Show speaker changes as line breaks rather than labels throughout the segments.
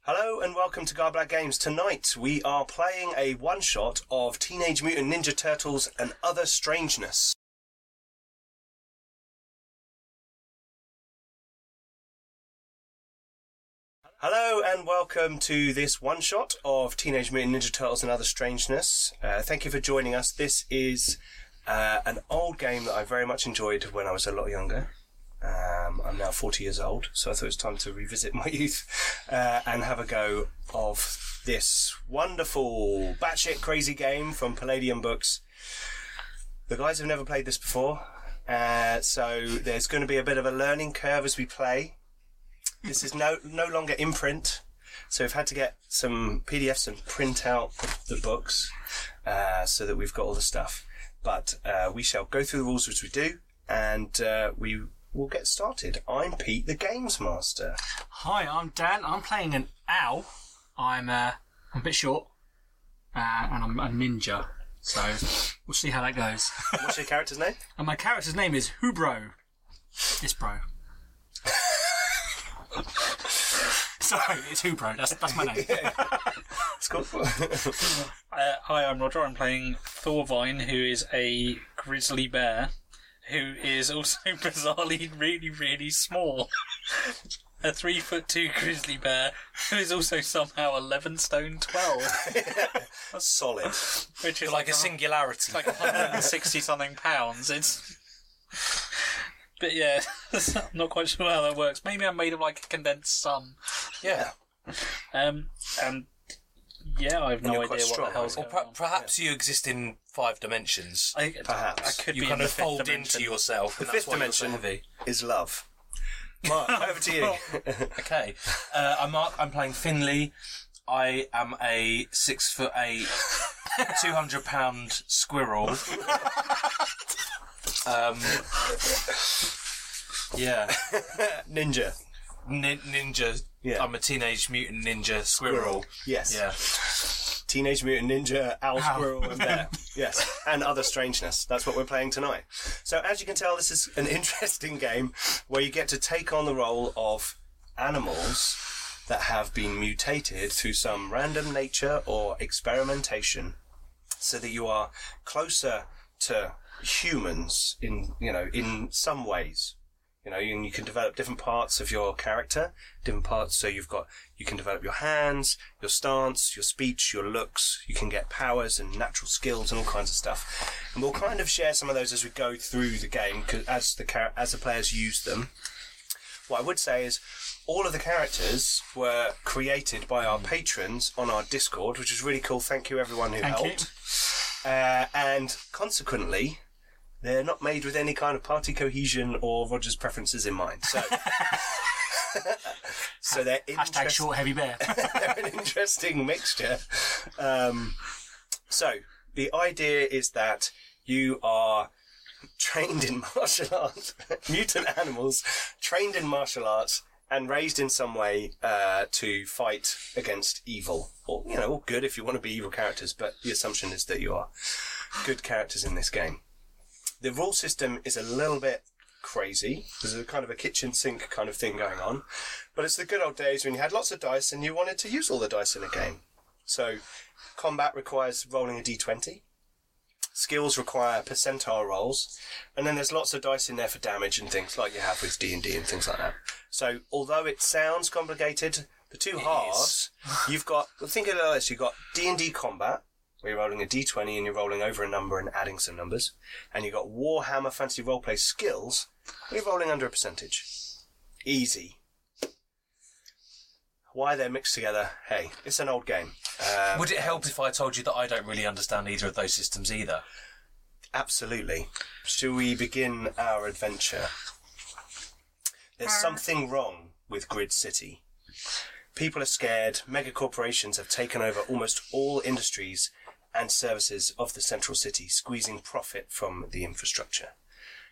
Hello and welcome to Garblag Games. Tonight we are playing a one shot of Teenage Mutant Ninja Turtles and Other Strangeness. Hello and welcome to this one shot of Teenage Mutant Ninja Turtles and Other Strangeness. Uh, thank you for joining us. This is uh, an old game that I very much enjoyed when I was a lot younger. Um, I'm now 40 years old, so I thought it was time to revisit my youth uh, and have a go of this wonderful batshit crazy game from Palladium Books. The guys have never played this before, uh, so there's going to be a bit of a learning curve as we play. This is no no longer in print, so we've had to get some PDFs and print out the books uh, so that we've got all the stuff. But uh, we shall go through the rules as we do, and uh, we will get started. I'm Pete, the Games Master.
Hi, I'm Dan. I'm playing an owl. I'm uh, I'm a bit short, uh, and I'm a ninja. So we'll see how that goes.
What's your character's name?
and my character's name is Hubro. It's bro. Sorry, it's Hubro. That's that's my name.
It's cool.
Uh, hi, I'm Roger. I'm playing Thorvine, who is a grizzly bear, who is also bizarrely really, really small. a three foot two grizzly bear who is also somehow eleven stone twelve,
That's solid.
which is
like a
single,
singularity.
like 160 something pounds. It's but yeah, I'm not quite sure how that works. Maybe I'm made of like a condensed sun.
Yeah.
Um, and yeah, I have no
you're
idea
quite
what
strong,
the hell's
aren't
going
you?
Per-
on.
perhaps you exist in five dimensions.
I,
Perhaps.
I could
you
be
kind
in
of
the fifth
fold
dimension.
into yourself. And
The
that's
fifth
why you're so
dimension.
heavy.
Is love. Mark, over to you.
Okay. Uh, I'm Mark. I'm playing Finley. I am a six foot eight, two hundred pound squirrel. um, yeah,
Ninja.
Nin- ninja.
Yeah.
I'm a teenage mutant ninja squirrel.
Yes.
Yeah.
Teenage Mutant Ninja, Owl,
Owl.
Squirrel, and Bear. yes, and other strangeness. That's what we're playing tonight. So, as you can tell, this is an interesting game where you get to take on the role of animals that have been mutated through some random nature or experimentation, so that you are closer to humans in you know in some ways you know, and you can develop different parts of your character, different parts. So you've got, you can develop your hands, your stance, your speech, your looks. You can get powers and natural skills and all kinds of stuff. And we'll kind of share some of those as we go through the game, 'cause as the char- as the players use them. What I would say is, all of the characters were created by our patrons on our Discord, which is really cool. Thank you everyone who
Thank you.
helped. Uh, and consequently, they're not made with any kind of party cohesion or Roger's preferences in mind. So, so they're,
Hashtag
interest-
short heavy bear.
they're an interesting mixture. Um, so the idea is that you are trained in martial arts, mutant animals, trained in martial arts, and raised in some way uh, to fight against evil, or you know, or good if you want to be evil characters. But the assumption is that you are good characters in this game. The rule system is a little bit crazy. There's a kind of a kitchen sink kind of thing going on, but it's the good old days when you had lots of dice and you wanted to use all the dice in a game. So, combat requires rolling a d20. Skills require percentile rolls, and then there's lots of dice in there for damage and things like you have with D and D and things like that. So, although it sounds complicated, the two halves you've got. Think of it like this: you've got D and D combat, where you're rolling a d20 and you're rolling over a number and adding some numbers, and you've got Warhammer Fantasy Roleplay skills, where you're rolling under a percentage. Easy. Why they're mixed together? Hey, it's an old game. Um,
Would it help if I told you that I don't really understand either of those systems either?
Absolutely. Shall we begin our adventure? There's something wrong with Grid City. People are scared, mega corporations have taken over almost all industries and services of the central city, squeezing profit from the infrastructure.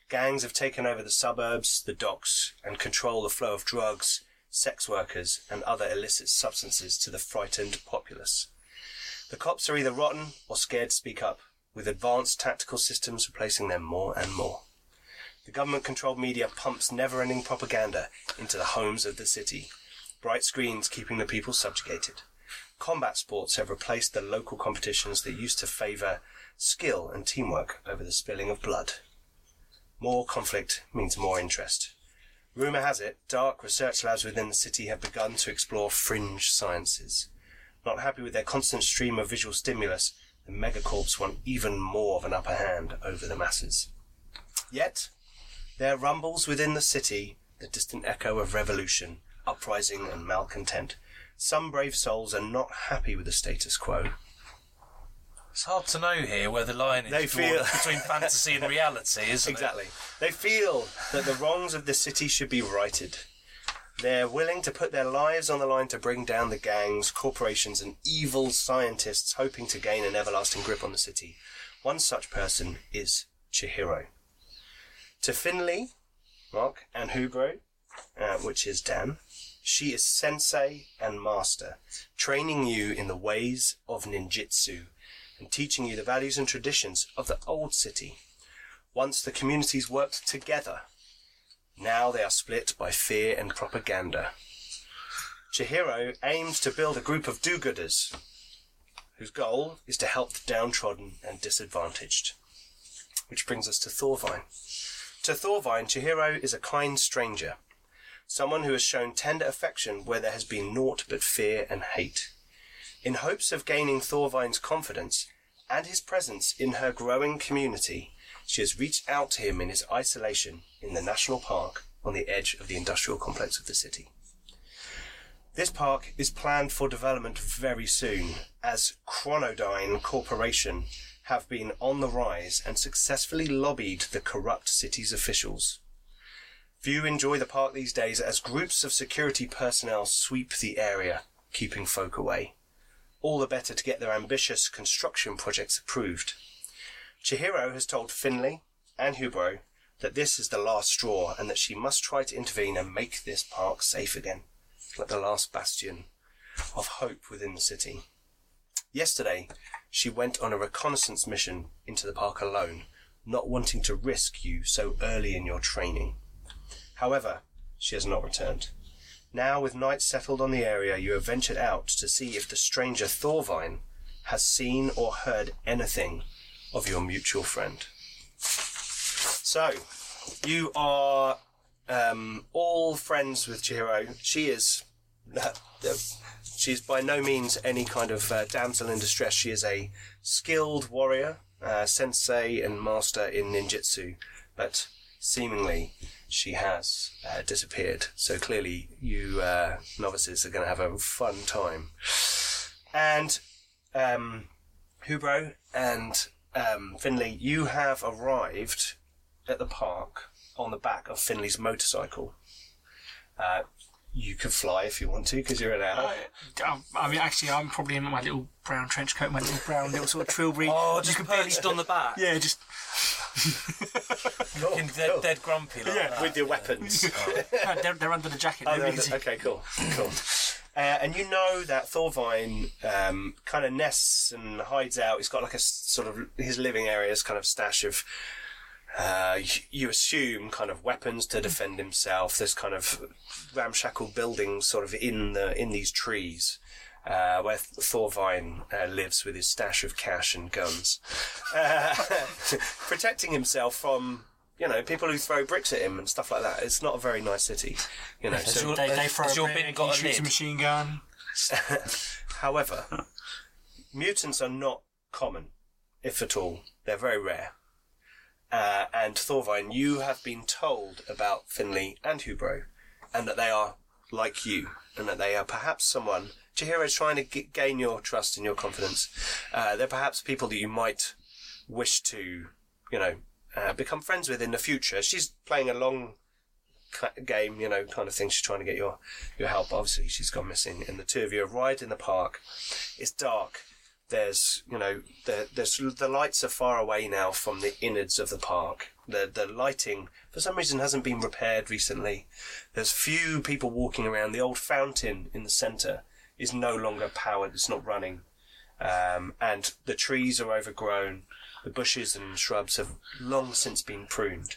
Gangs have taken over the suburbs, the docks, and control the flow of drugs, sex workers, and other illicit substances to the frightened populace. The cops are either rotten or scared to speak up, with advanced tactical systems replacing them more and more. The government controlled media pumps never ending propaganda into the homes of the city, bright screens keeping the people subjugated. Combat sports have replaced the local competitions that used to favour skill and teamwork over the spilling of blood. More conflict means more interest. Rumour has it, dark research labs within the city have begun to explore fringe sciences. Not happy with their constant stream of visual stimulus, the megacorps want even more of an upper hand over the masses. Yet, there rumbles within the city the distant echo of revolution, uprising, and malcontent. Some brave souls are not happy with the status quo.
It's hard to know here where the line is
They
drawn
feel-
between fantasy and reality, isn't
Exactly. They feel that the wrongs of the city should be righted. They're willing to put their lives on the line to bring down the gangs, corporations, and evil scientists hoping to gain an everlasting grip on the city. One such person is Chihiro. To Finley, Mark, and Hubro, uh, which is Dan, she is sensei and master, training you in the ways of ninjutsu and teaching you the values and traditions of the old city. Once the communities worked together, now they are split by fear and propaganda. Chihiro aims to build a group of do gooders whose goal is to help the downtrodden and disadvantaged. Which brings us to Thorvine. To Thorvine, Chihiro is a kind stranger, someone who has shown tender affection where there has been naught but fear and hate. In hopes of gaining Thorvine's confidence and his presence in her growing community, she has reached out to him in his isolation in the national park on the edge of the industrial complex of the city. This park is planned for development very soon, as Chronodyne Corporation have been on the rise and successfully lobbied the corrupt city's officials. Few enjoy the park these days as groups of security personnel sweep the area, keeping folk away. All the better to get their ambitious construction projects approved. Chihiro has told Finley and Hubro that this is the last straw and that she must try to intervene and make this park safe again, like the last bastion of hope within the city. Yesterday, she went on a reconnaissance mission into the park alone, not wanting to risk you so early in your training. However, she has not returned. Now, with night settled on the area, you have ventured out to see if the stranger Thorvine has seen or heard anything of your mutual friend. So, you are um, all friends with Chihiro. She is. She's by no means any kind of uh, damsel in distress. She is a skilled warrior, uh, sensei, and master in ninjutsu, but seemingly she has uh, disappeared. So clearly, you uh, novices are going to have a fun time. And um, Hubro and um, Finley, you have arrived at the park on the back of Finley's motorcycle. Uh, you could fly if you want to because you're an owl.
Um, I mean, actually, I'm probably in my little brown trench coat, my little brown little sort of trilby.
Oh, just perched on the back.
Yeah, just
Cool,
Looking dead,
cool.
dead grumpy like
Yeah.
that. Oh,
With your weapons.
no, uh, they're, they're under the jacket.
Oh,
they're
no,
easy.
no, okay, cool, cool. Uh, and you know that Thorvine um, kind of nests and hides out. He's got like a s- sort of his living area is kind of stash of. Uh, y- you assume kind of weapons to defend himself. There's kind of ramshackle buildings sort of in the in these trees uh, where Thorvine uh, lives with his stash of cash and guns, uh, protecting himself from you know people who throw bricks at him and stuff like that. It's not a very nice city, you know. so-
your-
They, they throw
has
a
your
brick,
bin got
he
a
shoots
lid?
a machine gun.
However, mutants are not common, if at all. They're very rare. Uh, and Thorvine, you have been told about Finley and Hubro, and that they are like you, and that they are perhaps someone. Chihiro is trying to g- gain your trust and your confidence. Uh, they're perhaps people that you might wish to, you know, uh, become friends with in the future. She's playing a long ki- game, you know, kind of thing. She's trying to get your your help. Obviously, she's gone missing, and the two of you arrived in the park. It's dark. There's, you know, the, there's the lights are far away now from the innards of the park. The the lighting for some reason hasn't been repaired recently. There's few people walking around. The old fountain in the centre is no longer powered. It's not running, um, and the trees are overgrown. The bushes and shrubs have long since been pruned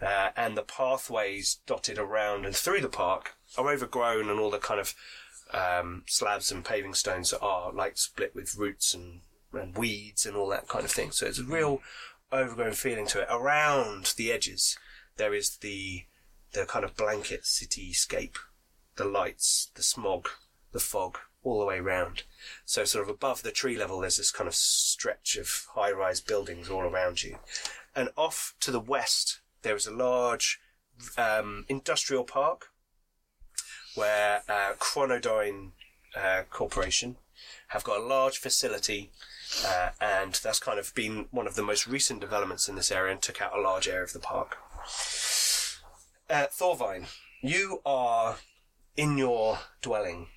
uh, and the pathways dotted around and through the park are overgrown and all the kind of um, slabs and paving stones that are like split with roots and, and weeds and all that kind of thing. So it's a real overgrown feeling to it. Around the edges, there is the the kind of blanket cityscape, the lights, the smog, the fog, all the way round. So sort of above the tree level, there's this kind of stretch of high-rise buildings all around you, and off to the west there is a large um, industrial park where uh, Chronodyne uh, Corporation have got a large facility, uh, and that's kind of been one of the most recent developments in this area and took out a large area of the park. Uh, Thorvine, you are in your dwelling.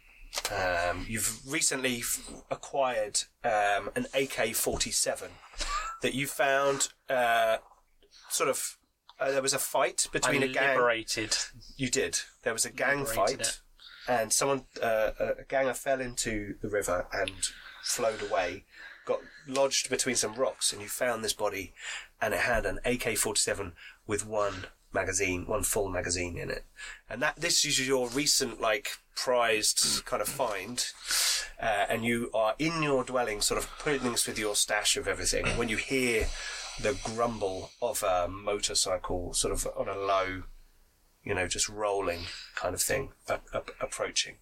Um, you've recently f- acquired um, an AK 47 that you found uh, sort of. Uh, there was a fight between a gang.
liberated.
You did. There was a gang
Liberated
fight, and someone, uh, a a ganger, fell into the river and flowed away. Got lodged between some rocks, and you found this body, and it had an AK-47 with one magazine, one full magazine in it. And that this is your recent, like, prized kind of find. Uh, and you are in your dwelling, sort of putting this with your stash of everything. When you hear the grumble of a motorcycle, sort of on a low you know, just rolling kind of thing up, up, approaching.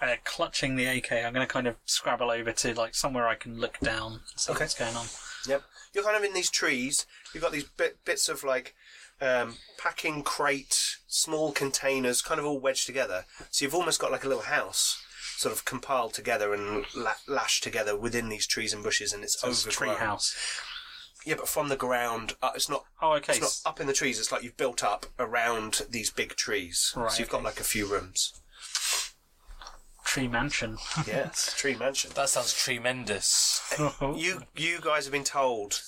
Uh, clutching the AK, I'm going to kind of scrabble over to like somewhere I can look down, and see
Okay.
what's going on.
Yep. You're kind of in these trees. You've got these bit, bits of like um, packing crate, small containers, kind of all wedged together. So you've almost got like a little house sort of compiled together and la- lashed together within these trees and bushes and it's
It's a
overgrown.
tree house.
Yeah, but from the ground, uh, it's not
Oh, okay.
It's not up in the trees. It's like you've built up around these big trees.
Right,
so you've got
okay.
like a few rooms.
Tree mansion.
Yeah, it's a tree mansion.
That sounds tremendous.
you you guys have been told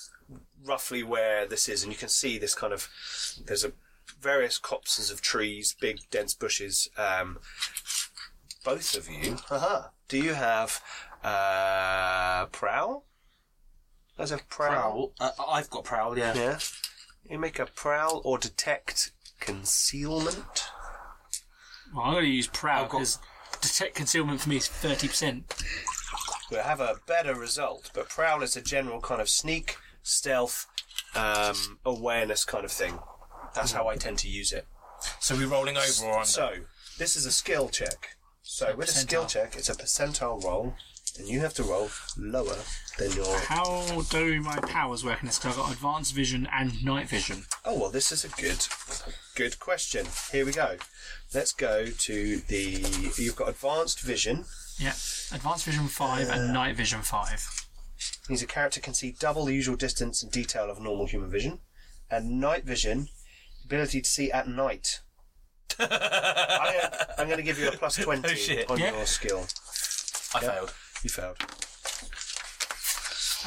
roughly where this is, and you can see this kind of there's a various copses of trees, big dense bushes. Um, both of you, uh do you have uh, prowl? Let's have prowl.
Prowl. Uh, I've got prowl. Yeah.
Yeah, you make a prowl or detect concealment.
Well, I'm going to use proud
I've got-
because detect concealment for me is thirty percent.
We'll have a better result, but prowl is a general kind of sneak, stealth, um, awareness kind of thing. That's how I tend to use it.
So we're rolling over or under.
So this is a skill check. So with a skill
percentile.
check, it's a percentile roll, and you have to roll lower than your.
How do my powers work in this? 'Cause I've got advanced vision and night vision.
Oh well, this is a good, good question. Here we go. Let's go to the. You've got advanced vision.
Yeah, advanced vision five
Uh.
and night vision five.
means a character can see double the usual distance and detail of normal human vision, and night vision, ability to see at night. I, I'm going to give you a plus twenty
shit.
on
Yeah.
your skill.
I failed.
You failed.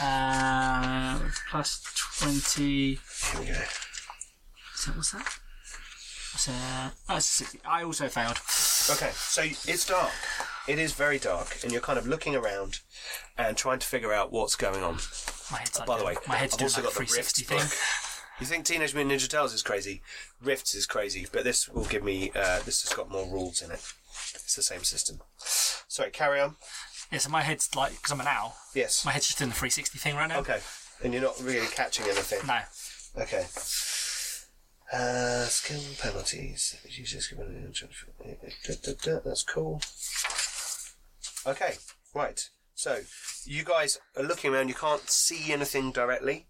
Uh, plus twenty.
Here we go.
is that- What's that? That's, uh, that's sixty. I also failed.
Okay, so it's dark. It is very dark, and you're kind of looking around and trying to figure out what's going on.
My head's like
Oh, By the way,
my head's
I've
doing
also
like a
got the Rift
360 thing.
You think Teenage Mutant Ninja Turtles is crazy? Rifts is crazy, but this will give me. Uh, this has got more rules in it. It's the same system. Sorry, carry on.
Yeah, so my head's like because I'm an owl.
Yes.
My head's just doing the 360 thing right now.
Okay, and you're not really catching anything.
No.
Okay. Uh, skill penalties. Use your skill penalty. That's cool. Okay, right. So you guys are looking around. You can't see anything directly,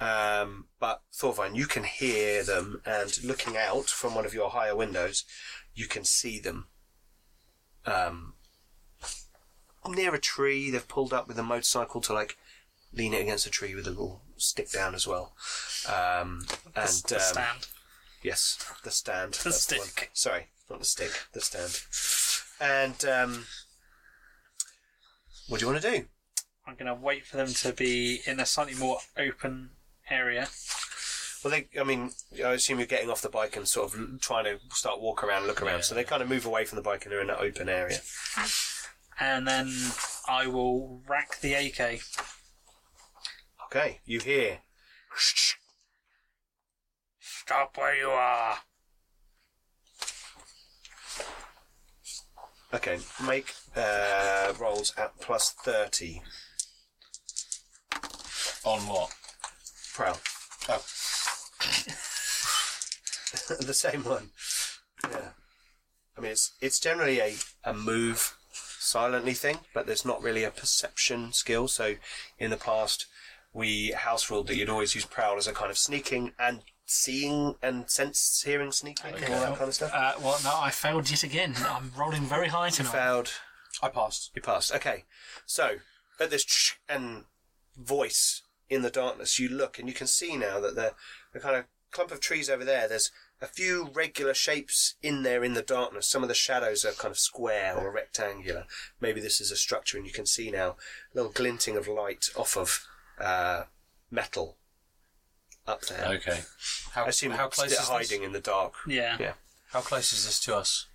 um, but Thorvine, you can hear them. And looking out from one of your higher windows, you can see them. Um, near a tree, they've pulled up with a motorcycle to like lean it against a tree with a little stick down as well. Um, and
the
um,
stand.
Yes, the stand. The
stick.
Sorry, not the stick, the stand. And um, what do you want to do?
I'm going to wait for them to be in a slightly more open area.
Well, they, I mean, I assume you're getting off the bike and sort of l- trying to start walk around, look around. So they kind of move away from the bike and they're in an open area.
and then I will rack the AK.
Okay, you hear.
Stop where you are.
Okay, make uh, rolls at plus 30.
On what?
Prowl. Oh. the same one. Yeah. I mean, it's it's generally a, a move silently thing, but there's not really a perception skill. So in the past, we house ruled that you'd always use prowl as a kind of sneaking and seeing and sense hearing sneaking and all that kind of stuff.
Uh, well, no, I failed yet again. I'm rolling very high tonight.
Failed.
I passed.
You passed. Okay. So, at this ch- and voice in the darkness, you look and you can see now that the, the kind of clump of trees over there, there's a few regular shapes in there in the darkness. Some of the shadows are kind of square or rectangular. Maybe this is a structure, and you can see now a little glinting of light off of uh, metal up there.
Okay. How,
I assume
how close is
it's
this?
hiding in the dark.
Yeah.
Yeah.
How close is this to us?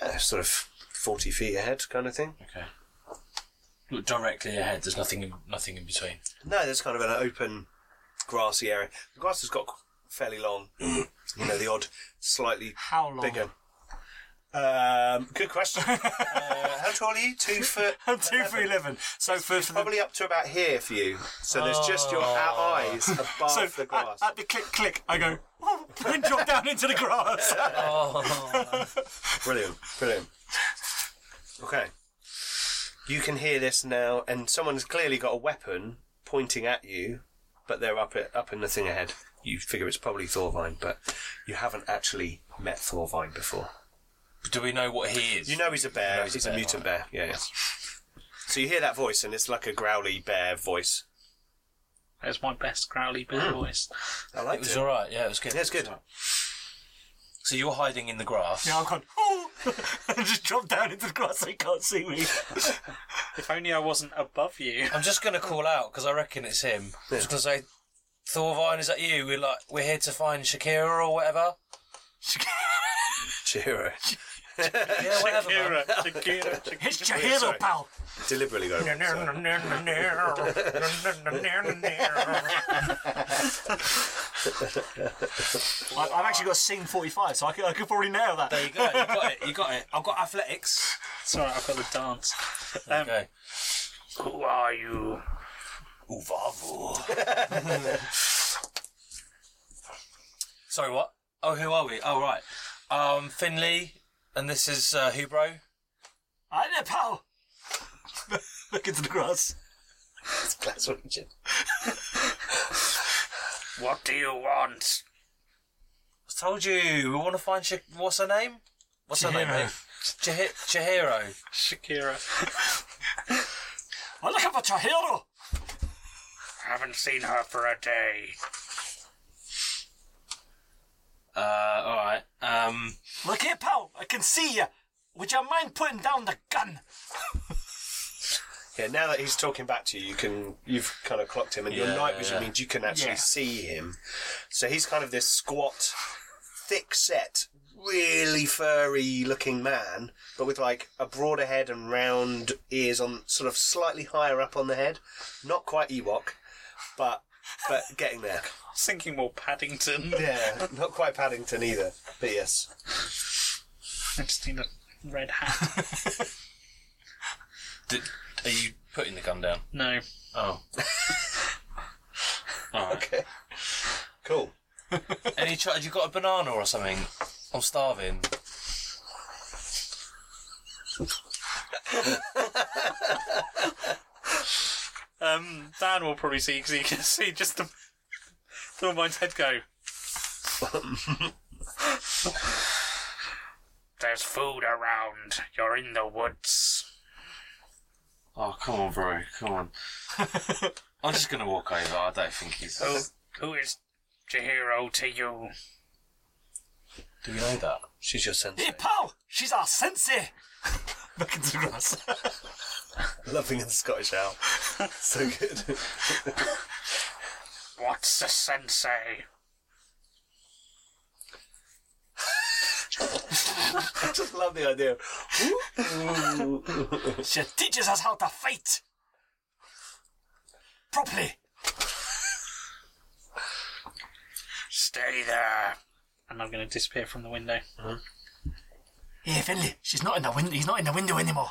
Uh, sort of 40 feet ahead, kind of thing.
Okay. Look directly ahead. There's nothing. In, nothing in between.
No, there's kind of an open, grassy area. The grass has got fairly long. you know, the odd, slightly
How long?
bigger. Um, good question. uh, how tall are you? Two foot.
I'm two for eleven. So for, for the,
Probably up to about here for you. So there's just your our eyes above
Oh. so uh,
the
at,
grass.
at the click click, I go oh, and drop down into the grass.
Brilliant, brilliant. Okay. You can hear this now, and someone's clearly got a weapon pointing at you, but they're up up in the thing ahead. You figure it's probably Thorvine, but you haven't actually met Thorvine before.
Do we know what he is?
You know he's a bear.
know
he's,
he's
a,
a bear,
mutant bear. Yeah, yeah. So you hear that voice, and it's like a growly bear voice.
That's my best growly bear
Mm.
voice.
I like
It was all right. Yeah, it was good.
Yeah, it's good.
So you're hiding in the grass.
yeah, I'm going oh, and just drop down into the grass so he can't see me.
If only I wasn't above you.
I'm just gonna call out because I reckon it's him. I'm just gonna say, Thorvine, is that you? We're like, we're here to find Shakira or whatever.
Chiro.
Yeah, whatever. man.
Shakira, Shakira, Shakira.
It's Jahira,
sorry.
pal.
Deliberately go. sorry.
I, I've actually got Sing 45, so I could, I could probably nail that.
There you go. You got it. You got it. I've got athletics.
It's alright, I've got the dance. Um,
Okay.
Who are you?
Uvavo. Sorry, what? Oh, who are we? Oh, right. Um, Finley, and this is uh, Hubro.
I know, pal. Look into the grass.
That's what you did.
What do you want?
I told you, we want to find. Sha- What's her name? What's her name,
Chihiro.
mate? Chih- Chihiro.
Shakira.
I look up at Jahira.
Haven't seen her for a day.
Uh, alright. Um,
Look here, pal. I can see you. Would you mind putting down the gun?
Yeah, now that he's talking back to you, you can you've kind of clocked him, and your
Yeah,
night vision
yeah.
means you can actually
Yeah.
see him. So he's kind of this squat, thick-set, really furry-looking man, but with like a broader head and round ears on sort of slightly higher up on the head, not quite Ewok, but but getting there.
I was thinking more Paddington.
Yeah, not quite Paddington either, but yes.
I just need a red hat.
d are you putting the gun down?
No.
Oh. Alright.
Okay. Cool.
Any ch- you got a banana or something? I'm starving.
Um, Dan will probably see because he can see just the Thorbine's head go. There's food around. You're in the woods.
Oh, come on, bro. Come on. I'm just going to walk over. I don't think he's.
Who, who is Jihiro to you?
Do we know that?
She's your sensei.
Here, pal. She's our sensei. Look into the grass.
Loving the Scottish owl. so good.
What's a sensei?
I just love the idea.
she teaches us how to fight. Properly.
Stay there. And I'm going to disappear from the window.
"Here, Finley, she's not in the window. He's not in the window anymore."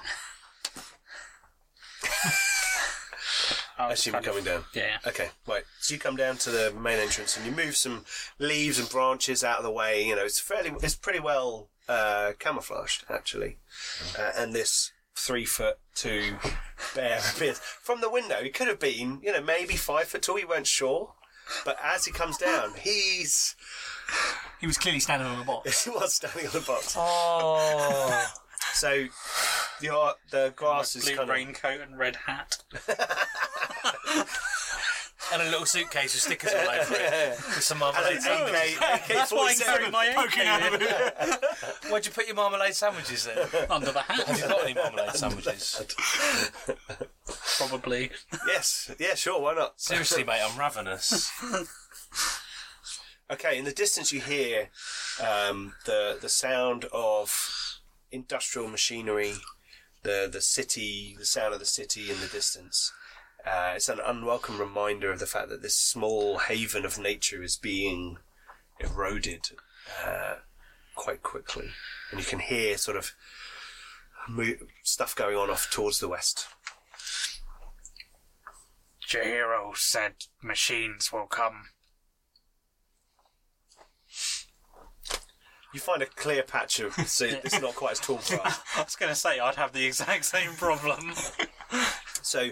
I see we're coming down.
Yeah.
Okay, right. So you come down to the main entrance and you move some leaves and branches out of the way. You know, it's fairly, it's pretty well uh, camouflaged actually. Uh, and this three foot two bear appears from the window. He could have been, you know, maybe five foot tall. You weren't sure. But as he comes down, he's
He was clearly standing on the box.
he was standing on the box.
Oh.
So your the grass is
Blue
kind of
raincoat and red hat.
and a little suitcase with stickers all over it. With some marmalade
AK,
sandwiches.
That's why I carry
AK-47.
my AK
Where'd you put your marmalade sandwiches then? Have
under the
you
hat.
got any marmalade sandwiches?
Probably.
Yes, yeah, sure, why not?
Seriously, mate, I'm ravenous.
Okay, in the distance you hear um, the the sound of industrial machinery, the the city, the sound of the city in the distance. Uh, it's an unwelcome reminder of the fact that this small haven of nature is being eroded uh, quite quickly, and you can hear sort of mo- stuff going on off towards the west.
Jahiro said machines will come.
You find a clear patch of so it's not quite as tall grass.
I was going to say I'd have the exact same problem.
So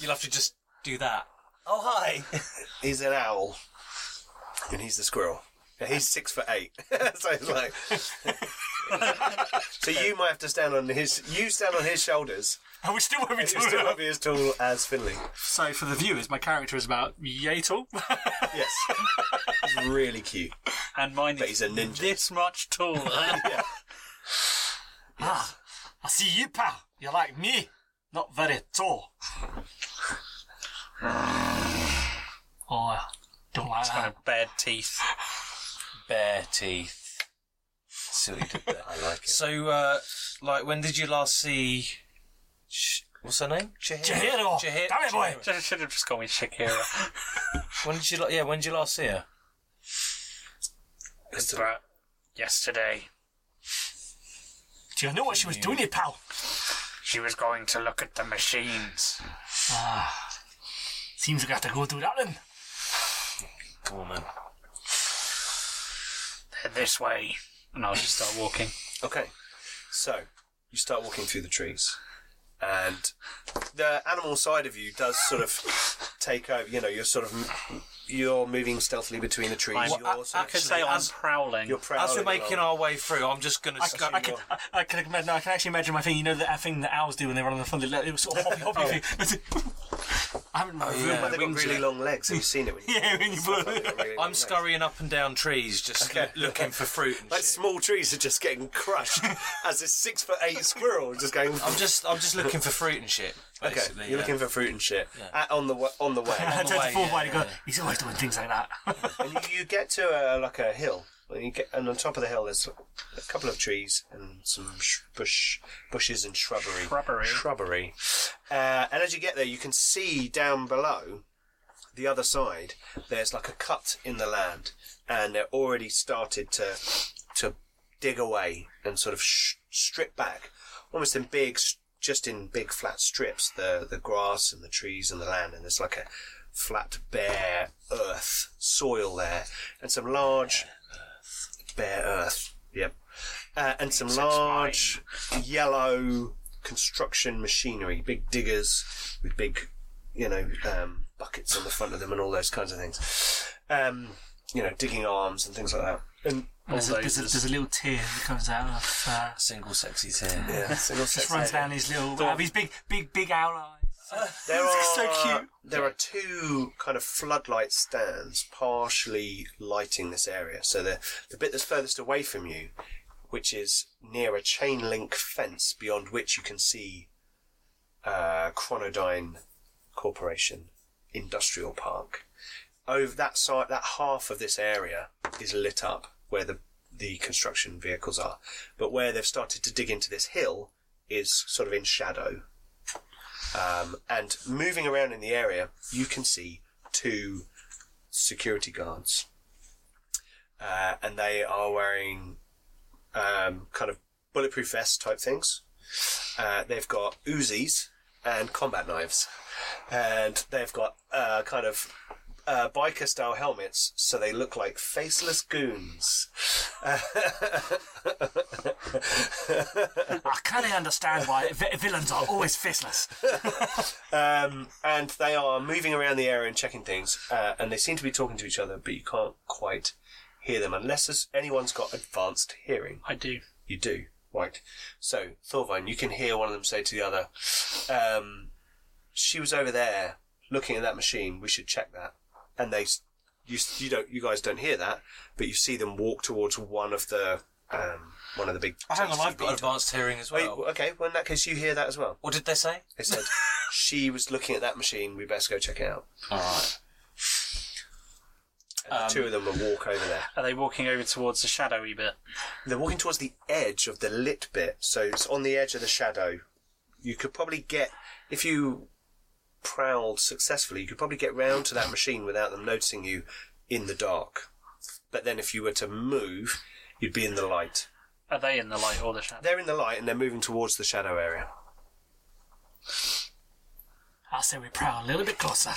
You'll have to just do that. Oh, hi.
he's an owl, and he's the squirrel. And he's six foot eight, so it's like. so you might have to stand on his. You stand on his shoulders.
And we still won't be
and You still won't be as tall as Finley.
So for the viewers, my character is about yay tall.
Yes, he's really cute.
And mine
But
is
he's a ninja.
this much taller.
Yeah.
ah, I see you, pal. You're like me, not very tall. oh, I don't like that.
Bared teeth.
Bare teeth. See what you did there.
I like it.
So, uh, like, when did you last see. Sh- What's her name?
Chihiro.
Chihiro.
Damn it, boy.
Chihiro.
Just should have just called me Shakira.
When did you, la- yeah, when did you last see her?
But yesterday,
Do you know what she was doing, here, pal?
she was going to look at the machines.
Ah, seems we got to go do that then.
Come on, man.
They're this way.
And I'll just start walking.
Okay, so you start walking through the trees, and the animal side of you does sort of take over. You know, you're sort of you're moving stealthily between the trees.
I'm-
you're
I-
sort
I
of-
I could say I'm prowling.
you're
As
prowling
we're making
along.
our way through, I'm just going to.
can- I can-
I, I can imagine. I can actually imagine my thing. You know that thing that owls do when they run on the front. They let- it was sort of hoppy, hoppy thing. I haven't revealed
yeah.
my
They've got
wings
really
yet.
long legs. Have you seen it? When you
Yeah, when you blow
They've got really long
I'm
legs.
scurrying up and down trees, just
Okay.
loo- looking for fruit and
Like
shit.
small trees are just getting crushed as this six foot eight squirrel just going.
I'm just, I'm just looking for fruit and shit.
okay,
Basically,
you're
yeah.
looking for fruit and shit At- on the wa- on the way,
I
the
turned
way,
to four
yeah,
by and
yeah,
go.
yeah.
He's always doing things like that.
and you, you get to a, like a hill. And you get, and on top of the hill, there's a couple of trees and some sh- bush, bushes and shrubbery.
Shrubbery.
Shrubbery. Uh, and as you get there, you can see down below, the other side. There's like a cut in the land, and they're already started to to dig away and sort of sh- strip back, almost in big, s- just in big flat strips, the the grass and the trees and the land, and there's like a flat bare earth soil there, and some large bare earth. Yep, uh, and some large yellow construction machinery, big diggers with big, you know, um, buckets on the front of them and all those kinds of things. Um, you know, digging arms and things like that. And
There's a, there's, a, there's a little tear that comes out of. Uh,
Single sexy tear.
yeah, single
just
sex
runs
area.
down his little. out of his big, big, big owl eyes.
There are
It's so cute.
There are two kind of floodlight stands partially lighting this area. So the the bit that's furthest away from you, which is near a chain link fence beyond which you can see uh, Chronodyne Corporation Industrial Park. Over that side, that half of this area is lit up where the the construction vehicles are, but where they've started to dig into this hill is sort of in shadow um, and moving around in the area, you can see two security guards, uh, and they are wearing um, kind of bulletproof vest type things. Uh, they've got Uzis and combat knives, and they've got uh, kind of uh, biker style helmets, so they look like faceless goons.
I kind of understand why vi- villains are always fistless.
Um, and they are moving around the area and checking things, uh, and they seem to be talking to each other, but you can't quite hear them unless there's- anyone's got advanced hearing.
I do.
You do. Right. So, Thorvine, you can hear one of them say to the other, um, she was over there looking at that machine. We should check that. And they, s- you, s- you don't, you guys don't hear that, but you see them walk towards one of the, um, one of the big.
Oh, hang on, I've
JCB
got advanced hearing as
Oh, you-
well.
okay. Well, in that case, you hear that as well.
What did they say?
They said she was looking at that machine. We best go check it out.
All right.
And the
Um,
two of them will walk over there.
Are they walking over towards the shadowy bit?
They're walking towards the edge of the lit bit, so it's on the edge of the shadow. You could probably get if you prowled successfully. You could probably get round to that machine without them noticing you in the dark. But then, if you were to move, you'd be in the light.
Are they in the light or the shadow?
They're in the light, and they're moving towards the shadow area.
I say we prowl a little bit closer.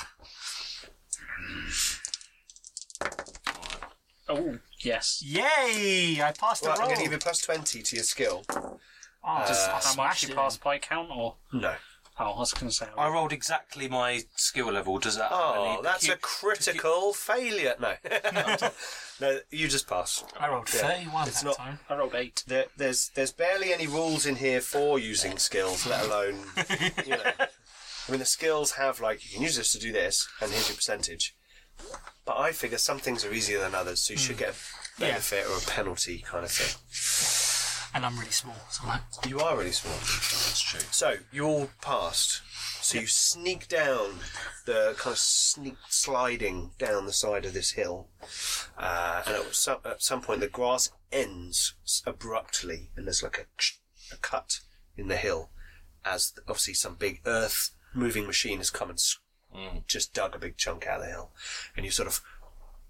Oh, yes.
Yay! I passed the
Right, I'm
roll.
going to give you plus twenty to your skill.
oh,
Does-
I
How much
smashed
you
it.
pass by count or?
No.
Oh, I was going to say.
I rolled exactly my skill level. Does that? have
Oh,
any
that's a
pecu-
critical failure. No. no, you just pass.
I rolled
Yeah.
31
It's
that
not-
time.
I rolled eight.
There, there's there's barely any rules in here for using skills, let alone you know. I mean, the skills have like you can use this to do this, and here's your percentage. But I figure some things are easier than others, so you should get a
Yeah.
benefit or a penalty kind of thing.
And I'm really small, so I'm like,
You are really small.
That's true.
So you all passed. So you sneak down the kind of sneak sliding down the side of this hill, uh, and at some, at some point the grass ends s- abruptly, and there's like a, a cut in the hill, as obviously some big earth moving machine has come and s-
Mm.
just dug a big chunk out of the hill, and you sort of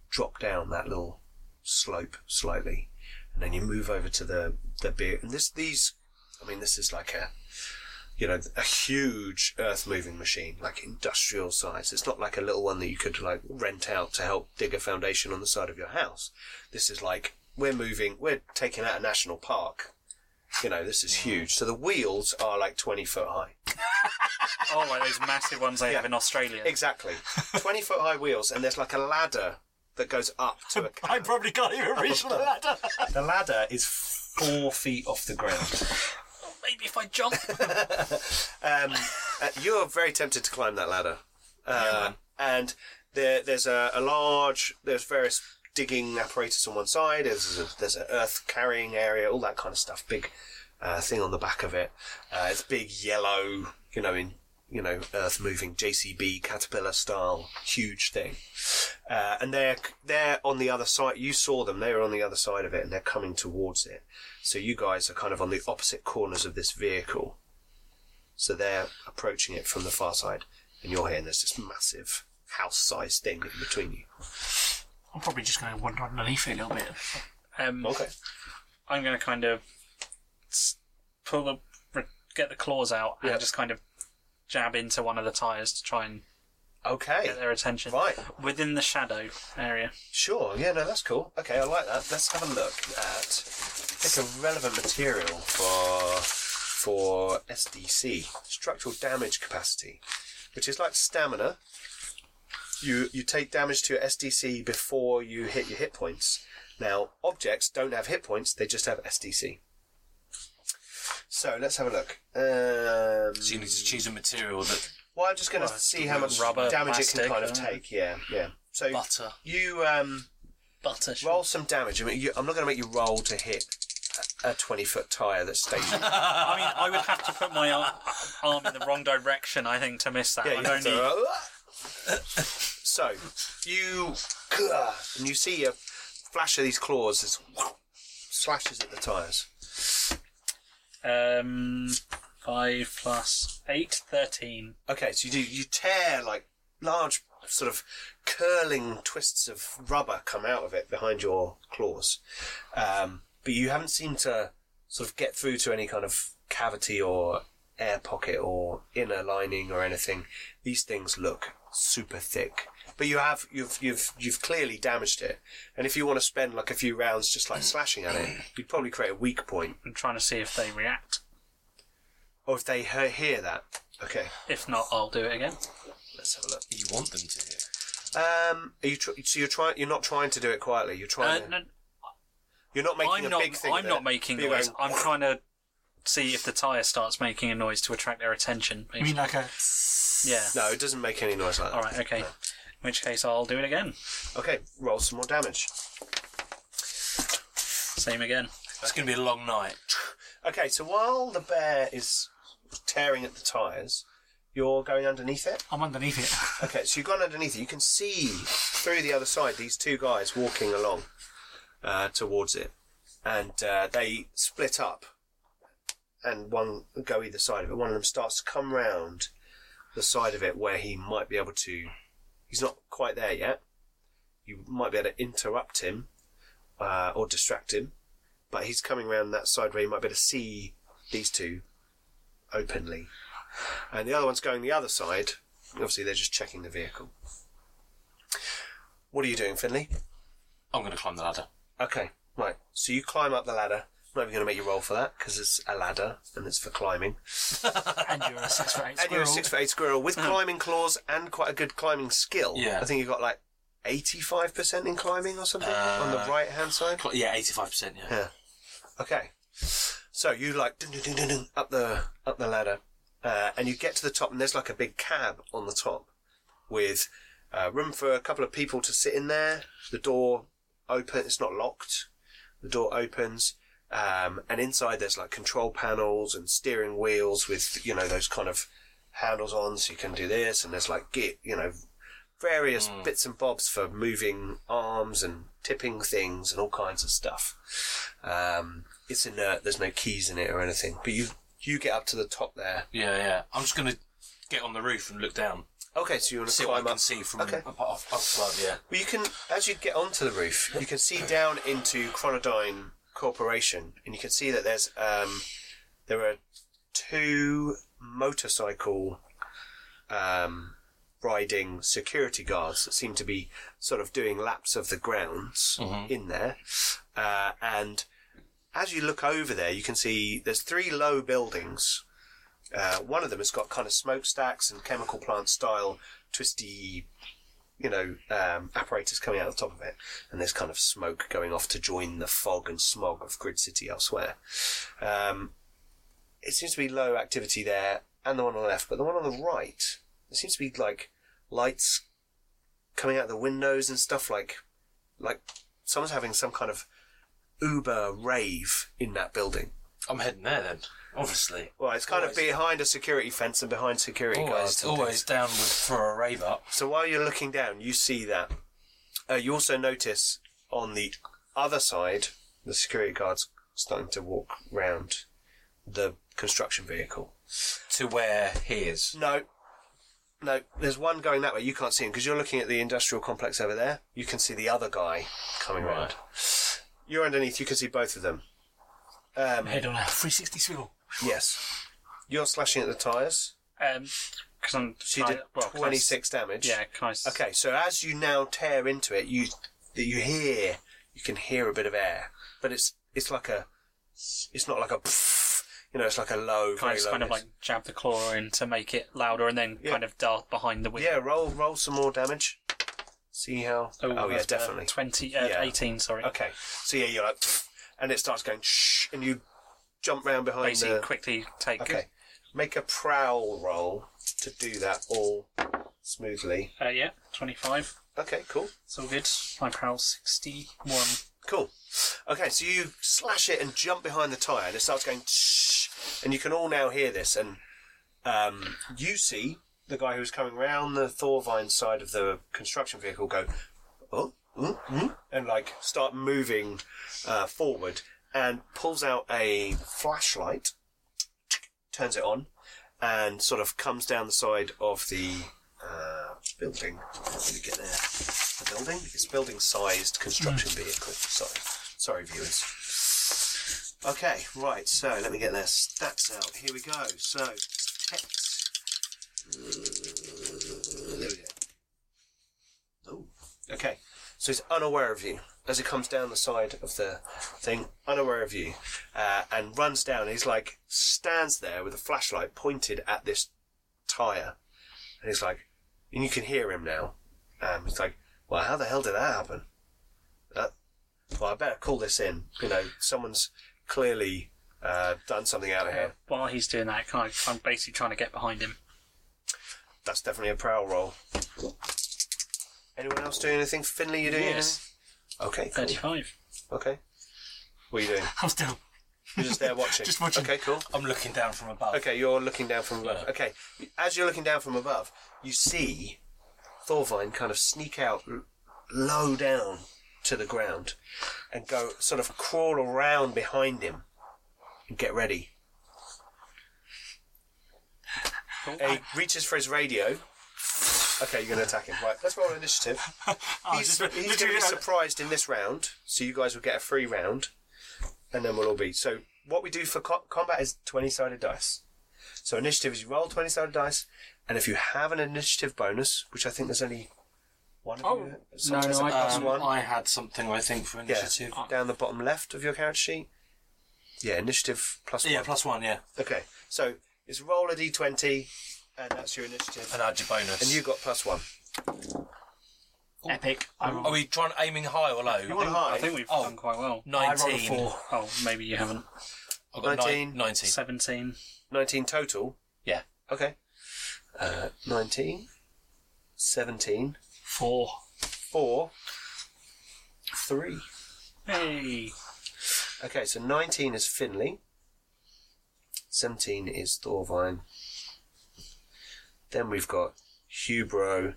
drop down that little slope slightly, and then you move over to the the beer. And this these, I mean, this is like a you know a huge earth moving machine, like industrial size. It's not like a little one that you could like rent out to help dig a foundation on the side of your house. This is like we're moving, we're taking out a national park. You know, this is huge. So the wheels are like twenty foot high.
Oh, like those massive ones they have in Australia.
Exactly, twenty foot high wheels, and there's like a ladder that goes up to a.
I probably can't even reach the ladder.
The ladder is four feet off the ground.
Maybe if I jump.
Um, uh, you are very tempted to climb that ladder, uh, and there, there's a, a large, there's various digging apparatus on one side. There's a, there's an earth carrying area, all that kind of stuff. Big uh, thing on the back of it. Uh, it's big yellow, you know, in you know, earth moving JCB caterpillar style, huge thing. Uh, and they're they're on the other side. You saw them. They were on the other side of it, and they're coming towards it. So you guys are kind of on the opposite corners of this vehicle. So they're approaching it from the far side, and you're here, and there's this massive house-sized thing in between you.
I'm probably just going to wander underneath it a little bit.
Um,
Okay.
I'm going to kind of s- pull the re- get the claws out and
Yeah.
just kind of jab into one of the tires to try and
Okay.
get their attention.
Right.
Within the shadow area.
Sure. Yeah. No, that's cool. Okay, I like that. Let's have a look at pick a relevant material for for SDC structural damage capacity, which is like stamina. You you take damage to your SDC before you hit your hit points. Now objects don't have hit points; they just have SDC. So let's have a look. Um,
So you need to choose a material that
well, I'm just going to
Well,
see how much
rubber,
damage it
plastic,
can kind of
uh,
take. Yeah, yeah. So
butter.
you um,
Butter. shot.
roll some damage. I mean, you, I'm not going to make you roll to hit a 20 foot tire that's stationary.
Uh, I mean, I would have to put my ar- arm in the wrong direction, I think, to miss that.
Yeah,
I'd
you have to- uh,
only-
so you and you see a flash of these claws as slashes at the tires. uh,
Um, 5 plus 8, 13.
Okay, so you do you tear like large sort of curling twists of rubber come out of it behind your claws, um, but you haven't seemed to sort of get through to any kind of cavity or air pocket or inner lining or anything, these things look super thick. But you have you've you've you've clearly damaged it. And if you want to spend like a few rounds just like slashing at it, you'd probably create a weak point.
I'm trying to see if they react.
Or if they he- hear that, okay,
If not, I'll do it again.
let's have a look.
You want them to hear.
Um, are you tr- so you're trying you're not trying to do it quietly. You're
Uh,
trying. to,
no,
you're not making a
I'm not.
big thing.
I'm
of
not
it,
making
but you're
noise.
going,
I'm trying to see if the tire starts making a noise to attract their attention.
I mean, like a.
yeah.
No, it doesn't make any noise like that.
All right. Okay. In which case, I'll do it again.
Okay, roll some more damage.
Same again.
It's going to be a long night.
Okay, so while the bear is tearing at the tyres, you're going underneath it.
I'm underneath it.
Okay, so you've gone underneath it. You can see through the other side these two guys walking along uh, towards it, and uh, they split up, and one go either side of it. One of them starts to come round the side of it where he might be able to. He's not quite there yet. You might be able to interrupt him uh, or distract him, but he's coming round that side where he might be able to see these two openly, and the other one's going the other side. Obviously, they're just checking the vehicle. What are you doing, Finley?
I'm going to climb the ladder.
Okay, right. So you climb up the ladder. I'm not even going to make you roll for that because it's a ladder and it's for climbing.
and you're a six foot eight
And you're
squirrel.
a six foot eight squirrel with climbing claws and quite a good climbing skill.
Yeah.
I think you got like 85% in climbing or something on the right hand side.
Cl- Yeah, 85%. Yeah.
Yeah. Okay. So you like dun, dun, dun, dun, dun, up the up the ladder, uh, and you get to the top, and there's like a big cab on the top, with uh, room for a couple of people to sit in there. The door open; it's not locked. The door opens, um, and inside there's like control panels and steering wheels with you know those kind of handles on, so you can do this. And there's like get you know various
Hmm.
bits and bobs for moving arms and tipping things and all kinds of stuff. Um, it's inert. There's no keys in it or anything. But you you get up to the top there.
Yeah, yeah. I'm just going to get on the roof and look down.
Okay, so you want to
See what I
climb
can
up.
see from
Okay.
up, up, up above, yeah.
Well, you can as you get onto the roof, you can see down into Chronodyne Corporation, and you can see that there's um, there are two motorcycle um, riding security guards that seem to be sort of doing laps of the grounds in there, uh, and as you look over there, you can see there's three low buildings. Uh, one of them has got kind of smokestacks and chemical plant style twisty you know, um, apparatus coming out of the top of it, and there's kind of smoke going off to join the fog and smog of Grid City elsewhere. Um, it seems to be low activity there, and the one on the left, but the one on the right, there seems to be like lights coming out the windows and stuff like, like someone's having some kind of Uber rave in that building.
I'm heading there then, obviously.
Well, it's kind of
Always-
behind a security fence and behind security guards.
Always,
and
always down with for a rave up.
So while you're looking down, you see that. Uh, you also notice on the other side, the security guards starting to walk round the construction vehicle.
to where he is.
No, no, there's one going that way. You can't see him because you're looking at the industrial complex over there. You can see the other guy coming
Right.
round. You're underneath. You can see both of them. Um,
Head on a 360 swivel.
yes, you're slashing at the tyres.
Um, because I'm.
She
can I-
did
well, can I s-
26 damage.
Yeah. Can I s-
Okay, so as you now tear into it, you that you hear, you can hear a bit of air, but it's it's like a, it's not like a, pfft, you know, it's like a low,
Can I
very
just
low.
kind of
noise.
like jab the claw in to make it louder, and then
Yeah.
kind of dart behind the wheel?
yeah, roll roll some more damage. See how? Oh, yeah,
that's better.
definitely.
Twenty, uh,
Yeah.
eighteen. Sorry.
Okay, so yeah, you're like, pfft, and it starts going, shh, and you jump round behind
Basically,
the.
quickly take.
Okay, make a prowl roll to do that all smoothly.
Uh, yeah, twenty-five.
Okay, cool.
It's all good. My prowl sixty-one.
Cool. Okay, so you slash it and jump behind the tyre, and it starts going, "Shh," and you can all now hear this. And um, you see the guy who's coming round the Thorvine side of the construction vehicle go, oh, mm, mm," and like start moving uh, forward, and pulls out a flashlight, turns it on, and sort of comes down the side of the uh, building. Let me get there the building. It's building sized construction vehicle. Sorry. Sorry, viewers. Okay, right, so let me get their stats out. Here we go. So, pets. There we go. Oh. Okay, so it's unaware of you as it comes down the side of the thing, unaware of you, uh, and runs down. He's like, stands there with a flashlight pointed at this tyre. And he's like, and you can hear him now. Um, he's like, well, how the hell did that happen? That, well, I better call this in. You know, someone's clearly uh, done something out of here.
While he's doing that, can I, I'm basically trying to get behind him.
That's definitely a prowl roll. Anyone else doing anything? Finley, you doing
Yes.
anything? Okay, cool.
35.
Okay. What are you doing?
I'm still.
You're just there watching.
Just watching.
Okay, cool.
I'm looking down from above.
Okay, you're looking down from above. Okay, as you're looking down from above, you see Thorvine kind of sneak out l- low down to the ground and go sort of crawl around behind him and get ready.
Oh,
And he reaches for his radio. Okay, you're going to attack him. Right, let's roll initiative.
Oh,
He's,
just-
he's going to
literally-
be surprised in this round, so you guys will get a free round, and then we'll all be. So what we do for co- combat is twenty-sided dice. So initiative is you roll twenty-sided dice, and if you have an initiative bonus, which I think there's only one of
Oh,
you,
no,
someone has
no,
a
I
plus
um,
one.
I had something I think for
yeah,
initiative.
down the bottom left of your character sheet. Yeah, initiative plus
Yeah,
one.
plus one. Yeah,
Okay, so it's roll a d20, and that's your initiative,
and add your bonus.
and you got plus one.
Epic. I rolled,
Are we trying aiming high or low?
You want high?
I think we've
Oh.
done quite well.
Nineteen.
Oh, maybe you haven't.
I got ni-
19.
Nineteen.
17.
19 total?
Yeah.
Okay. Uh, 19, 17,
four.
4, 3.
Hey.
Okay, so 19 is Finley. 17 is Thorvine. Then we've got Hubro.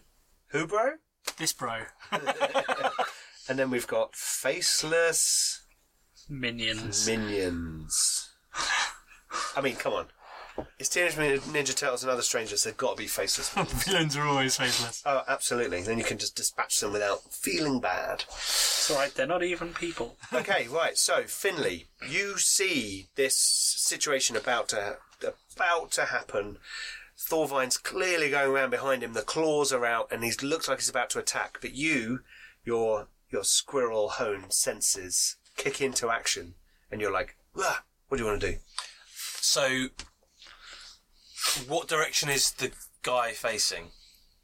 Hubro?
This bro.
And then we've got Faceless
Minions.
Minions. I mean, come on. It's Teenage Mutant Ninja Turtles and Other Strangers. They've got to be faceless.
Villains are always faceless.
Oh, absolutely. Then you can just dispatch them without feeling bad.
It's alright, they're not even people.
okay, right. So Finley, you see this situation about to about to happen. Thorvine's clearly going around behind him. The claws are out, and he looks like he's about to attack. But you, your your squirrel honed senses kick into action, and you're like, "Ah, "What do you want to do?"
So, what direction is the guy facing?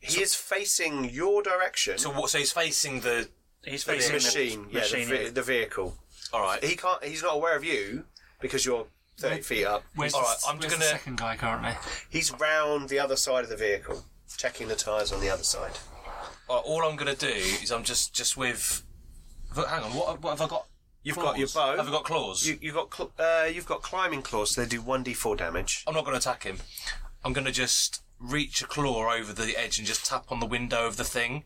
He is facing your direction.
So what? So he's facing the.
He's
the
facing
machine, yeah, the,
machine,
ve-
yeah.
the vehicle.
All right.
He can't. He's not aware of you because you're thirty feet up.
Where's
All
the,
right, I'm
where's
gonna-
the second guy currently?
He's round the other side of the vehicle, checking the tyres on the other side.
All, right, uh, all I'm gonna do is I'm just just with. but Hang on. What, what have I got?
You've
Claws?
got your bow.
Have I got claws?
You, you've got cl- uh, you've got climbing claws. So they do one d4 damage.
I'm not gonna attack him. I'm gonna just reach a claw over the edge and just tap on the window of the thing,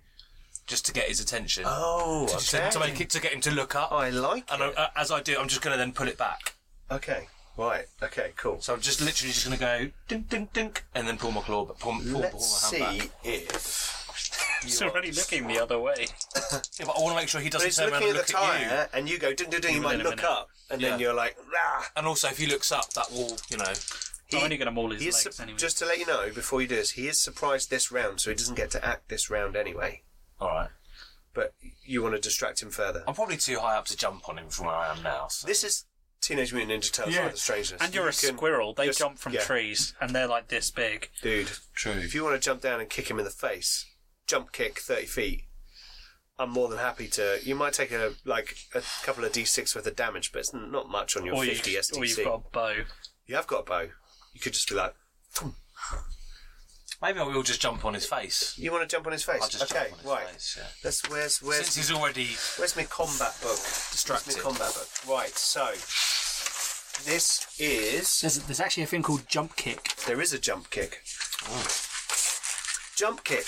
just to get his attention.
Oh,
to, to- to make it to get him to look up.
I like.
And I, uh, as I do, I'm just going to then pull it back.
Okay, right. Okay, cool.
So I'm just literally just going to go dink dink dink, and then pull my claw, but pull, pull, pull
Let's
my hand
see
back.
if.
He's already looking the other way.
Yeah, but I want to make sure he
But
doesn't
he's
turn around
looking
and
at the
look at you.
tyre, and you go ding ding ding. You might
a
look
minute.
up, and then
Yeah.
you're like, rah.
And also, if he looks up, that will, you know, Oh,
I'm only going to maul his
He is
legs
sup-
anyway.
Just to let you know, before you do this, he is surprised this round, so he doesn't get to act this round anyway.
all right.
But you want to distract him further.
I'm probably too high up to jump on him from where I am now. So.
This is Teenage Mutant Ninja Turtles:
Yeah.
Other Strangeness.
and you're
You
a
can-
squirrel. They
just-
jump from
yeah.
trees, and they're like this big.
dude.
True.
If you want to jump down and kick him in the face, jump kick thirty feet. I'm more than happy to. You might take a like a couple of d6 worth of damage, but it's not much on your
Or, you,
50 STC.
or you've got a bow.
You have got a bow. You could just be like,
Maybe I will just jump on his face.
you want to jump on his face?
I'll just
okay,
jump on his
right.
face. Yeah.
Let's. Where's
Since
where's
he's already
where's my combat book?
distracted.
Where's my combat book? Right. So this is.
There's, there's actually a thing called jump kick.
There is a jump kick.
Oh.
Jump kick.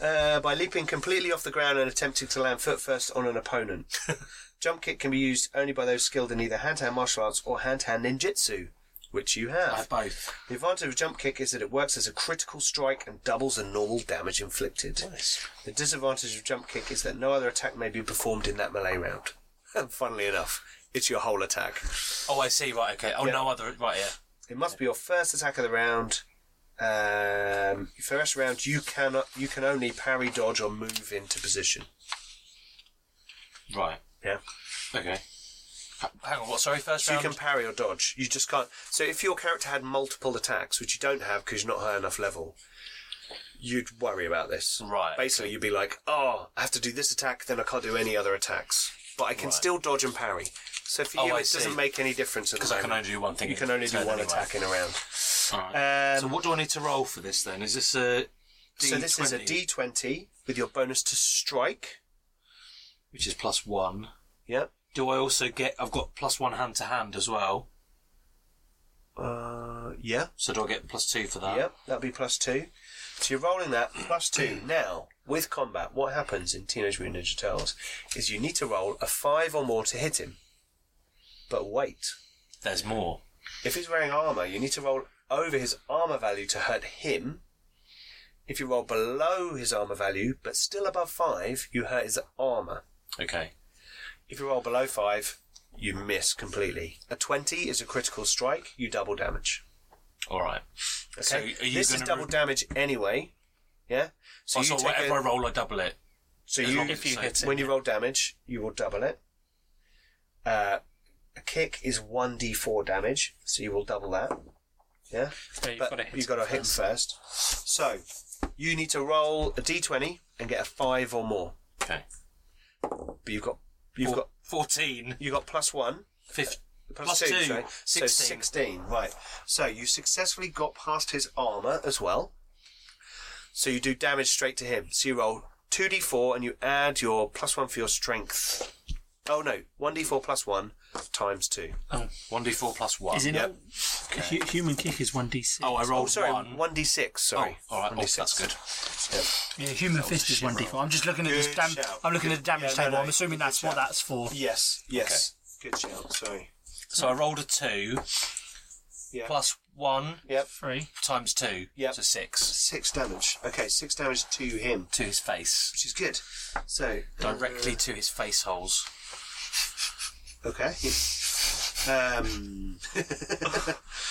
Uh, by leaping completely off the ground and attempting to land foot first on an opponent. jump kick can be used only by those skilled in either hand-to-hand martial arts or hand-to-hand ninjutsu, which you
I
have.
have both.
The advantage of jump kick is that it works as a critical strike and doubles the normal damage inflicted.
Nice.
The disadvantage of jump kick is that no other attack may be performed in that melee round. Funnily enough, it's your whole attack.
Oh, I see. Right. Okay. Oh,
Yeah.
no other. Right. Yeah.
It must be your first attack of the round. Um, first round, you cannot. You can only parry, dodge, or move into position.
Right.
Yeah.
Okay. H- Hang on. What? Sorry. First
So you
round.
can parry or dodge. You just can't. So if your character had multiple attacks, which you don't have because you're not high enough level, you'd worry about this.
Right.
Basically, you'd be like, "Oh, I have to do this attack, then I can't do any other attacks, but I can
Right.
still dodge and parry." So for
Oh,
you,
I
it
see.
doesn't make any difference at the
Because I can
moment.
only do one thing.
you
in
can only do
turn
one
anyway.
attack in a round.
Alright.
Um,
so what do I need to roll for this then? Is this a D20,
So this is a D20 with your bonus to strike.
which is plus one?
Yep.
Do I also get? I've got plus one hand to hand as well.
Uh, yeah.
So do I get plus two for that?
Yep, that'll be plus two. So you're rolling that plus two. Now, with combat, what happens in Teenage Mutant Ninja Turtles is you need to roll a five or more to hit him. But wait,
There's more.
if he's wearing armor, you need to roll over his armor value to hurt him. If you roll below his armor value, but still above five, you hurt his armor.
Okay.
If you roll below five, you miss completely. A 20 is a critical strike, you double damage.
All right. So
Okay.
are you
this is
gonna
double
re- Oh,
damage anyway. Yeah. So
So
you take
whatever
a-
I roll, I double it.
so
as
you,
long as
if you
it's
hit
safe.
it.
when you roll damage, you will double it. Uh, a kick is one d4 damage, so you will double that. Yeah.
Yeah, you've
but
got to hit
you've got to hit him first. So you need to roll a d20 and get a five or more.
Okay.
But you've got you've
Four-
got
fourteen.
you have got plus one. Uh,
Fifth.
Plus,
Plus
two,
two,
sorry. So
16.
16, right. So you successfully got past his armor as well. So you do damage straight to him. So you roll 2d4 and you add your plus one for your strength. Oh no, 1d4 plus one times two.
One d four plus one.
Is it
Yep.
not? Hu- human kick is 1d6.
Oh, I
Oh,
rolled
sorry,
one.
1d6, sorry.
Oh, all right. Oh,
1d6.
that's good.
yeah, human fist is 1d4. I'm just looking at this
Good
damn.
shout.
I'm looking at the damage
Yeah, no,
table.
no,
I'm assuming that's
good
what
shout.
that's for.
Yes, yes. Good shout, sorry.
So I rolled a two
Yeah.
plus one
Yep.
Three.
times two.
Yep.
So six
Six damage. Okay, six damage to him,
to his face,
which is good. So,
directly to his face holes.
okay. Um,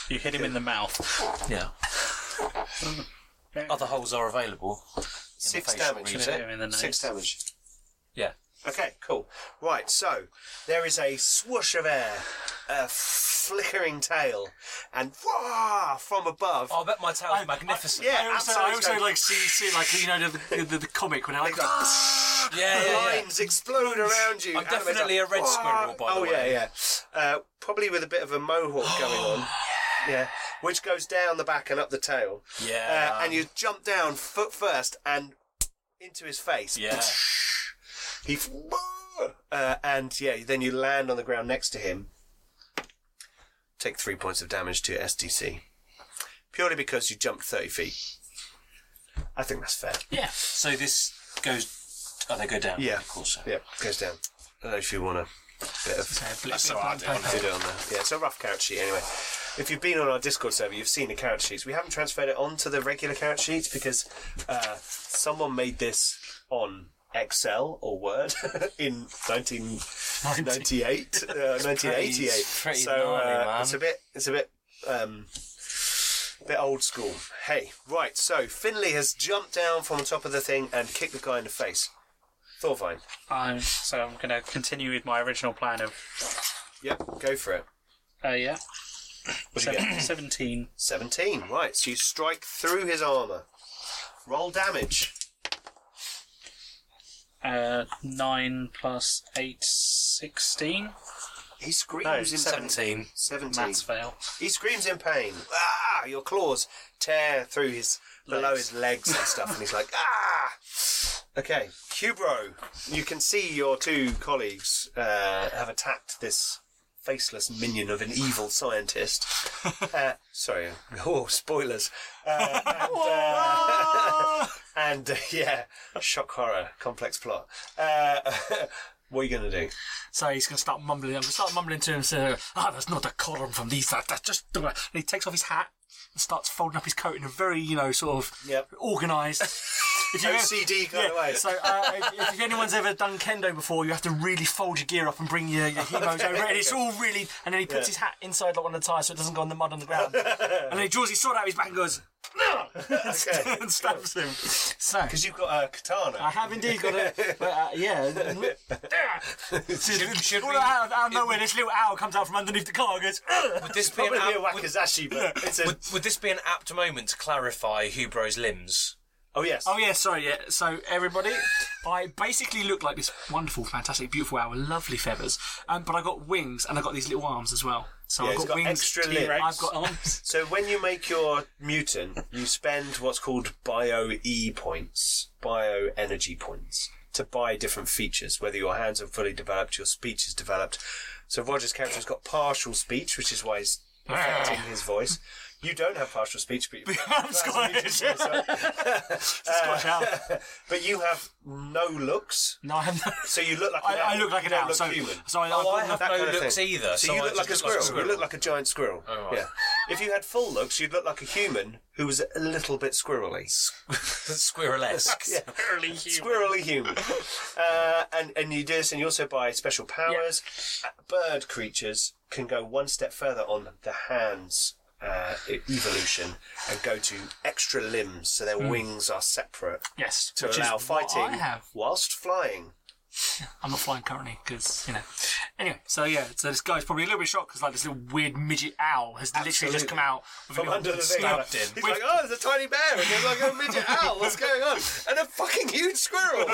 You hit him in the mouth.
Yeah. Other holes are available. in the
Six
facial
damage,
region.
is it?
him in the
Six damage.
Yeah.
Okay, cool. Right, so there is a swoosh of air, a flickering tail, and wah, from above.
Oh, I bet my tail's magnificent.
yeah,
I also, I
absolutely.
also like see, see like you know the the, the comic when I like
Ah, yeah, yeah, yeah.
Lines explode around you.
I'm
Anima's
definitely
like,
a red
"Wah!"
squirrel, by the
oh,
way.
yeah, yeah. Uh, probably with a bit of a mohawk going on. Yeah, which goes down the back and up the tail.
Yeah.
Uh, and you jump down foot first and into his face.
Yeah.
He, f- uh, and yeah, then you land on the ground next to him. Take three points of damage to your SDC, purely because you jumped thirty feet. I think that's fair.
So this goes. Oh, they go down.
Yeah.
Of course.
Yeah, goes down. I don't know if you want a bit of to do it on there. Yeah, it's a rough character sheet anyway. If you've been on our Discord server, you've seen the character sheets. We haven't transferred it onto the regular character sheets because uh, someone made this on Excel or Word in 1998, uh, 1988.
pretty
so
gnarly,
uh,
man.
it's a bit, it's a bit. Um, bit old school. Hey, right, so Finley has jumped down from the top of the thing and kicked the guy in the face. Thorvine.
I'm, so I'm going to continue with my original plan of.
Yep, go for it.
Uh, yeah.
What'd you get?
Seven- 17.
17, right. So you strike through his armour. Roll damage.
Uh, 9 plus 8, 16.
He screams
No,
in pain.
Seventeen.
17.
Maths fail.
He screams in pain. Ah! Your claws tear through his, below his legs and stuff, and he's like, ah! Okay, Cubro, you can see your two colleagues uh, have attacked this faceless minion of an evil scientist. Uh, sorry, oh, spoilers. Uh, and, uh, and, uh, yeah, shock horror, complex plot. Uh, what are you going to do?
So he's going to start mumbling. I'm going to start mumbling to himself. Ah, that's not a column from these. That, that's just. And he takes off his hat and starts folding up his coat in a very, you know, sort of
Yep.
organised If you
OCD kind of way.
So uh, if, if anyone's ever done kendo before, you have to really fold your gear up and bring your, your hemos over, and it's all really. And then he puts his hat inside like one of the tires so it doesn't go on the mud on the ground. and then he draws his sword out of his back and goes
okay.
and stabs him. So
Because you've got a katana.
I have indeed got a, but, uh, yeah. should, should we, out, of- out of nowhere, this little owl comes out from underneath the car and goes.
Would this be an
Probably a
apt, would,
wakizashi, but it's a.
would- would this be an apt moment to clarify Hubro's limbs?
Oh yes.
Oh yeah, sorry. Yeah. So everybody, I basically look like this wonderful, fantastic, beautiful owl, with lovely feathers. Um, but I got wings and I got these little arms as well. So
Yeah,
I've
he's
got,
got
wings.
extra
T-Rex
limbs.
I've got arms.
So when you make your mutant, you spend what's called bio E points, bio energy points, to buy different features. Whether your hands are fully developed, your speech is developed. So Roger's character's got partial speech, which is why he's affecting his voice. You don't have partial speech, but you've
I'm Scottish. Scottish owl.
But you have no looks,
No, I have no.
so you look like an
I,
owl.
I look like an
You don't
owl.
look
so,
human.
so I,
Oh, I
I've got
have
that
no
kind of
looks
thing.
either.
So,
so
you
I
look like a,
just
squirrel. You look like a giant squirrel.
right.
Yeah. If you had full looks, you'd look like a human who was a little bit squirrely.
Squirrelesque.
Early human.
Squirrely human. Uh, and, and you do this, and you also buy special powers. Uh, Bird creatures can go one step further on the hands uh, e- evolution and go to extra limbs, so their wings are separate
yes,
to
which
allow
is what
fighting
I have.
whilst flying.
I'm not flying currently because you know. Anyway, so yeah, so this guy's probably a little bit shocked because like this little weird midget owl has literally just
Absolutely.
come out with a
From
little
under the thing.
snout.
He's
With-
like, oh, there's a tiny bear, and there's like a midget owl. What's going on? And a fucking huge squirrel.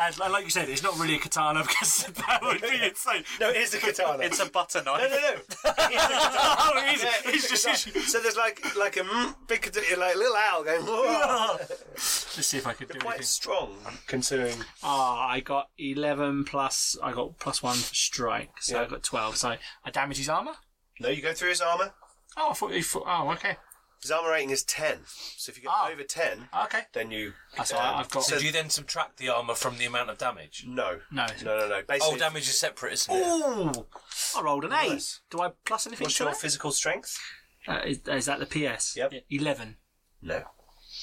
and, and like you said, it's not really a katana because that would be insane.
no, it is a katana.
It's a butter
no,
knife.
no, no. It is a katana.
Oh, he's,
Yeah,
he's
it's
just.
like- so there's like like a mm, big cata- like little owl going "Whoa."
Let's see if I could do
quite
anything.
strong
Um,
considering
Ah, I got eleven plus. I got plus one for strike, so I
Yeah.
got twelve. So I damage his armor.
no you go through his armor
Oh, I thought you thought. Oh, okay,
his armor rating is 10 so if you get
Ah.
over 10
okay.
then you
That's all right, I've got-
So do you then subtract the armour from the amount of damage?
no
No.
no no no basically
Oh, damage is separate, isn't it? Oh,
Ooh, I rolled an eight.
Nice.
Do I plus anything?
what's
to
your
that?
physical strength
Uh, is, is that the PS?
Yep.
Eleven.
no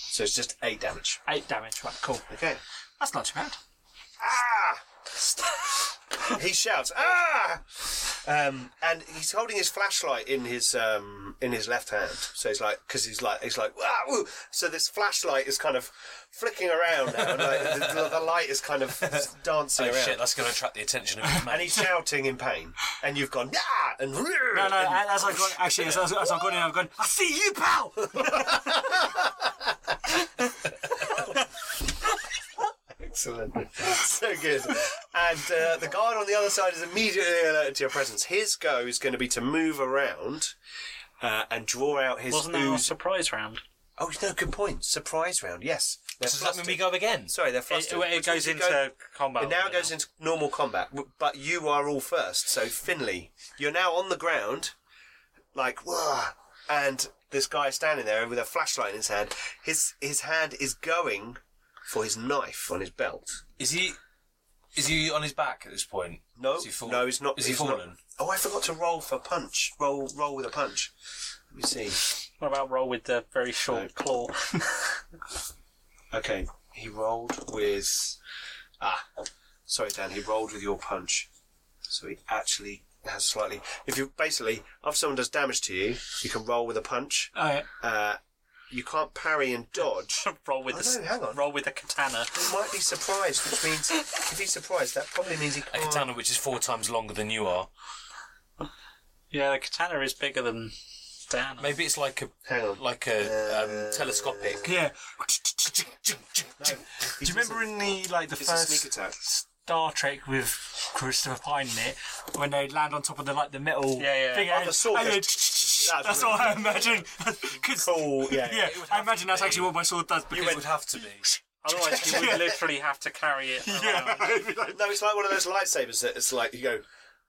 so it's just 8 damage
Eight damage. Right, cool.
okay
That's not too bad.
Ah! he shouts ah um, and he's holding his flashlight in his um, in his left hand so he's like because he's like he's like "Wah, woo." so this flashlight is kind of flicking around now and, like, the, the light is kind of dancing
Oh
around
shit, that's going to attract the attention of his
and
mate.
he's shouting in pain and you've gone ah and no
No, no. Uh, As I've gone, actually, as, as, as I've gone in, I've gone. I see you, pal.
Excellent. so good. And uh, the guard on the other side is immediately alerted to your presence. His go is going to be to move around uh, and draw out his
Wasn't that our
ooze.
surprise round?
Oh, no, good point. Surprise round, yes. They're
Does that mean
flustered.
we go again?
Sorry, they're
It,
flustered.
it,
Which
goes
means
into
you go-
combat.
It now goes into normal combat, w- but you are all first. So, Finley, you're now on the ground, like, wah, and this guy is standing there with a flashlight in his hand. His, his hand is going for his knife on his belt.
Is he is he on his back at this point?
No,
Is he fall-
no, he's not.
Is he
he's not-
fallen?
Oh, I forgot to roll for punch. Roll, roll with a punch. Let me see.
What about roll with the very short claw?
Okay, he rolled with. Ah, sorry, Dan. He rolled with your punch, so he actually has slightly. If you basically, after someone does damage to you, you can roll with a punch.
All right.
Uh, you can't parry and dodge.
roll with
Oh,
the s-
no, hang on.
roll with the katana.
He might be surprised, which means if he's surprised, that probably means he
A
can't.
katana which is four times longer than you are.
Yeah, the katana is bigger than Dan.
Maybe it's like a
Hang on.
like
Uh,
a um, telescopic.
Yeah.
Do
Do you remember in the like the
It's a
first
sneak attack.
Star Trek with Christopher Pine in it when they land on top of the like the metal
Yeah, yeah.
thing
Oh,
and-
the sword
and
goes-
that's,
That's
all I imagine 'Cause-
Cool. Yeah.
yeah, I imagine that's actually what my sword does because
It would have to be.
Otherwise, you would literally have to carry it.
yeah,
around.
I'd be like,
No, it's like one of those lightsabers that it's like you go.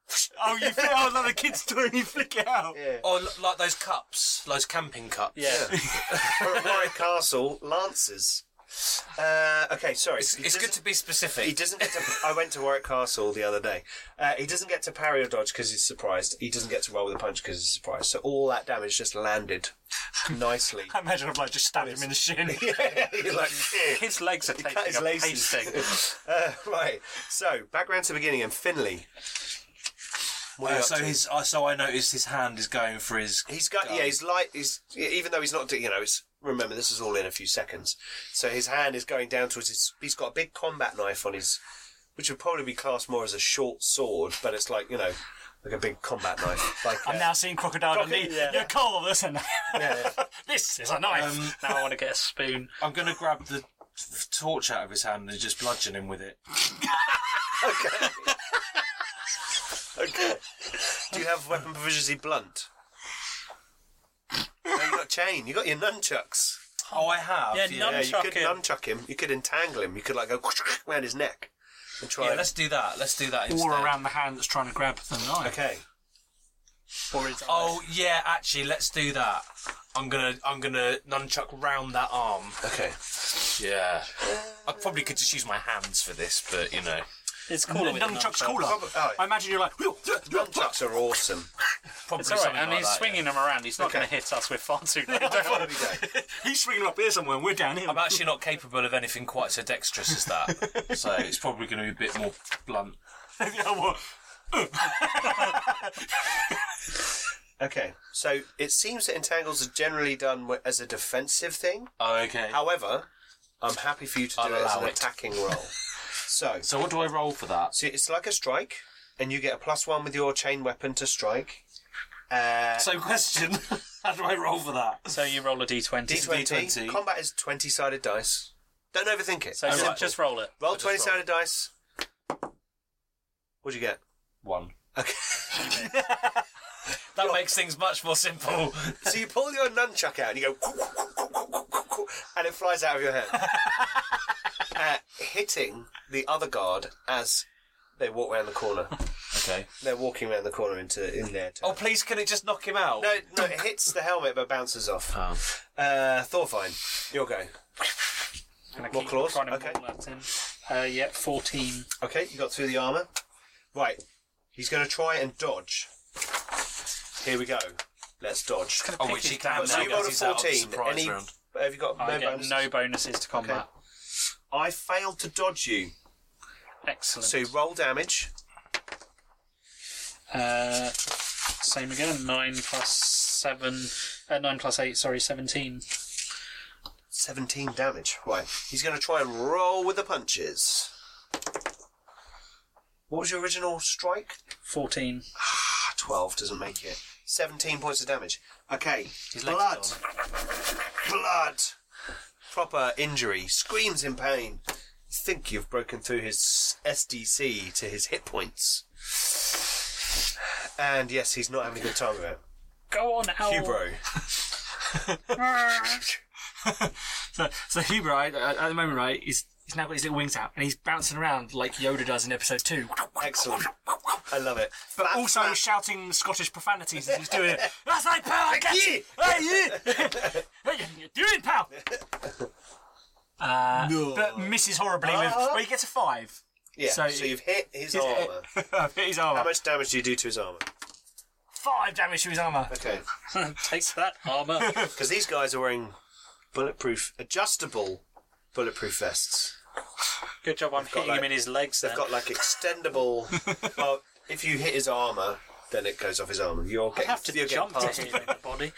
oh you flick oh like the kids do and you flick it out
Yeah.
Or Oh, l- like those cups, those camping cups.
Yeah.
Or at Warwick Castle, lances. Uh, okay, sorry.
It's,
He
it's good
doesn't-
to be specific.
He doesn't get to. I went to Warwick Castle the other day. Uh, he doesn't get to parry or dodge because he's surprised. He doesn't get to roll with a punch because he's surprised. So all that damage just landed nicely.
I imagine I've like just stabbed him in the shin.
You're like, "Eh."
His legs are
cut
taking
his
a
laces.
pasting.
uh, right. So back round to the beginning and Finley. What are
Uh,
you up
so
to?
his, uh, so I noticed his hand is going for his.
He's got yeah. He's light. He's even though he's not. You know. It's remember this is all in a few seconds. So his hand is going down towards his. He's got a big combat knife on his, which would probably be classed more as a short sword, but it's like you know, like a big combat knife. Like
I'm
uh,
now seeing Crocodile
Croco-
Dundee.
yeah.
You're cold, listen.
yeah, yeah.
this is a knife.
Um,
Now I want to get a spoon.
I'm going to grab the f- torch out of his hand and just bludgeon him with it.
Okay. Do you have weapon proficiency blunt? No, you got chain. You got your nunchucks.
Oh, I have.
Yeah,
Yeah, you could
Nunchuck him.
nunchuck him. You could entangle him. You could like go around his neck and try.
Yeah,
and-
let's do that. Let's do that instead.
Or around the hand that's trying to grab the knife.
okay.
Or his
Oh yeah, actually, let's do that. I'm gonna, I'm gonna nunchuck round that arm.
Okay.
Yeah, I probably could just use my hands for this, but you know,
It's cooler with a
Nunchuck's
nunchuck.
cooler.
Probably- oh,
I imagine you're like,
Nunchucks are awesome.
probably
It's alright,
something
and
like
he's
that, yeah.
swinging them around. He's not
Okay.
going to hit us. We're far too late.
There we go.
he's swinging up here somewhere and we're down here.
I'm actually not capable of anything quite so dexterous as that, so it's probably going to be a bit more blunt.
Yeah, well,
Okay, so it seems that entangles are generally done wi- as a defensive thing.
Oh, okay.
However, I'm happy for you to do
I'll
it as
allow
an
it.
attacking roll. so,
So what do I roll for that?
so it's like a strike, and you get a plus one with your chain weapon to strike. Uh,
So question, how do I roll for that?
so you roll a d20.
D20.
D20.
Combat is 20 sided dice. Don't overthink it.
So just,
Alright.
just roll it.
roll
I'll just
20 sided dice. What'd you get?
One.
Okay.
That makes things much more simple.
so you pull your nunchuck out and you go, and it flies out of your hand, uh, hitting the other guard as they walk round the corner.
Okay.
They're walking round the corner into in their turn.
Oh please, can it just knock him out?
No, no, it hits the helmet but bounces off.
Oh.
Uh, Thorfine, your go.
Gonna
More
keep
claws?
trying to
Okay.
maul at him. Uh, yeah, 14.
Okay, you got through the armor. Right, he's going to try and dodge. Here we go. Let's dodge.
Oh, which he can
But so
now
you rolled a
because he's out of the
14.
surprise
Any-
round.
Have you got no
I get
bonuses?
no bonuses to combat.
I failed to dodge you.
Excellent.
So roll damage.
Uh, same again. Nine plus seven. Uh, nine plus eight. Sorry, seventeen.
17 damage. Right. He's going to try and roll with the punches. What was your original strike?
Fourteen.
Ah, 12 doesn't make it. 17 points of damage. Okay.
legs
Blood. Blood. Proper injury. Screams in pain. Think you've broken through his SDC to his hit points. And yes, he's not having a good time with it.
Go on, owl.
Hubro.
so, so Huber, right, uh, at at the moment, right, he's, he's now got his little wings out and he's bouncing around like Yoda does in episode two.
Excellent. I love it.
But
Flap,
also
flap.
shouting Scottish profanities as he's doing it. That's like pal, I get you. Hey, yeah. Hey, you- you're doing pal. Uh, But misses horribly with. Well, he gets a five.
Yeah, so,
So-
you've hit his armour.
Hit his armor.
How much damage do you do to his armour?
Five damage to his armor.
Okay.
Takes that armor.
Because these guys are wearing bulletproof, adjustable bulletproof vests.
Good job. I'm hitting
like-
him in his legs.
They've
Then.
got like extendable. well, if you hit his armor, then it goes off his armor. You're
I
getting,
have to
you're getting
jump to
past
hit him in the body.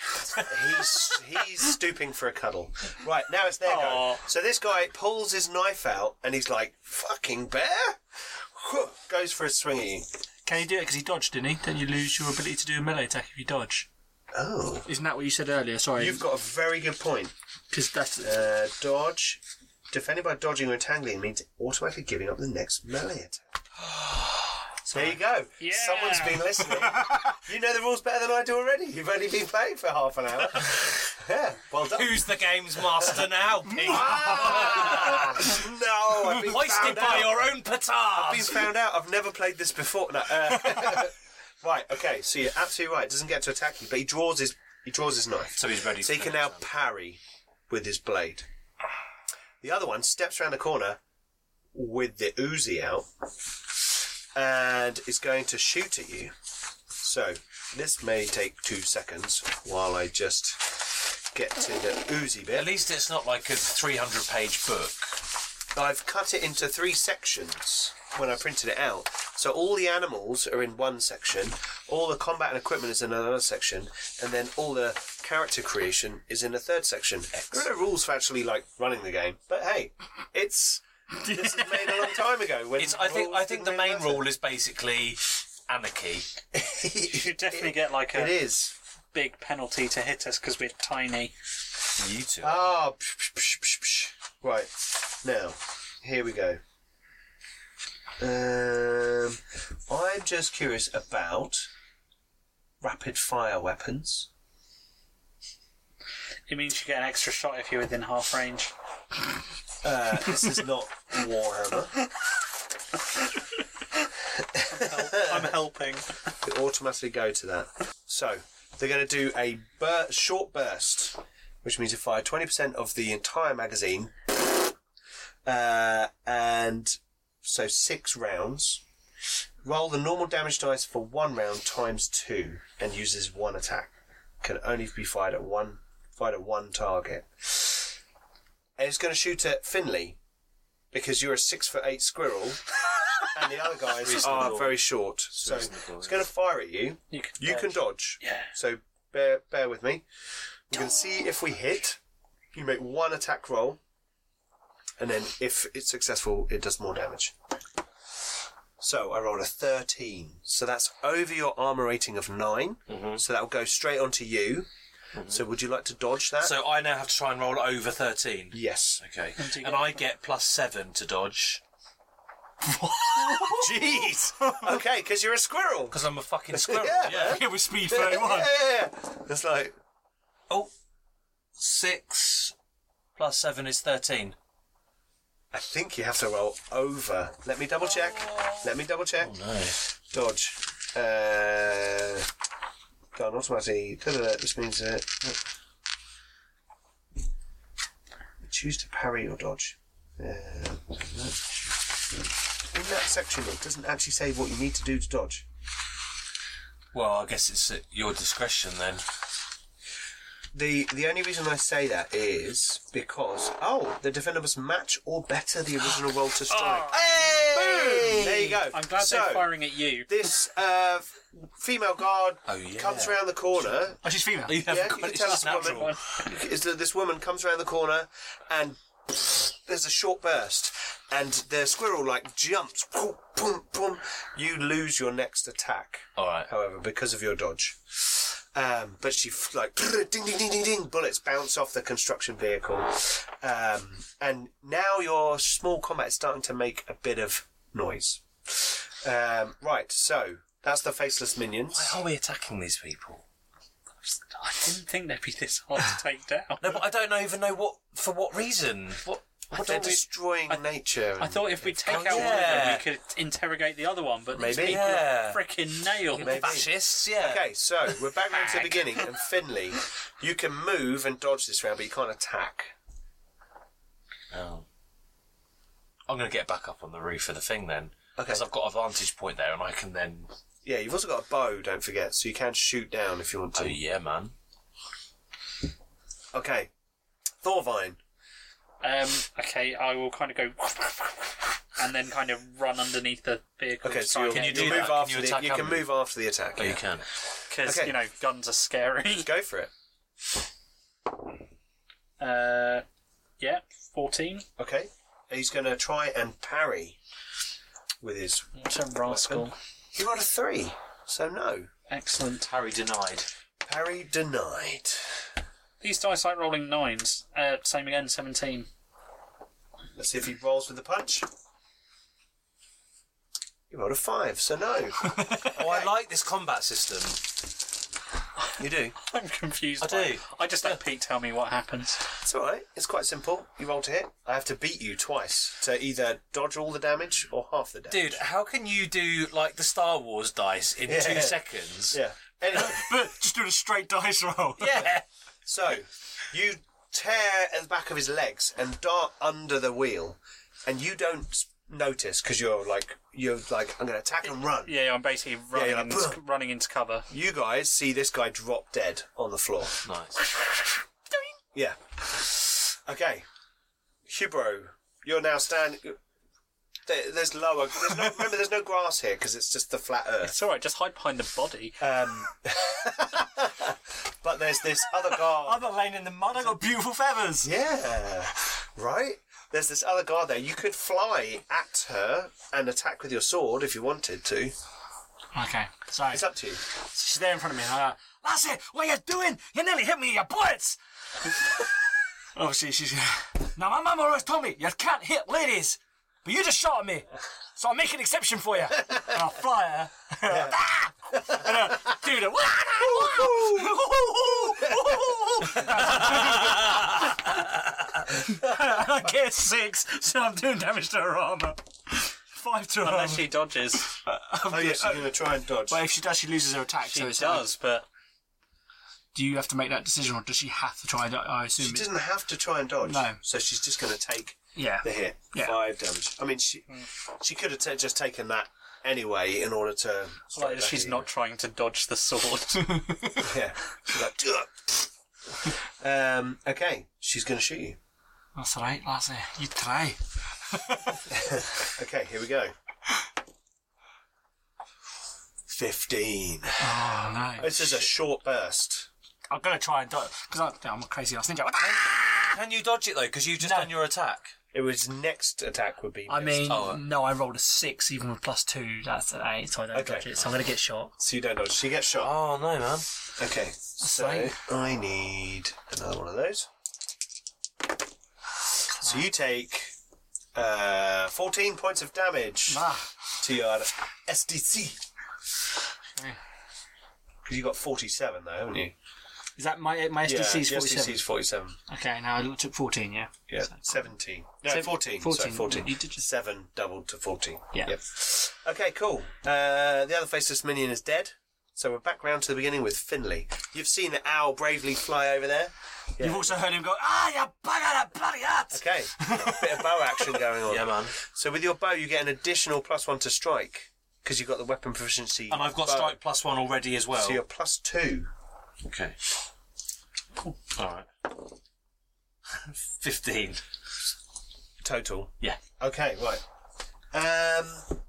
He's he's stooping for a cuddle. Right now it's their go.
Aw.
So this guy pulls his knife out and he's like, "Fucking bear!" Goes for a swing at you.
Can he do it? Because he dodged, didn't he? Don't you lose your ability to do a melee attack if you dodge?
Oh,
Isn't that what you said earlier? Sorry,
you've got a very good point.
because that's
Uh, dodge. Defending by dodging or entangling means automatically giving up the next melee attack. So there you go.
Yeah.
Someone's been listening. you know the rules better than I do already. You've only been playing for half an hour. yeah, well done.
Who's the game's master now? Pete?
Ah, no, I've been
Hoisted
found
by
out.
your own petard.
I've been found out. I've never played this before. No, uh, right. Okay. So you're absolutely right. Doesn't get to attack you, but he draws his he draws his knife.
So he's ready.
So he
for
can
the
now
next
parry with his blade. The other one steps around the corner with the Uzi out and is going to shoot at you. So this may take two seconds while I just get to the Uzi bit.
At least it's not like a 300 page book.
I've cut it into three sections when I printed it out. So all the animals are in one section, all the combat and equipment is in another section, and then all the character creation is in a third section. There are no rules for actually like running the game, but hey, it's this is made a long time ago. When
It's, I think
rules
I think the
didn't really
main
matter.
rule is basically anarchy.
You definitely get like
it
a
is.
big penalty to hit us because we're tiny.
You two.
Ah, psh, psh, psh, psh, psh. right now, here we go. Um, I'm just curious about rapid fire weapons.
It means you get an extra shot if you're within half range.
Uh, this is not Warhammer.
I'm helping.
It automatically go to that. So they're going to do a bur- short burst, which means you fire twenty percent of the entire magazine, uh, and so six rounds. Roll the normal damage dice for one round times two, and uses one attack. Can only be fired at one fired at one target. And it's going to shoot at Finley because you're a six foot eight squirrel, and the other guys are
Reasonable.
very short. So
reasonable,
it's going to fire at you.
You can.
You
dodge.
can dodge.
Yeah.
So bear bear with me. We're going to see if we hit. You make one attack roll, and then if it's successful, it does more damage. So I rolled a thirteen. So that's over your armor rating of 9
Mm-hmm.
So that will go straight onto you. So would you like to dodge that?
So I now have to try and roll over 13.
yes.
Okay.
do you
And
get?
I get plus 7 to dodge.
Jeez. okay, because you're a squirrel.
Because I'm a fucking squirrel.
Yeah, man.
Yeah, with speed
Yeah,
31.
yeah, yeah. It's like
Oh, 6 plus 7 is 13.
I think you have to roll over. Let me double check. Let me double check.
No.
Dodge. Uh, done automatically. Da-da-da. This means uh, that. Choose to parry or dodge. Uh, in that section, it doesn't actually say what you need to do to dodge.
Well, I guess it's at your discretion then.
The the only reason I say that is because oh, the defender must match or better the original roll to strike. Boom! There you go.
Oh. I'm glad
so,
they're firing at you.
This uh, f- female guard
Oh, yeah.
comes round the corner
Oh, she's female.
You haven't
Yeah,
got
you can
it,
tell
it's
us what
natural.
they want. is that this woman comes around the corner and there's a short burst and the squirrel like jumps boom, boom, boom. you lose your next attack
All right.
however because of your dodge um, but she f- like ding ding ding ding ding bullets bounce off the construction vehicle um, and now your small combat is starting to make a bit of noise um, right so that's the faceless minions
Why are we attacking these people?
I didn't think they'd be this hard to take down.
No, but I don't know, even know what for what reason. What?
I
they're
thought, we,
destroying nature and-
I thought if we take out one of
yeah.
them, we could interrogate the other one, but these
Maybe.
people
Yeah.
are freaking nailed.
Maybe.
Fascists, yeah.
Okay, so we're back round to the beginning, and Finley, you can move and dodge this round, but you can't attack.
Oh. I'm going to get back up on the roof of the thing then.
Okay.
Because I've got a vantage point there and I can then.
Yeah, you've also got a bow, don't forget, so you can shoot down if you want
Oh,
to.
yeah, man.
Okay, Thorvine.
Um, okay, I will kind of go and then kind of run underneath the vehicle.
Okay,
to
so
try
you
and
can
get
you
do
move
that? Can
after
you
the,
attack
you can
Amber?
move after the attack.
Oh,
yeah.
you can.
because
Okay.
you know guns are scary.
Go for it.
Uh, yeah, fourteen.
Okay, he's going to try and parry with his.
What a rascal!
He rolled a three, so no.
Excellent.
Harry denied.
Parry denied.
These dice like rolling nines. Uh, same again, seventeen.
Let's see if he rolls with the punch. He rolled a five, so no.
Oh, I like this combat system.
you do.
I'm confused.
I
by
do.
it. I just let Pete tell me what happens.
It's all right. It's quite simple. You roll to hit. I have to beat you twice to either dodge all the damage or half the damage.
Dude, how can you do like the Star Wars dice in
Yeah.
two seconds?
Yeah. Anyway,
But just doing a straight dice roll.
Yeah.
so you tear at the back of his legs and dart under the wheel, and you don't s- notice because you're like you're like I'm going to attack and run.
Yeah, I'm basically running,
you're like,
into, running into cover.
You guys see this guy drop dead on the floor.
Nice.
Yeah. Okay. Hubro, you're now standing. There, there's lower. There's no, remember, there's no grass here because it's just the flat earth.
It's alright, just hide behind the body.
Um, but there's this other guard.
I'm not laying in the mud. I got beautiful feathers.
Yeah. Right? There's this other guard there. You could fly at her and attack with your sword if you wanted to.
Okay, so
It's up to you.
she's there in front of me, and I'm like, "Lassie, what are you doing? You nearly hit me with your bullets." Obviously, she's. Now my mum always told me you can't hit ladies, but you just shot at me, so I'll make an exception for you. and I'll fly her. Ah! and, uh, dude, uh, I get six, so I'm doing damage to her armor. Five to her. armor.
Unless she dodges.
Oh, yes, you're going to try and dodge.
uh, But if she does, she loses her attack.
She
so it's like,
does, but
do you have to make that decision, or does she have to try? it? I I assume.
She
it-
doesn't have to try and dodge.
No.
So she's just going to take
yeah.
the hit.
Yeah. Hmm.
Five damage. I mean, she she could have t- just taken that anyway in order to.
like, she's not trying to dodge the sword.
Yeah. She's like, "Ugh." um, okay, she's going to shoot you.
That's all right, Lassie. You try.
Okay, here we go. 15.
Oh no.
This is a short burst.
I'm gonna try and do it because I'm a crazy ass ninja.
Can you dodge it though? Because you've just
No.
done your attack.
It was next attack would be.
I
missed.
mean,
Oh, uh,
no, I rolled a six even with plus two. That's an eight, so I don't
Okay.
dodge it. So I'm gonna get shot.
So you don't dodge. She gets shot.
Oh no, man.
Okay. So
fine.
I need another one of those. So you take uh, 14 points of damage.
Ah,
to your SDC.
Mm.
Because you got 47 though, haven't you?
is that my my SDC is
yeah,
forty seven?
SDC's 47.
Okay, now I took fourteen. Yeah.
Yeah, 17. No,
Seven-
14.
14,
Sorry, 14.
you did just-
7 doubled to 14.
Yeah.
Yep. Okay, cool. Uh, the other faceless minion is dead. So we're back round to the beginning with Finley. You've seen the owl bravely fly over there. Yeah.
You've also heard him go, ah, you bugger, that bloody hat.
Okay, bit of bow action going on.
Yeah, man.
So with your bow, you get an additional plus one to strike because you've got the weapon proficiency.
And I've got
bow.
strike plus one already as well.
So you're plus two.
Okay. All right. Fifteen.
total.
Yeah.
Okay, right. Um,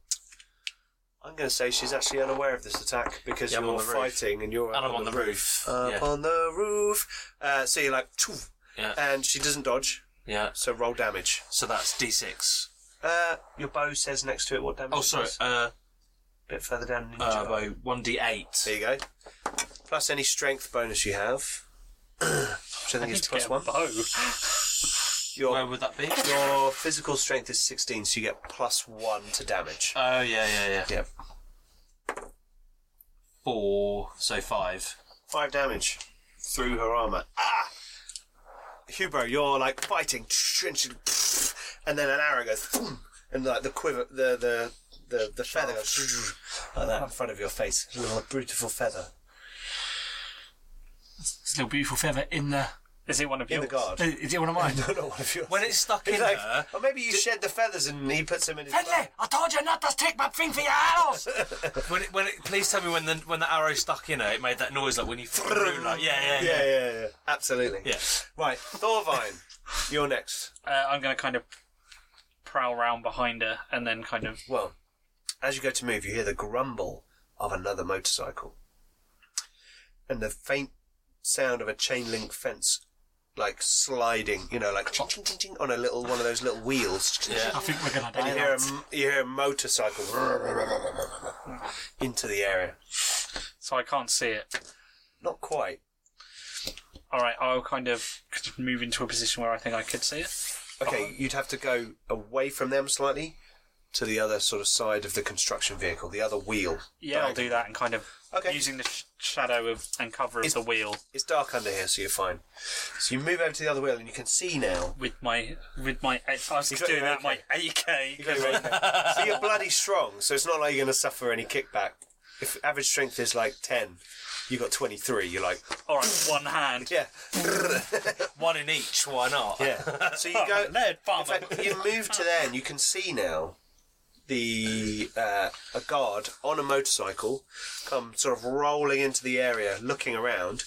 I'm going to say she's actually unaware of this attack because
Yeah, I'm on
you're
the roof.
fighting and you're up
And I'm on the roof.
Up
Yeah.
on the roof. Uh, so you're like, "Choo,"
Yeah.
and she doesn't dodge.
Yeah.
So roll damage.
So that's D6.
Uh, your bow says next to it what damage.
Oh,
it
sorry.
does.
Uh,
bit further down. Ninja.
uh, bow, 1D8.
There you go. Plus any strength bonus you have, which I think is
to
plus
get a
one.
bow.
Where
Your
would that be?
your physical strength is 16, so you get plus one to damage.
Oh, yeah, yeah, yeah.
Yep.
Four, so five.
Five damage through her armor. Ah! Hubro, you're like fighting, trenching, and then an arrow goes, thump, and like the quiver, the the the, the feather goes like that in front of your face. A little beautiful feather
It's a little beautiful feather in the.
Is it one of
in
yours?
the guard.
Is it one of mine?
No, not one of yours.
When it's stuck
He's
in
like,
her,
or maybe you shed the feathers and he puts them in his.
Finley, I told you not to take my thing for your arrows.
when it, when it, please tell me when the when the arrow stuck in her, it made that noise like when you threw, like yeah,
Yeah,
yeah, yeah,
yeah, yeah. Absolutely.
yeah.
Right, Thorvine, you're next.
Uh, I'm going to kind of prowl round behind her and then kind of.
Well, as you go to move, you hear the grumble of another motorcycle and the faint sound of a chain link fence like sliding, you know, like ching, ching, ching, ching, on a little one of those little wheels.
I think we're gonna
And
die.
you hear, a, m- you hear a motorcycle into the area.
So I can't see it.
Not quite.
Alright, I'll kind of move into a position where I think I could see it.
Okay, you'd have to go away from them slightly to the other sort of side of the construction vehicle, the other wheel.
Yeah, I'll do that and kind of
Okay.
using the sh- shadow of and cover of
Is-
the wheel
It's dark under here, so you're fine. So you move over to the other wheel and you can see now
with my with my. I was
You've got
doing
your
that my
You
AK.
got your own thing. so you're bloody strong, so it's not like you're going to suffer any kickback. If average strength is like 10, you got 23. You're like,
All right, one hand.
yeah,
One in each, why not?
yeah. So you go.
Oh, Lead
In
farmer.
fact, you move to there and you can see now the uh, a guard on a motorcycle come sort of rolling into the area, looking around.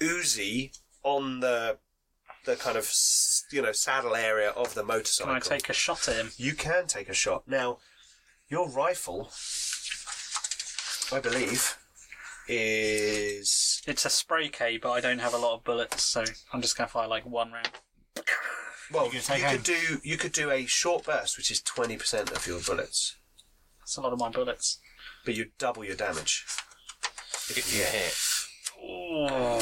Uzi on the the kind of s- you know saddle area of the
Can
motorcycle.
I take a shot at him?
You can take a shot now. Your rifle, I believe, is
It's a spray K, but I don't have a lot of bullets, so I'm just gonna fire like one round.
well. You,
can take aim.
could do you could do a short burst, which is twenty percent of your bullets,
That's a lot of my bullets.
but you double your damage.
If you hit.
Ooh.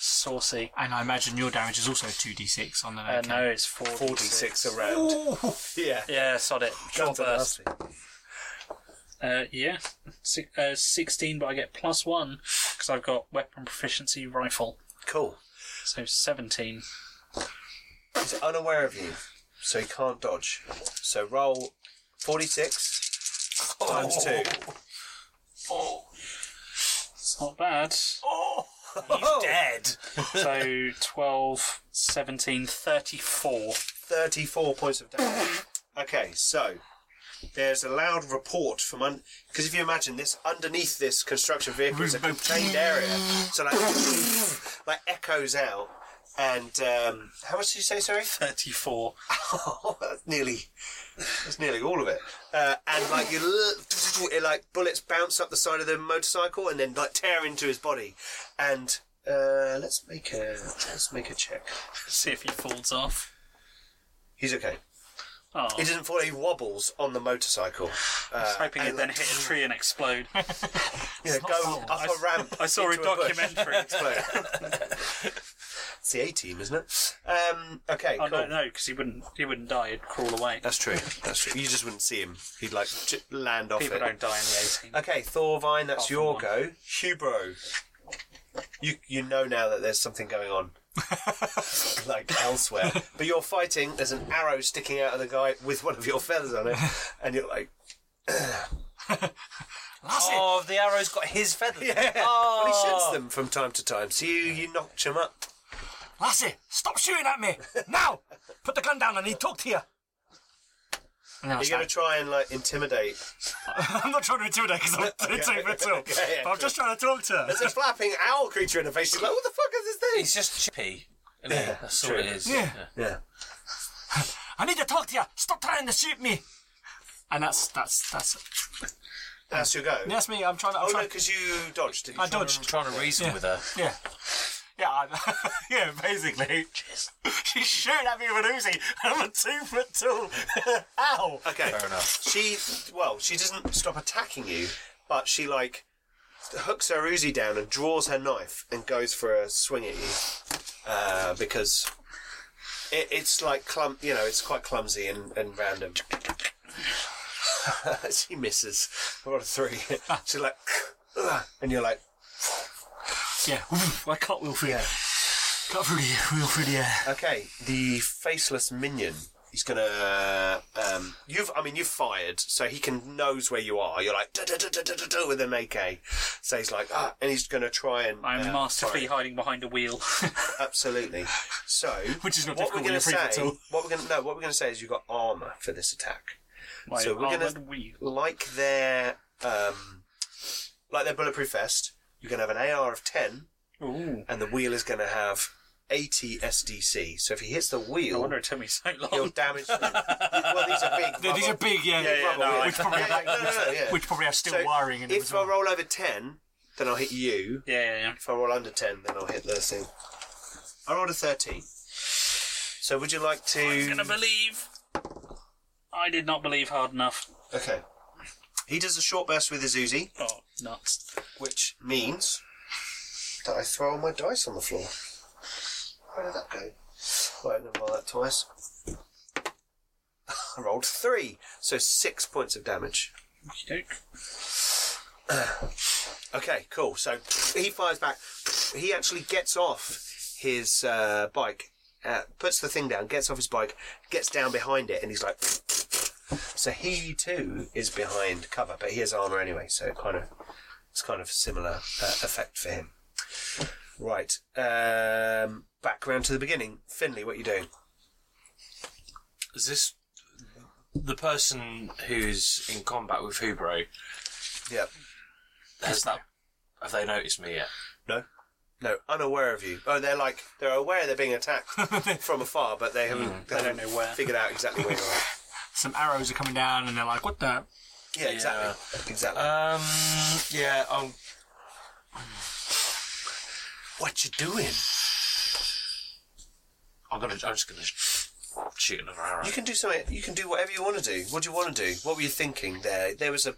Saucy.
And I imagine your damage is also 2d6 on the
Uh,
neck.
no, it's 46.
46 around. Yeah.
Yeah, sod it. Short
Guns are
burst.
nasty.
Uh, yeah. Si- uh, 16, but I get plus one because I've got weapon proficiency rifle.
Cool.
So 17.
He's unaware of you, so he can't dodge. So roll 46 times 2.
It's not bad.
Oh,
Dead.
So 12, 17, 34.
34 points of damage. Okay, so there's a loud report from un because if you imagine this underneath this construction vehicle is a contained area so like like echoes out and um, how much did you say sorry
34.
Oh, that's nearly that's nearly all of it. Uh, and like you, l- it like bullets bounce up the side of the motorcycle and then like tear into his body. And uh, let's make a let's make a check.
See if he falls off.
He's okay.
Oh,
He doesn't fall. He wobbles on the motorcycle. Uh,
hoping
and,
he'd then
like,
hit a tree and explode.
yeah, go up a ramp.
I saw a
into bush.
documentary.
it's the A team, isn't it? Um, okay,
Oh
cool.
no, no, because he wouldn't. He wouldn't die. He'd crawl away.
That's true. That's true. You just wouldn't see him. He'd like j- land off
People
it.
don't die in the 18.
Okay, Thorvine, that's
from
your
one.
go. Hubro. You you know now that there's something going on. like elsewhere. But you're fighting, there's an arrow sticking out of the guy with one of your feathers on it, and you're like,
That's it.
Oh, the arrow's got his feathers.
yeah.
Oh.
Well, he shoots them from time to time, so you, you notch him up.
Lassie, stop shooting at me! Now! Put the gun down, I need to talk to you! And then I
You're going to
start.
try and like intimidate.
I'm not trying to intimidate because I'm too
Okay.
big for
Okay, yeah,
but I'm just trying to talk to her.
There's a flapping owl creature in her face. She's like, what the fuck is this
It's just chippy. isn't it? That's all it is.
Yeah.
thing? Yeah.
I need to talk to you! Stop trying to shoot me! And that's that's that's
That's your go.
that's me. I'm trying to. I'm
Oh, no,
trying,
because you dodged. didn't
I
you?
I'm
dodged.
trying to reason with her.
Yeah, yeah, I'm, yeah. Basically, she's, she's shooting at me with an Uzi. And I'm a two foot tall. Ow!
Okay.
Fair enough.
She, well, she doesn't stop attacking you, but she like hooks her Uzi down and draws her knife and goes for a swing at you uh, because it, it's like clum, you know, it's quite clumsy and, and random. she misses. Roll a three. She's like, and you're like,
Yeah, I can't wheel through.
Yeah.
Cut through the wheel through the air.
okay, the faceless minion. He's gonna. Um, you've. I mean, you've fired, so he can knows where you are. You're like "Du- du- du- du- du- du- du," with an AK. So he's like, ah, and he's gonna try and.
I'm
uh,
masterfully
fire.
hiding behind a wheel.
Absolutely. So.
Which is not
what we're
difficult when
gonna
you're free for
say.
two.
What we're gonna no. What we're gonna say is you've got armor for this attack.
My
So we're gonna-
armoured wheel.
Like their. Um, like their bulletproof vest, you're gonna have an AR of ten,
Ooh.
and the wheel is gonna have. 80 SDC. So if he hits the
I
wheel,
wonder it took me so
he'll
long.
damage. them. Oh, well, these are big.
Yeah, Oh. these
rubber-
are big, yeah.
Yeah, yeah, no,
which,
I-
probably
Yeah,
have,
no, no, no, yeah.
which probably have still
So,
wiring in them
If
as
I
well.
roll over 10, then I'll hit you.
Yeah, yeah, yeah.
If I roll under 10, then I'll hit the thing. I rolled a 13. So would you like
I'm gonna
to.
believe. I did not believe hard enough.
Okay. He does a short burst with his Uzi,
Oh, nuts.
which means that I throw all my dice on the floor. Where did that go? Right, never roll that twice. I rolled three, so six points of damage.
Okey-doke.
Okay, cool. So he fires back. He actually gets off his uh, bike, uh, puts the thing down, gets off his bike, gets down behind it, and he's like. So he too is behind cover, but he has armor anyway, so it kind of it's kind of similar uh, effect for him. Right. Um, back round to the beginning. Finley, what are you doing?
Is this the person who's in combat with Hubro?
Yeah.
Has that? Have they noticed me yet?
No. No, unaware of you. Oh, they're like they're aware they're being attacked from afar, but they haven't. they
don't
haven't
know where.
Figured out exactly where you are.
Some arrows are coming down, and they're like, "What the?"
Yeah, exactly. Exactly.
Um. Yeah. Um.
what you doing?
I'm gonna. I'm just gonna sh- shoot another arrow.
You can do something. You can do whatever you want to do. What do you want to do? What were you thinking there? There was a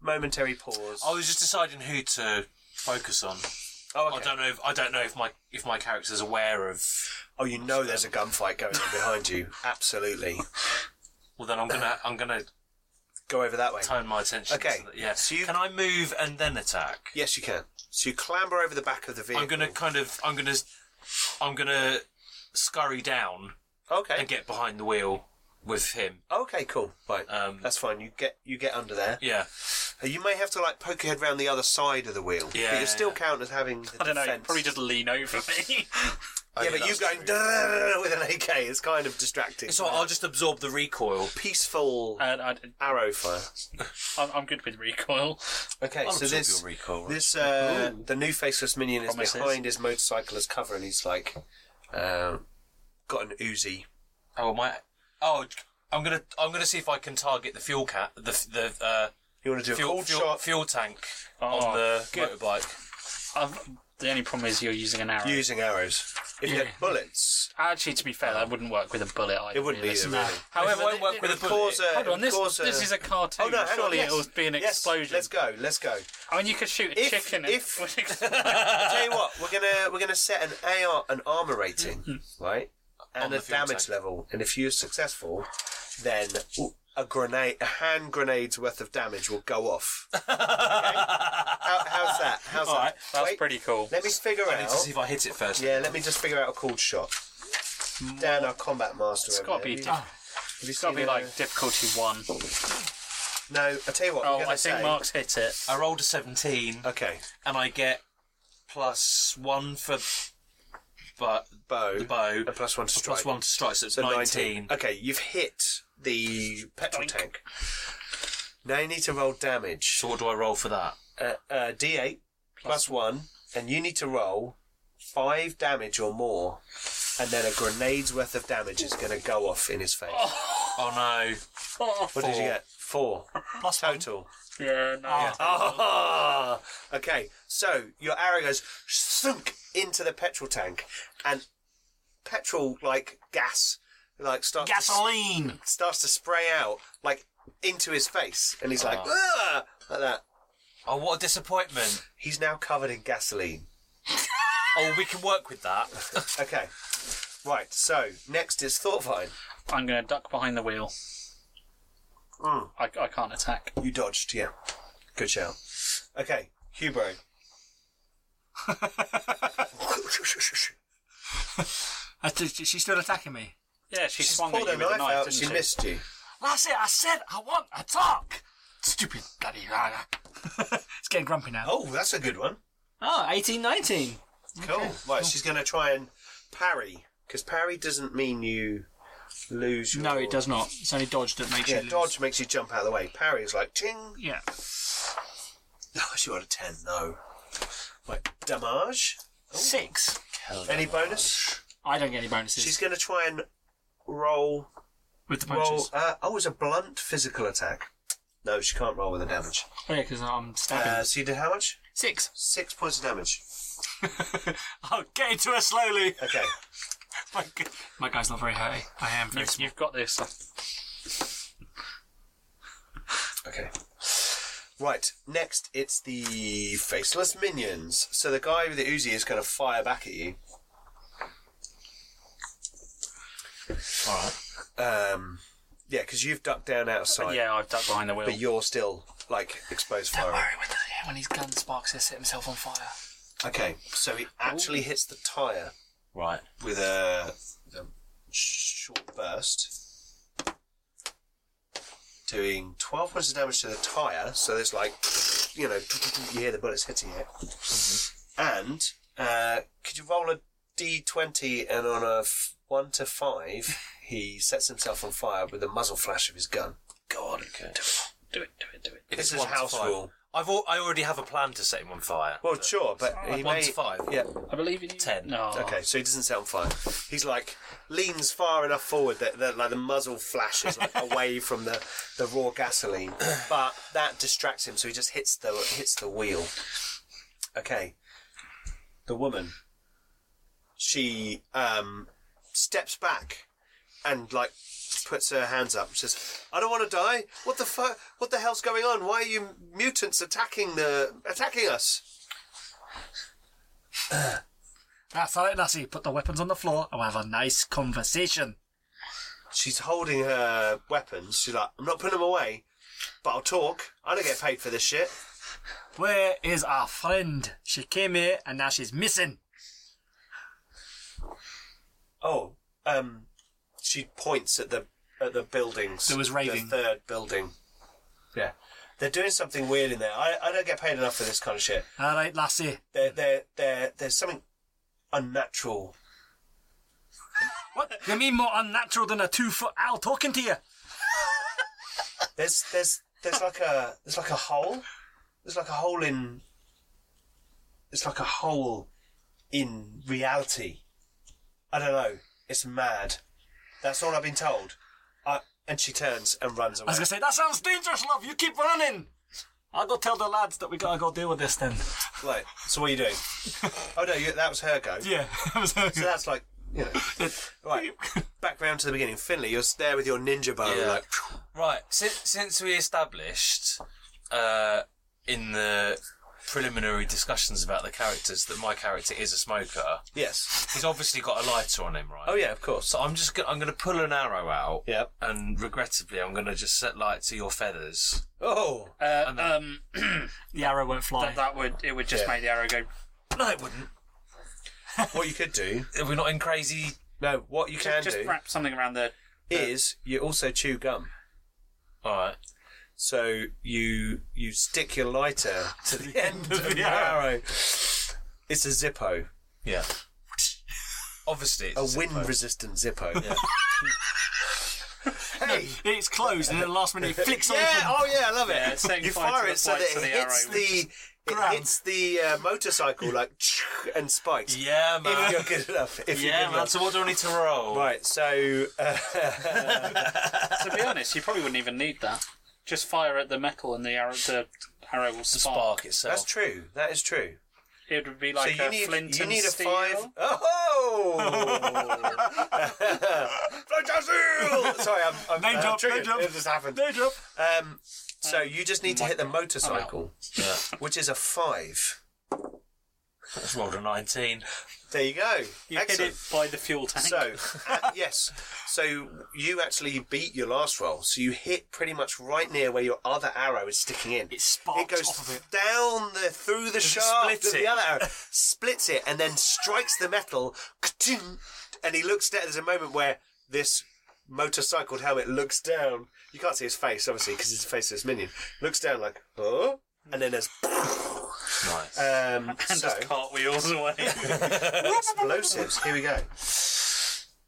momentary pause.
I was just deciding who to focus on.
oh,
I don't know. If, I don't know if my if my character's aware of.
Oh, you know there's a gunfight going on behind you. Absolutely.
Well, then I'm gonna I'm gonna
Go over that way.
turn my attention.
Okay,
To the, yeah.
so you-
Can I move and then attack?
Yes, you can. So you clamber over the back of the vehicle.
I'm gonna kind of. I'm gonna. I'm gonna scurry down
Okay.
and get behind the wheel with him.
Okay. Cool. Right.
Um,
That's fine. You get you get under there.
yeah.
Uh, You may have to like poke your head round the other side of the wheel.
Yeah,
But
yeah,
you're still
yeah.
counted as having. The
I don't know.
defense.
Probably just lean over me.
Oh,
Yeah, but you going "Durr" with an AK is kind of distracting.
So I'll just absorb the recoil.
peaceful
Uh,
and I,
arrow fire.
I'm, I'm good with recoil.
Okay.
I'll
so
absorb
this
your recoil. right?
This uh, the new faceless minion is
Promises.
behind his motorcycle as cover, and he's like, um, got an Uzi.
Oh my! Oh, I'm gonna I'm gonna see if I can target the fuel cat the the uh,
You want to do a
fuel
cold
fuel,
shot
fuel tank
Oh,
on the
good.
motorbike.
I've, the only problem is you're using an arrow.
using arrows? If you had bullets,
Actually, to be fair, that wouldn't work with a bullet. Either,
it wouldn't either.
realistically.
Really.
However,
It won't work
it-
with
it-
a bullet.
Cause, uh,
Hold on, this,
cause, uh,
this is a cartoon.
Oh no, hang on.
Surely
Yes.
it'll be an
yes.
explosion.
Let's go. Let's go.
I mean, you could shoot a
If-
chicken.
if-
and,
I tell you what, we're gonna we're gonna set an AR an armor rating, right,
On
and
the
a
fuel
damage
tank.
level. And if you're successful, then a grenade, a hand grenade's worth of damage will go off. Okay? How, how's that? How's
All
that?
right,
that's
Wait,
pretty cool.
Let me figure
I need
out.
to see if I hit it first.
Yeah, let me just figure out a cold shot. Dan, our combat master.
It's
over
got to
there. Have
be.
you-
Diff-
have Ah, you
it's got
seen
to be
a-
like difficulty one.
No, I tell you what.
Oh,
we're
I
gonna
think
say-
Mark's hit it.
I rolled a 17
Okay,
and I get plus one for but
bow.
the bow
A plus one to strike.
plus one to strike, so it's
So
19.
Okay, you've hit the petrol tank. Now you need to roll damage.
So what do I roll for that?
Uh, uh, D8 plus one, and you need to roll five damage or more, and then a grenade's worth of damage is going to go off in his face.
Oh no!
what did you get? Four
Plus one.
total.
Yeah, no.
Ah, okay. So your arrow goes sunk into the petrol tank, and petrol like gas, like starts to-
Gasoline.
starts to spray out like into his face, and he's like, "Ugh," like that.
Oh, what a disappointment!
He's now covered in gasoline.
Oh, we can work with that.
Okay, right. So next is Thorvine.
I'm going to duck behind the wheel.
Mm.
I, I can't attack.
You dodged, yeah. Good shout. Okay, Hubro.
That's just- She's still attacking me.
Yeah, she
She's
swung at
pulled
you
her
with a
knife
knife,
out.
didn't
she missed you.
That's it. I said I want a talk. Stupid bloody rara. it's getting grumpy now.
Oh, that's a good one.
Oh, 18, 19.
Cool. Right, she's going to try and parry because parry doesn't mean you lose. Your...
No, it does not. It's only dodge that makes
Yeah,
you lose.
dodge makes you jump out of the way. Parry is like ting.
Yeah.
Oh, she got a ten. No. Right, damage.
Six.
Any bonus?
I don't get any bonuses
She's going to try and roll.
with the
Roll.
punches.
Uh, oh, it's a blunt physical attack. No, she can't roll with the damage.
Oh, yeah, because I'm stabbing.
Uh, so you did how much?
Six.
Six points of damage.
I'll get into her slowly.
Okay.
My, gu- my guy's not very high. I am very
You've,
small.
you've got this.
Okay. Right, next it's the faceless minions. So the guy with the Uzi is going to fire back at you. Alright. Um, yeah, because you've ducked down outside,
Yeah, I've ducked behind the wheel.
Oh.
but you're still, like, exposed fire.
When, when his gun sparks, he'll set himself on fire.
Okay, so he actually hits the tyre
Right.
with a, a short burst, doing 12 points of damage to the tyre, so there's like you know, you hear the bullets hitting it.
Mm-hmm.
And uh, could you roll a d20 and on a f- 1 to 5, he sets himself on fire with the muzzle flash of his gun.
God, okay.
Do it, do it, do it.
If
This
it's
is
one to
house
five-
rule.
I've al- I already have a plan to set him on fire.
Well, sure, but he
one
may.
to five.
Yeah,
I believe in you.
Ten.
No.
okay, so he doesn't set on fire. He's like, leans far enough forward that, that like the muzzle flashes like, away from the, the raw gasoline. But that distracts him, so he just hits the, hits the wheel. Okay. The woman. She um, steps back and like puts her hands up and says, I don't want to die. What the fuck? What the hell's going on? Why are you mutants attacking the attacking us?
That's all right, Lassie. Put the weapons on the floor and we'll have a nice conversation.
she's holding her weapons. She's like, I'm not putting them away, but I'll talk. I don't get paid for this shit.
Where is our friend? She came here and now she's missing.
Oh, um, she points at the at the buildings.
There was raving.
The third building. Yeah, they're doing something weird in there. I, I don't get paid enough for this kind of shit.
All right, Lassie.
There there there there's something unnatural.
What? You mean more unnatural than a two foot owl talking to you?
There's there's there's like a there's like a hole. There's like a hole in. It's like a hole in reality. I don't know. It's mad. That's all I've been told. I, and she turns and runs
I
away.
was gonna say, that sounds dangerous, love. You keep running. I'll go tell the lads that we gotta go deal with this then.
Right. So what are you doing? oh no, you, that was her go.
Yeah. I was
So that's like you know. right. Back round to the beginning. Finley, you're there with your ninja bow.
Yeah.
Like,
Right, since since we established uh, in the preliminary discussions about the characters that my character is a smoker,
yes.
he's obviously got a lighter on him, right?
Oh yeah, of course.
So I'm just go- I'm going to pull an arrow out,
Yeah.
and regrettably I'm going to just set light to your feathers.
Oh.
Uh, um,
the arrow won't fly.
that, that would it would just
Yeah.
make the arrow go.
No, it wouldn't.
what you could do?
We're not in crazy.
No. What you can
just
do
wrap something around the.
is you also chew gum.
All right.
So you you stick your lighter to the end of the arrow. It's a Zippo,
Yeah. Obviously, it's
a
zip-
wind-resistant Zippo. hey,
It's closed and then the last minute it flicks open.
yeah, oh yeah, I love it.
Yeah, it's saying
you
fire
fire
to
it
the
so that
flight to
it
the
hits
arrow,
the it
ground.
hits the uh, motorcycle like and spikes.
Yeah,
If
man.
you're good enough. If you're
yeah,
good
man.
enough.
So what do I need to roll?
Right, so uh,
To be honest, you probably wouldn't even need that. Just fire at the metal and the arrow the arrow will
The
spark.
spark itself.
that's true. That is true.
It would be like
so you
a
need
flint
you
and
need a
steel.
five. Oh, Flintsteel! Sorry, I'm, I'm
Name
I'm
drop,
triggered.
name drop.
It just happened.
There you go.
Um, so you just need to
oh
hit the motorcycle,
Yeah.
which is a five.
That's rolled a nineteen.
There you go.
You
Excellent.
hit it by the fuel tank.
So uh, yes, so you actually beat your last roll. So you hit pretty much right near where your other arrow is sticking in.
It sparks
it goes
off of it.
down the through the shaft
splits
of the
it.
other arrow, splits it, and then strikes the metal. ka-ting, And he looks down. There's a moment where this motorcycled helmet looks down. You can't see his face, obviously, because his face is minion. Looks down like, huh? And then there's
Nice.
um,
and
so,
just cartwheels away.
explosives. Here we go.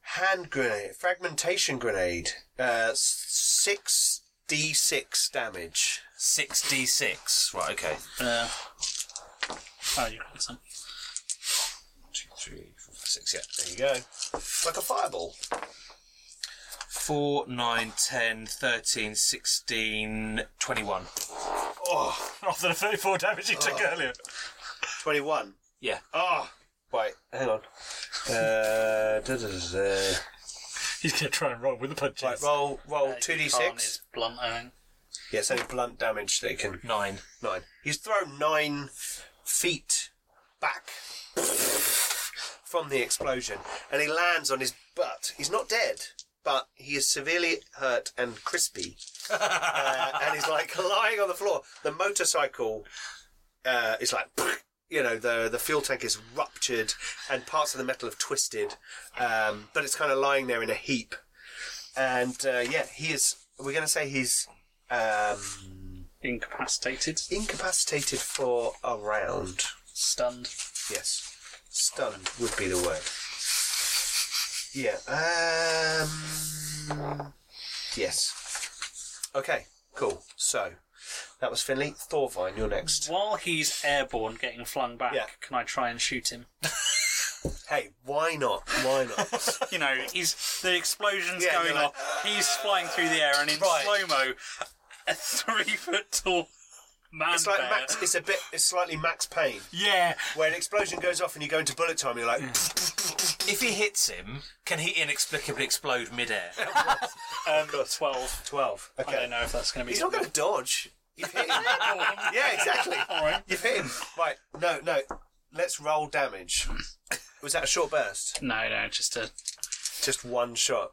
Hand grenade, fragmentation grenade, uh, six d six damage.
Six d six. Right. Okay.
uh, oh, you got some.
Two, three, four, five, six. Yeah.
There you go. Like a fireball.
4, 9, 10, 13, 16, 21.
Oh,
After the 34 damage you took earlier.
21.
Yeah.
Oh, wait, hang on. Uh, da, da, da, da.
He's gonna try and roll with the punches.
Right, roll, roll
Uh,
two d
Khan
six.
is Blunt owing.
Yeah, it's only blunt damage that he can
9.
nine. He's thrown nine feet back from the explosion, and he lands on his butt. He's not dead, but he is severely hurt and crispy, uh, and he's like lying on the floor. The motorcycle uh, is like. You know the the fuel tank is ruptured and parts of the metal have twisted, um, but it's kind of lying there in a heap. And uh, yeah, he is. We're going to say he's um,
Incapacitated.
Incapacitated for a round.
Stunned.
Yes. Stunned would be the word. Yeah. Um. Yes. Okay. Cool. So that was Finley. Thorvine, you're next.
While he's airborne getting flung back,
Yeah.
can I try and shoot him?
Hey, why not? Why not?
you know, he's the explosion's
Yeah,
going
you're like- "Ah."
off. He's flying through the air, and in
Right.
slow mo, a three foot tall man
it's like
bear.
Max. It's a bit. It's slightly Max Payne,
Yeah.
where an explosion goes off and you go into bullet time. You're like,
If he hits him, can he inexplicably explode midair?
um, twelve.
twelve. Okay.
I don't know if that's going to
Oh,
be.
He's not going to dodge. You've hit him. yeah, exactly.
All right.
You've hit him. Right. No, no. Let's roll damage. Was that a short burst?
No, no, just a
Just one shot.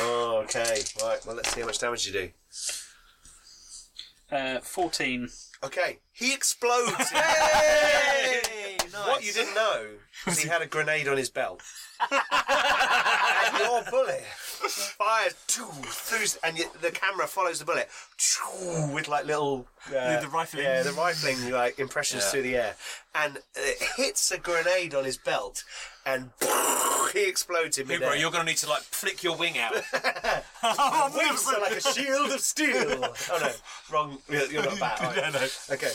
Oh, okay. Right. Well, let's see how much damage you do.
uh, fourteen.
Okay. He explodes. What you didn't know is he had a grenade on his belt. and your bullet fires two through, and y the camera follows the bullet choo, with like little uh,
The- the rifling.
yeah, the rifling like impressions through the air, and it hits a grenade on his belt, and he explodes in
Bro,
midair.
you're going to need to like flick your wing out.
Wings are like a shield of steel. oh no, wrong. You're you're not bat. are you? Okay.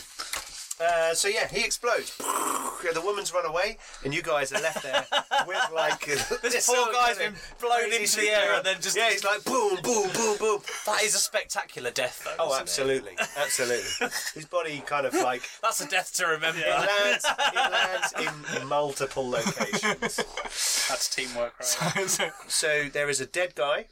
Uh, so yeah, he explodes. the woman's run away, and you guys are left there with like this
poor guy's been blown into the air and then just-
yeah, it's like boom, boom, boom, boom.
That is a spectacular death, though.
Oh,
isn't it?
absolutely, absolutely. His body kind of like
That's a death to remember.
it lands, it lands in multiple locations.
That's teamwork, right?
So there is a dead guy.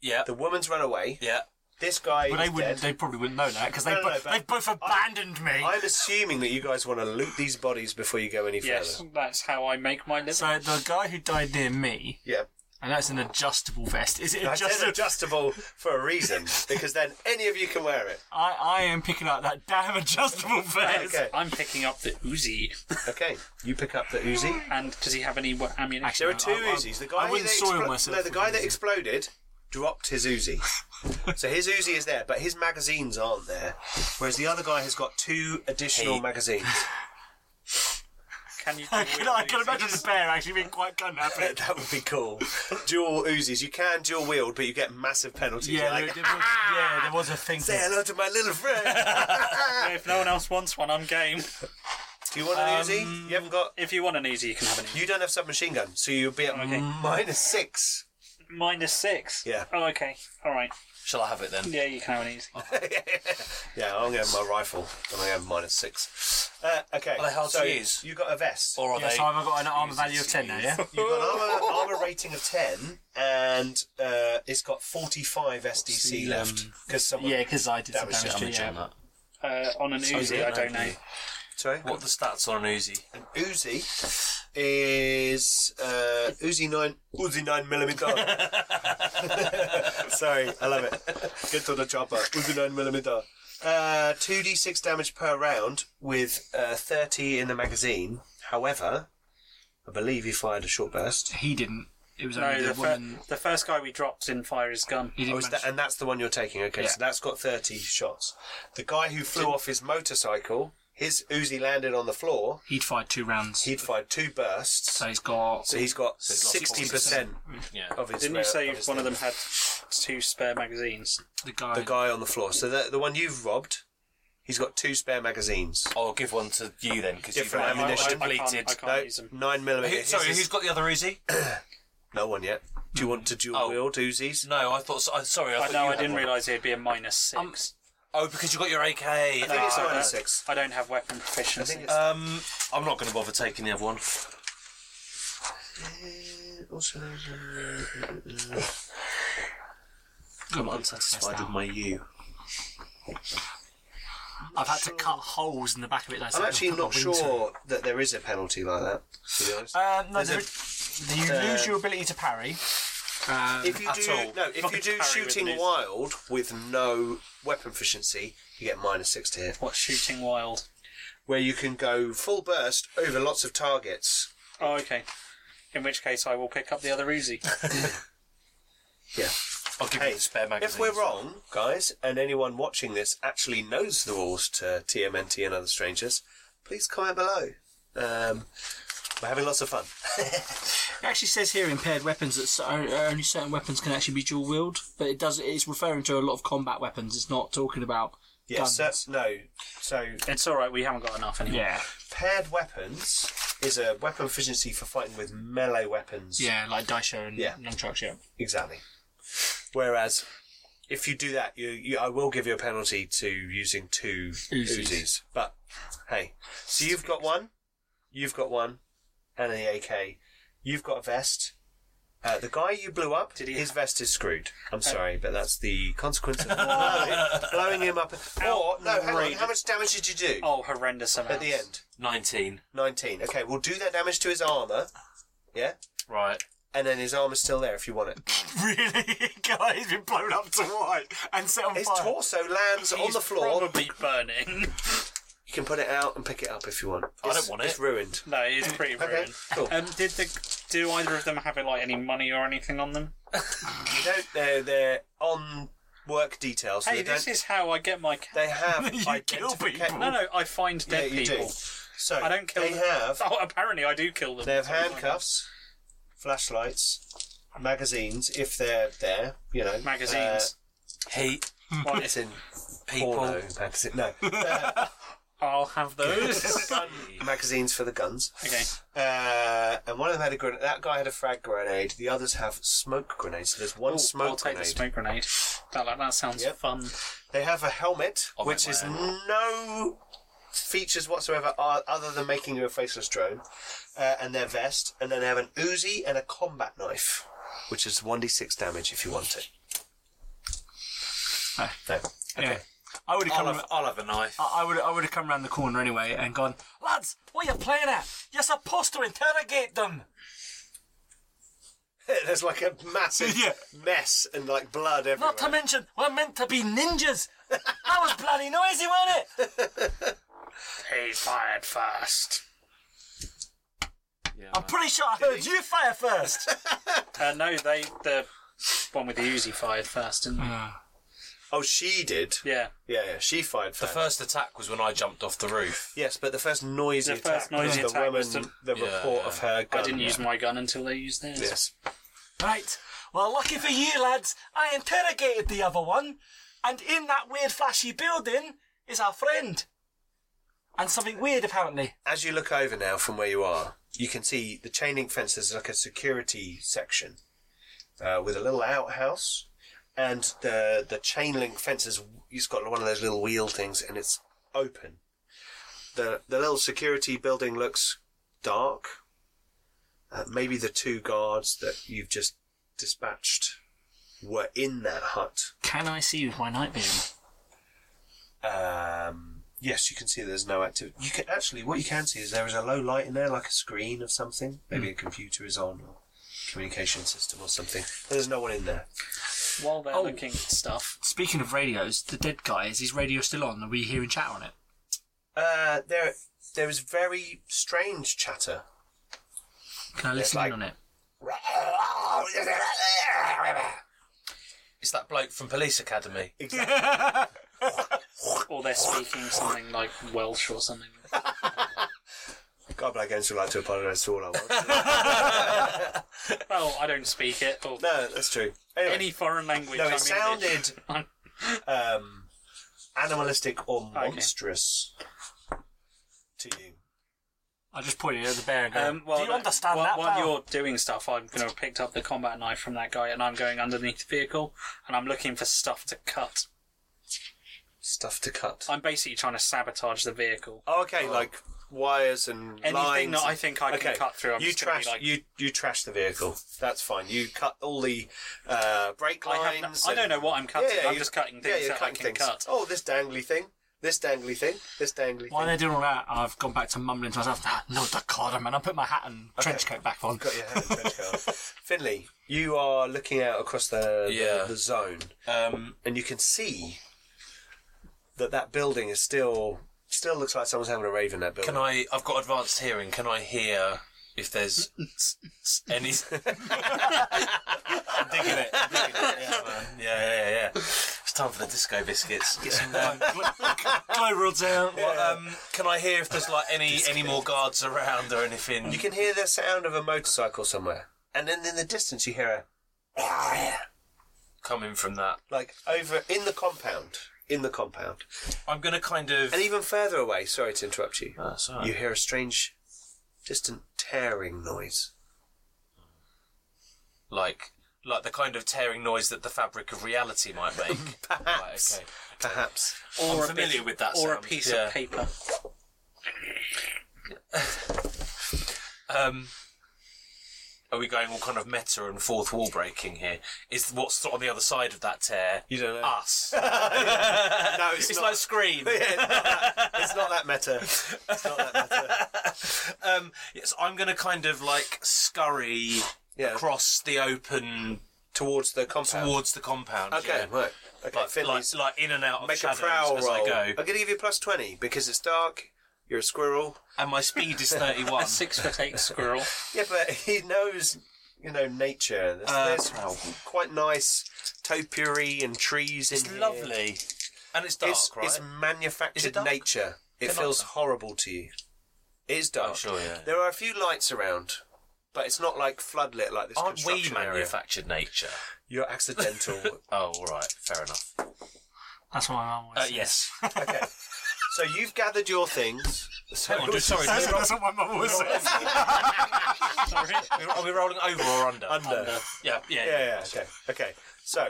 Yeah.
The woman's run away.
Yeah.
This guy
But they
is
wouldn't.
dead.
They probably wouldn't know that because they
No, no,
bo-
no, but-
they both abandoned me.
I'm assuming that you guys want to loot these bodies before you go any further.
yes, that's how I make my living.
so the guy who died near me,
Yeah.
and that's an adjustable vest. Is it
It's
adjustable?
adjustable for a reason because then any of you can wear it.
I, I am picking up that damn adjustable vest.
Okay.
I'm picking up the Uzi.
Okay. You pick up the Uzi.
And does he have any wa- ammunition?
Actually,
There are
No,
two
I- I-
Uzis. The
I
guy
wouldn't
that
soil
explo-
myself
No, the
with
guy that
Uzi.
exploded dropped his Uzi. so his Uzi is there, but his magazines aren't there. Whereas the other guy has got two additional magazines.
Can you?
I can, I can imagine the bear actually being quite gun happy.
that would be cool. dual Uzis. You can dual wield, but you get massive penalties. You're
Yeah,
like, "Ah,
there, there was, yeah, there was a thing.
Say hello to my little friend.
If no one else wants one, I'm game.
Do you want an Uzi? You haven't got.
If you want an Uzi, you can have an Uzi.
You don't have submachine gun, so you'll be at minus six.
Minus six.
Yeah.
Oh, okay. All right.
Shall I have it then?
Yeah, you can have an
Oh.
Uzi.
Yeah, I'm going my rifle. I'm going minus six. Uh, okay.
Are they hard to
so
use?
You got a vest.
Or are
Yeah,
they?
so I've got an armor value of ten now. Yeah.
You've got an armor, armor rating of ten, and uh, it's got forty-five SDC
the,
left
um,
because someone.
Yeah, because I did some
Damage
damage to it,
damage
yeah.
on that.
Uh, on an Uzi, I don't know.
Sorry.
What are the stats on an Uzi?
An Uzi is uh, Uzi nine. Uzi nine millimeter. Sorry, I love it. Get to the chopper. Uzi nine millimeter. Uh, 2d6 damage per round with uh, 30 in the magazine. However, I believe he fired a short burst.
He didn't. It was only
No,
the,
the, fir-
woman.
the first guy we dropped didn't fire his gun.
He
Oh,
didn't.
is
manage-
that, and that's the one you're taking. Okay, so that's got 30 shots. The guy who flew off his motorcycle, his Uzi landed on the floor.
He'd fired two rounds,
He'd fired two bursts.
so he's got.
So he's got
he's lost
60%
Yeah.
of his
Didn't
rare-
you say
his
one of
thing.
them had two spare magazines?
the guy.
The guy on the floor. So the, the one you've robbed, he's got two spare magazines.
I'll give one to you then because you've
Different ammunition.
I can't, I
depleted.
can't use them.
no, 9mm.
Who- Sorry, who's got the other Uzi?
No one yet. Do you want to dual
Oh.
wield Uzis?
No, I thought. so- I- Sorry, I
I
thought
know
you
I
had
didn't
one.
realise it'd be a minus
Um,
six.
Oh, because you got your AK.
I think it's Uh,
I don't-
minus six.
I don't have weapon proficiency.
Uh, it's-
Um, I'm not going to bother taking the other one.
Also,
I'm unsatisfied with my U.
I've had to cut holes in the back of it. Like, so
I'm
I
actually
can put
not
my wings in.
sure that there is a penalty like that, to be honest.
Um, no,
There's
there
a- uh,
is- you lose your ability to parry. Um,
if you
at
do
all.
no, if you
Fucking
do
parry with
shooting
these.
wild with no weapon proficiency, you get minus six to hit.
What's shooting wild?
Where you can go full burst over lots of targets.
Oh, okay. In which case, I will pick up the other Uzi.
Yeah.
I'll give you
Hey,
the spare magazine.
if we're wrong, guys, and anyone watching this actually knows the rules to TMNT and other strangers, please comment below. Um, we're having lots of fun.
It actually says here impaired weapons that cer- uh, only certain weapons can actually be dual wield, but it does. It's referring to a lot of combat weapons. It's not talking about
Yeah, so,
guns.
no. So
It's alright, we haven't got enough anyway.
yeah,
paired weapons is a weapon efficiency for fighting with melee weapons.
yeah, like Daisho and
Yeah.
long trucks. Yeah,
Exactly. Whereas if you do that, you, you I will give you a penalty to using two
Uzis.
Uzis. But hey, so you've got one, you've got one, and the AK. You've got a vest. Uh, the guy you blew up, his vest is screwed. I'm sorry, but that's the consequence of blowing, blowing him up. Or, no, hang on, how much damage did you do
Oh, horrendous amount.
at the end?
19.
19. Okay, we'll do that damage to his armour, yeah?
Right.
And then his armour's still there if you want it.
really, guy, he's been blown up to white and set on
His torso lands on the floor.
Probably burning.
You can put it out and pick it up if you want.
I don't
It's-
want
It's
it.
ruined.
no, it's pretty
Okay,
ruined.
cool.
Um, did the do either of them have like any money or anything on them?
You don't know they're on work details. So
Hey,
they,
this
don't,
is how I get my. Ca-
they have
You kill
identifica-
people.
no, no, I find
Yeah,
dead
you
people.
do. So
I don't kill
They
them.
have.
Oh, apparently I do kill them.
They have
Sorry,
handcuffs, flashlights, magazines if they're there. You know,
Magazines.
He,
Well,
Uh, it's in
people.
porno magazine. No, uh,
I'll have those.
gun magazines for the guns.
okay.
Uh, and one of them had a grenade. That guy had a frag grenade. The others have smoke grenades. So there's one
Ooh,
smoke
I'll take
grenade.
the smoke grenade. That, like, that sounds
Yep.
fun.
They have a helmet,
I'll
which
make
is
my
no features whatsoever o- other than making you a faceless drone, uh, and their vest, and then they have an Uzi and a combat knife, which is 1d6 damage if you want it.
Ah.
No.
Yeah, I would have
I'll
come.
have, I'll have a knife.
I I would I would have come round the corner anyway and gone, lads, what are you playing at? You're supposed to interrogate them.
There's like a massive
Yeah.
mess and like blood everywhere.
Not to mention, we're meant to be ninjas. that was bloody noisy, wasn't it?
He fired first.
Yeah,
I'm pretty sure I heard you fire first.
Uh, no, they the one with the Uzi fired first, didn't
Mm.
they?
oh, she did.
Yeah.
Yeah, yeah, she fired
the
first.
first attack was when I jumped off the roof.
Yes, but the first noisy
The
attack
first noisy
was the
attack
woman,
was
the
Yeah,
report
yeah.
of her gun.
I didn't use my gun until they used theirs.
Yes.
Right. Well, lucky for you, lads, I interrogated the other one, and in that weird flashy building is our friend. And something weird, apparently.
as you look over now from where you are, you can see the chain link fence is like a security section uh, with a little outhouse, and the the chain link fence is it's got one of those little wheel things, and it's open. the The little security building looks dark. Uh, maybe the two guards that you've just dispatched were in that hut.
Can I see you with my night vision?
Um, yes, you can see there's no activity. You can actually what you can see is there is a low light in there, like a screen of something. Maybe a computer is on or communication system or something. But there's no one in there.
While they're
Oh.
looking at stuff,
Speaking of radios, the dead guy, is his radio still on? Are we hearing chat on it?
Uh, there, there is very strange chatter.
Can I
listen in like- on
it?
It's that bloke from Police Academy.
Exactly.
or they're speaking something like Welsh or something.
God, Black Games would like to apologise to all our ones.
well, I don't speak it or
No, that's true. Anyway,
any foreign language.
no,
I'm
it
English.
sounded
I'm-
um, animalistic or monstrous to you.
I just pointed at the bear and go,
Um, well,
Do you
no,
understand
while,
that,
While
pal?
you're doing stuff, I'm going to have picked up the combat knife from that guy, and I'm going underneath the vehicle, and I'm looking for stuff to cut.
Stuff to cut.
I'm basically trying to sabotage the vehicle.
Oh, okay, like wires and
Anything
lines
that I
and-
think I can cut through, I'm
you
just gonna be
trash
like-
you you trash the vehicle. That's fine. You cut all the uh, brake
I,
lines.
have no- I don't
and-
know what I'm cutting.
Yeah, yeah,
I'm
you-
just cutting
yeah,
things
you're
that I
cutting
can
things.
cut.
Oh, this dangly thing. This dangly thing. This dangly
While
thing.
they're doing all that, I've gone back to mumbling to myself, ah, no Dakota, man. I put my hat and trench coat back on.
Got your hand in trench coat. Finley, you are looking out across the, the-
Yeah.
the zone,
Um,
and you can see that that building is still still looks like someone's having a rave in that building.
can I? I've got advanced hearing. Can I hear if there's any? I'm digging it. I'm digging it. Yeah, man. time for the disco biscuits.
Glow rods out.
Well, um, can I hear if there's like any any more guards around or anything?
You can hear the sound of a motorcycle somewhere, and then in the distance you hear a
coming from that.
like over in the compound, in the compound,
I'm gonna kind of.
and even further away. Sorry to interrupt you.
Oh, that's all right.
You hear a strange, distant tearing noise.
like like the kind of tearing noise that the fabric of reality might make. Right,
Perhaps,
okay.
perhaps.
I'm
Or a
familiar
bit-
with that
Or
sound.
a piece
Yeah.
of paper.
Um, are we going all kind of meta and fourth wall breaking here? Is what's on the other side of that tear?
You don't know.
Us.
No, it's,
it's
not.
like Scream.
Yeah, it's, not that, it's not that meta. It's not that meta.
Um, yes, I'm going to kind of like scurry
Yeah,
across the open
towards the compound.
towards the compound.
okay,
yeah.
right. Okay,
Like,
Finley's
like, like in and out of
make a
shadows
prowl
as
roll.
I
am
go,
gonna give you plus twenty because it's dark. You're a squirrel.
and my speed is thirty-one.
Six foot eight squirrel.
Yeah, but he knows, you know, nature. There's,
Uh,
there's quite nice topiary and trees in
It's
here.
lovely, and it's dark,
It's,
right?
it's manufactured
Is it dark?
nature. It
They're not
feels
dark.
horrible to you. It is dark.
Oh, sure, yeah.
There are a few lights around, but it's not like floodlit like this
Aren't we
construction area.
manufactured nature?
You're accidental.
Oh, all right, fair enough.
That's what I'm always.
Uh, yes.
okay. So you've gathered your things. So
Hang on, just- sorry.
That's,
Are
that's what my mum always says.
we, are we rolling over or under?
Under.
Yeah, yeah.
Yeah, yeah, okay. Okay. So,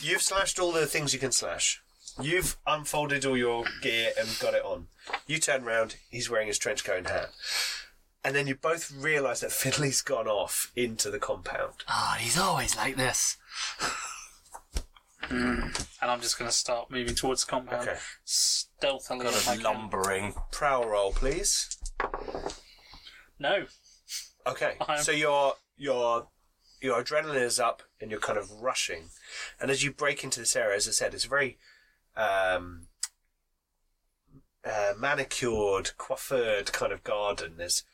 you've slashed all the things you can slash. You've unfolded all your gear and got it on. You turn round, he's wearing his trench coat and hat. And then you both realise that Fiddley's gone off into the compound.
Ah, he's always like this.
And I'm just going to start moving towards the compound.
Okay.
Stealthily.
Kind
if I
of
can.
lumbering.
Prowl roll, please.
No.
Okay.
I'm-
So your your your adrenaline is up and you're kind of rushing. And as you break into this area, as I said, it's a very um, uh, manicured, coiffured kind of garden. There's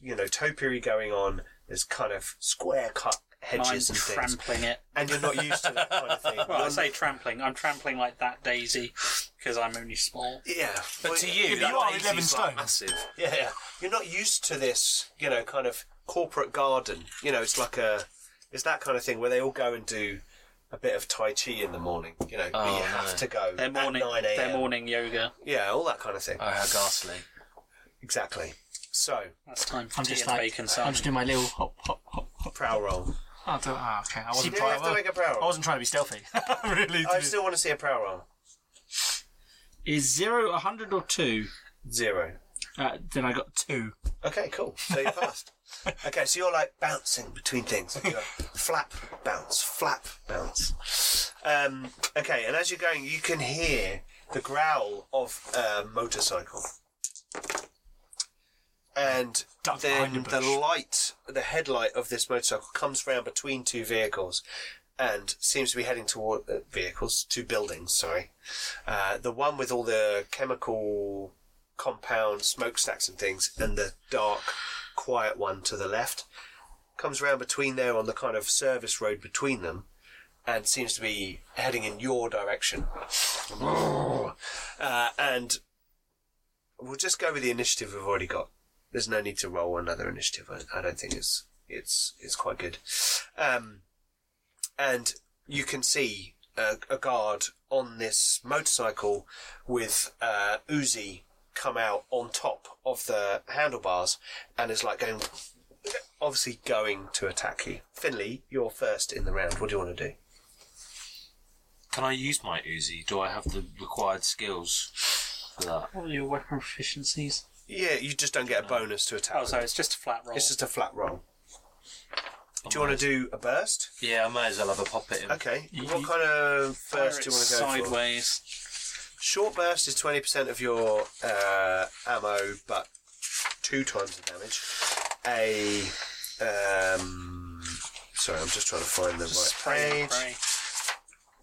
you know topiary going on. There's kind of square cut
I'm
hedges and things,
trampling it.
and you're not used to that kind of thing.
Well, I
You're-
say trampling. I'm trampling like that daisy because I'm only small.
yeah,
But
well,
to you,
but
that
you are
daisy's
11
like
stone.
massive.
yeah, yeah, you're not used to this. You know, kind of corporate garden. You know, it's like a it's that kind of thing where they all go and do. A bit of tai chi in the morning, you know. but
Oh,
you have
no.
to go
Their morning,
at nine a.m.
their morning yoga.
Yeah, all that kind of thing.
Oh, how ghastly.
Exactly. So,
That's time for
I'm
tea
just
and
like,
bacon sandwich.
I'm just doing my little hop, hop, hop, hop.
prowl roll.
I'll do, ah, okay. I wasn't,
You don't have to
trying,
make a prowl
I
roll.
wasn't trying to be stealthy. really.
I still want to see a prowl roll.
Is zero a hundred or two?
Zero.
Uh, then I got two.
Okay, cool. So you passed. okay, so you're like bouncing between things. You're flap, bounce, flap, bounce. Um, okay, and as you're going, you can hear the growl of a motorcycle. And
Duck behind
then
a
the
bush.
light, the headlight of this motorcycle comes round between two vehicles and seems to be heading toward uh, vehicles, two buildings, sorry. Uh, the one with all the chemical compound smokestacks and things, and the dark, quiet one to the left comes round between there on the kind of service road between them and seems to be heading in your direction. Uh, and we'll just go with the initiative we've already got. There's no need to roll another initiative. I, I don't think it's it's it's quite good. Um, and you can see a, a guard on this motorcycle with uh, Uzi come out on top of the handlebars and is like going, obviously going to attack you. Finley, you're first in the round. What do you want to do?
Can I use my Uzi? Do I have the required skills for that?
What are your weapon proficiencies?
Yeah, you just don't get a bonus to attack.
Oh, sorry, it's just a flat roll.
It's just a flat roll. Do you want to do a burst?
Yeah, I may as well have a pop at him.
Okay. What kind of burst do you want to go for?
sideways.
Short burst is 20% of your uh, ammo, but two times the damage. A. Um, sorry, I'm just trying to find the right
Spray
page.
and pray.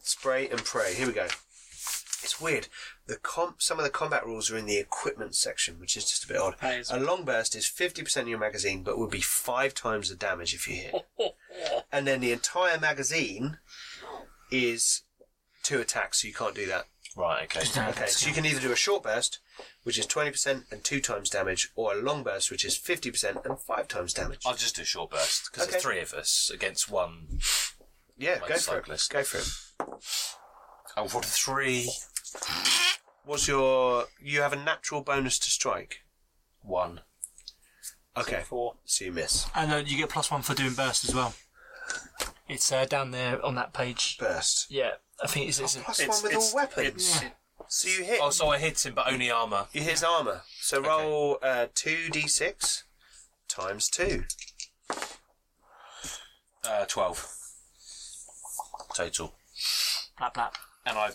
Spray and pray. Here we go. It's weird. The comp, some of the combat rules are in the equipment section, which is just a bit odd.
That is-
A long burst is 50% of your magazine, but would be five times the damage if you hit. and then the entire magazine is two attacks, so you can't do that.
Right, okay.
uh,
Okay, so you can either do a short burst, which is 20% and 2 times damage, or a long burst, which is 50% and 5 times damage.
I'll just do short burst because
Okay.
there's three of us against one.
yeah, go for
cyclist.
it. Go for it.
I rolled a three,
What's your. You have a natural bonus to strike.
one.
Okay,
Four.
so you miss.
And uh, you get plus one for doing burst as well. It's uh, down there on that page.
Burst.
Yeah, I think it's. it's
Plus
It's-
one with
it's-
all weapons.
it's-
So you hit.
Oh, so I hit him, but only armor.
You hit his armour. So roll uh, 2d6 times 2.
Uh, Twelve total,
Blap, blap.
and I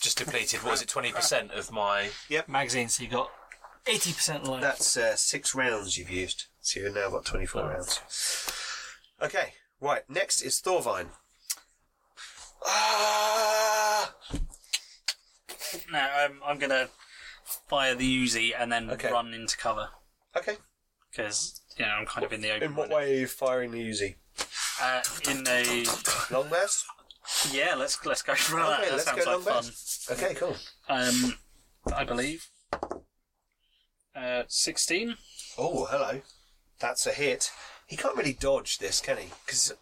just depleted. What is it? Twenty percent of my.
Magazine, so you got 80% left.
That's uh, six rounds you've used. So you've now got 24 rounds. Okay, right. Next is Thorvine. Ah!
No, I'm, um, I'm gonna fire the Uzi and then
Okay.
run into cover
Okay.
because you know I'm kind of in the open.
In what
right
way are you firing the Uzi?
now. Uh, in a
Long burst?
yeah. Let's let's go for that.
Okay,
that
let's
sounds
go
like
long
fun.
Okay, cool.
Um, I believe. Uh, sixteen.
Oh, hello. That's a hit. He can't really dodge this, can he? Because.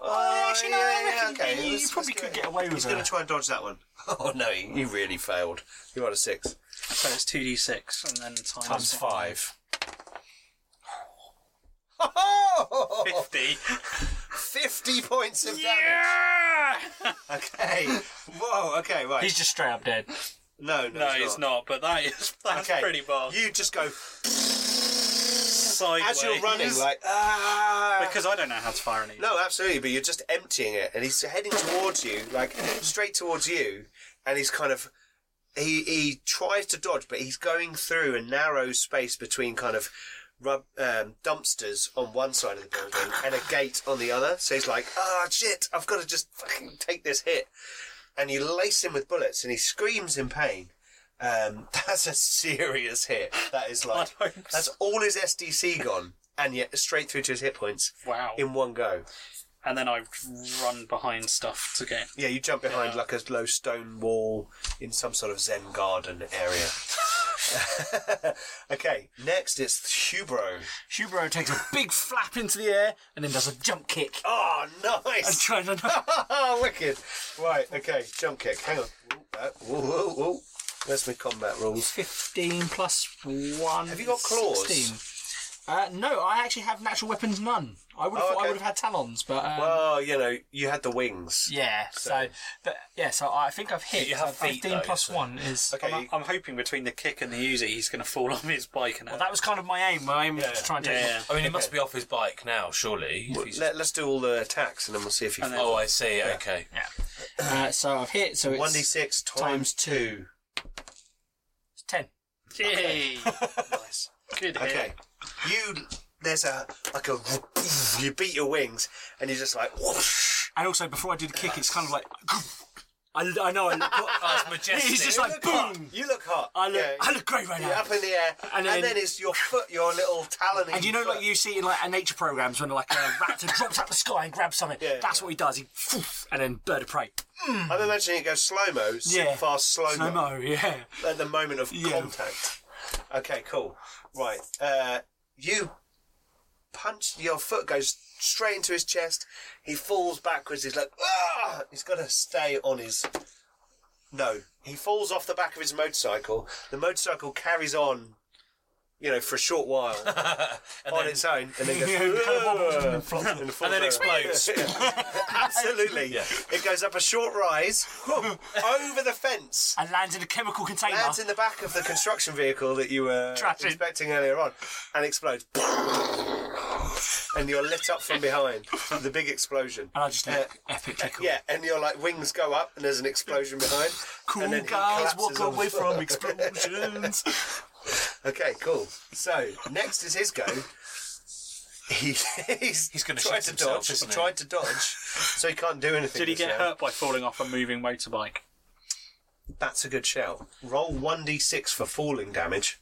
Oh, actually, no, I reckon you- you
let's-
probably
let's
could
do it.
get away with
He's going
it.
to try and dodge that one. Oh, no, he, he really failed. You got a six.
So it's two d six and then times,
Times
one.
five.
Fifty.
50 points of damage. Okay. Whoa, okay, right.
He's just straight up dead.
No, no,
No,
he's
it's not. But that is that's
Okay.
pretty bad.
You just go
Sideways.
as you're running, like, ah.
because I don't know how to fire any.
No, absolutely, but you're just emptying it, and he's heading towards you, like straight towards you, and he's kind of he he tries to dodge, but he's going through a narrow space between kind of rub um, dumpsters on one side of the building and a gate on the other. So he's like, ah, shit, I've got to just fucking take this hit, and you lace him with bullets, and he screams in pain. Um, that's a serious hit. That is like
I don't-
that's all his SDC gone, and yet straight through to his hit points
Wow.
in one go.
and then I run behind stuff to get.
Yeah, you jump behind like a low stone wall in some sort of Zen garden area. okay, next is Hubro.
Shubro takes a big flap into the air and then does a jump kick.
Oh,
I'm
nice!
trying to.
Wicked. Right, okay, jump kick. Hang on. Ooh, uh, Whoa, whoa, whoa. Where's my combat rules?
15 plus 1.
Have you got claws?
16. Uh, no, I actually have natural weapons none. I would have
Oh,
thought I
okay.
would have had talons, but. Um,
Well, you know, you had the wings.
yeah, so. But, yeah, so I think I've hit.
You have
so
feet,
15
though,
plus
so-
1 is.
Okay,
I'm, I'm hoping between the kick and the Uzi, he's going to fall off his bike and.
Well, that was kind of my aim. My aim was to try and
yeah,
take
yeah.
I mean, he must be off his bike now, surely. if he's-
let, us do all the attacks and then we'll see if you.
And then-
oh, I see. Okay.
Uh, so I've hit, so it's
1d6 times
times
2.
10.
Yay!
Nice.
Good hit.
Okay. You there's a like a you beat your wings and you're just like whoosh.
And also, before I do the kick, it's kind of like. I, I know, I look.
Oh, it's majestic.
He's just like,
You look
boom!
hot. You look hot.
I look,
Yeah.
I look great right
You're
now.
up in the air, and then,
And then-
it's your foot, your little talon.
And you know, like you see in like a nature programs when like a raptor drops out the sky and grabs something.
Yeah,
That's
yeah.
what he does. He poof, and then bird of prey.
I'm imagining it goes slow mo,
Yeah.
fast slow
No
mo
mo, yeah.
at the moment of
Yeah.
contact. Okay, cool. Right, uh, you punch. Your foot goes straight into his chest. He falls backwards. He's like, ah! He's got to stay on his No, he falls off the back of his motorcycle. The motorcycle carries on, you know, for a short while on its own, and then goes "Whoa," and, falls
then
over.
explodes.
Absolutely, it goes up a short rise, over the fence,
And lands in a chemical container.
lands in the back of the construction vehicle that you were
Trashing.
inspecting earlier on, and explodes. and you're lit up from behind. The big explosion.
and I just look epic pickle.
Yeah, and your like wings go up, and there's an explosion behind.
Cool
and then he
guys,
collapses on
walk
the
away
floor.
from explosions.
Okay, cool. So next is his go. He, he's
He's gonna
tried
shit
to
himself,
dodge.
isn't he?
tried to dodge, so he can't do anything.
Did he
this
get
round.
hurt by falling off a moving motorbike?
That's a good shout. Roll one d6 for falling damage.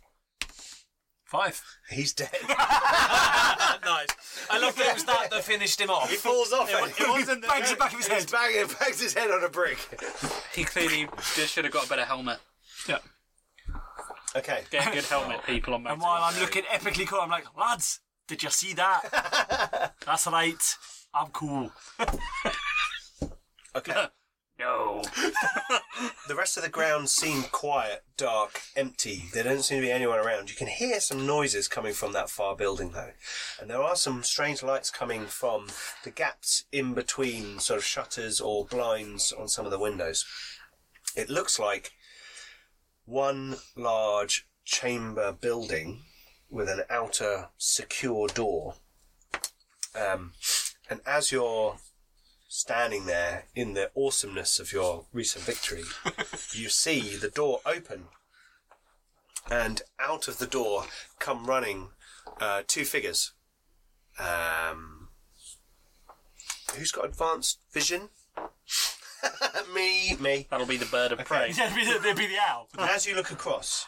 Five.
He's dead.
nice. I love that it was that that finished him off.
he falls off. and
It wasn't that-
Bangs the back of his head.
He's bang, he bangs his head on a brick.
He clearly just should have got a better helmet.
Yeah.
Okay.
Get a good helmet, people. On
And while I'm looking epically cool, I'm like, lads, did you see that? That's right. I'm cool.
Okay.
No.
The rest of the ground seemed quiet, dark, empty. There doesn't seem to be anyone around. You can hear some noises coming from that far building, though. And there are some strange lights coming from the gaps in between sort of shutters or blinds on some of the windows. It looks like one large chamber building with an outer secure door. Um, and as you're standing there in the awesomeness of your recent victory, you see the door open, and out of the door come running uh, two figures. Um, who's got advanced vision? me, me.
That'll be the bird of prey.
There'd be the, there'd be the owl.
And as you look across,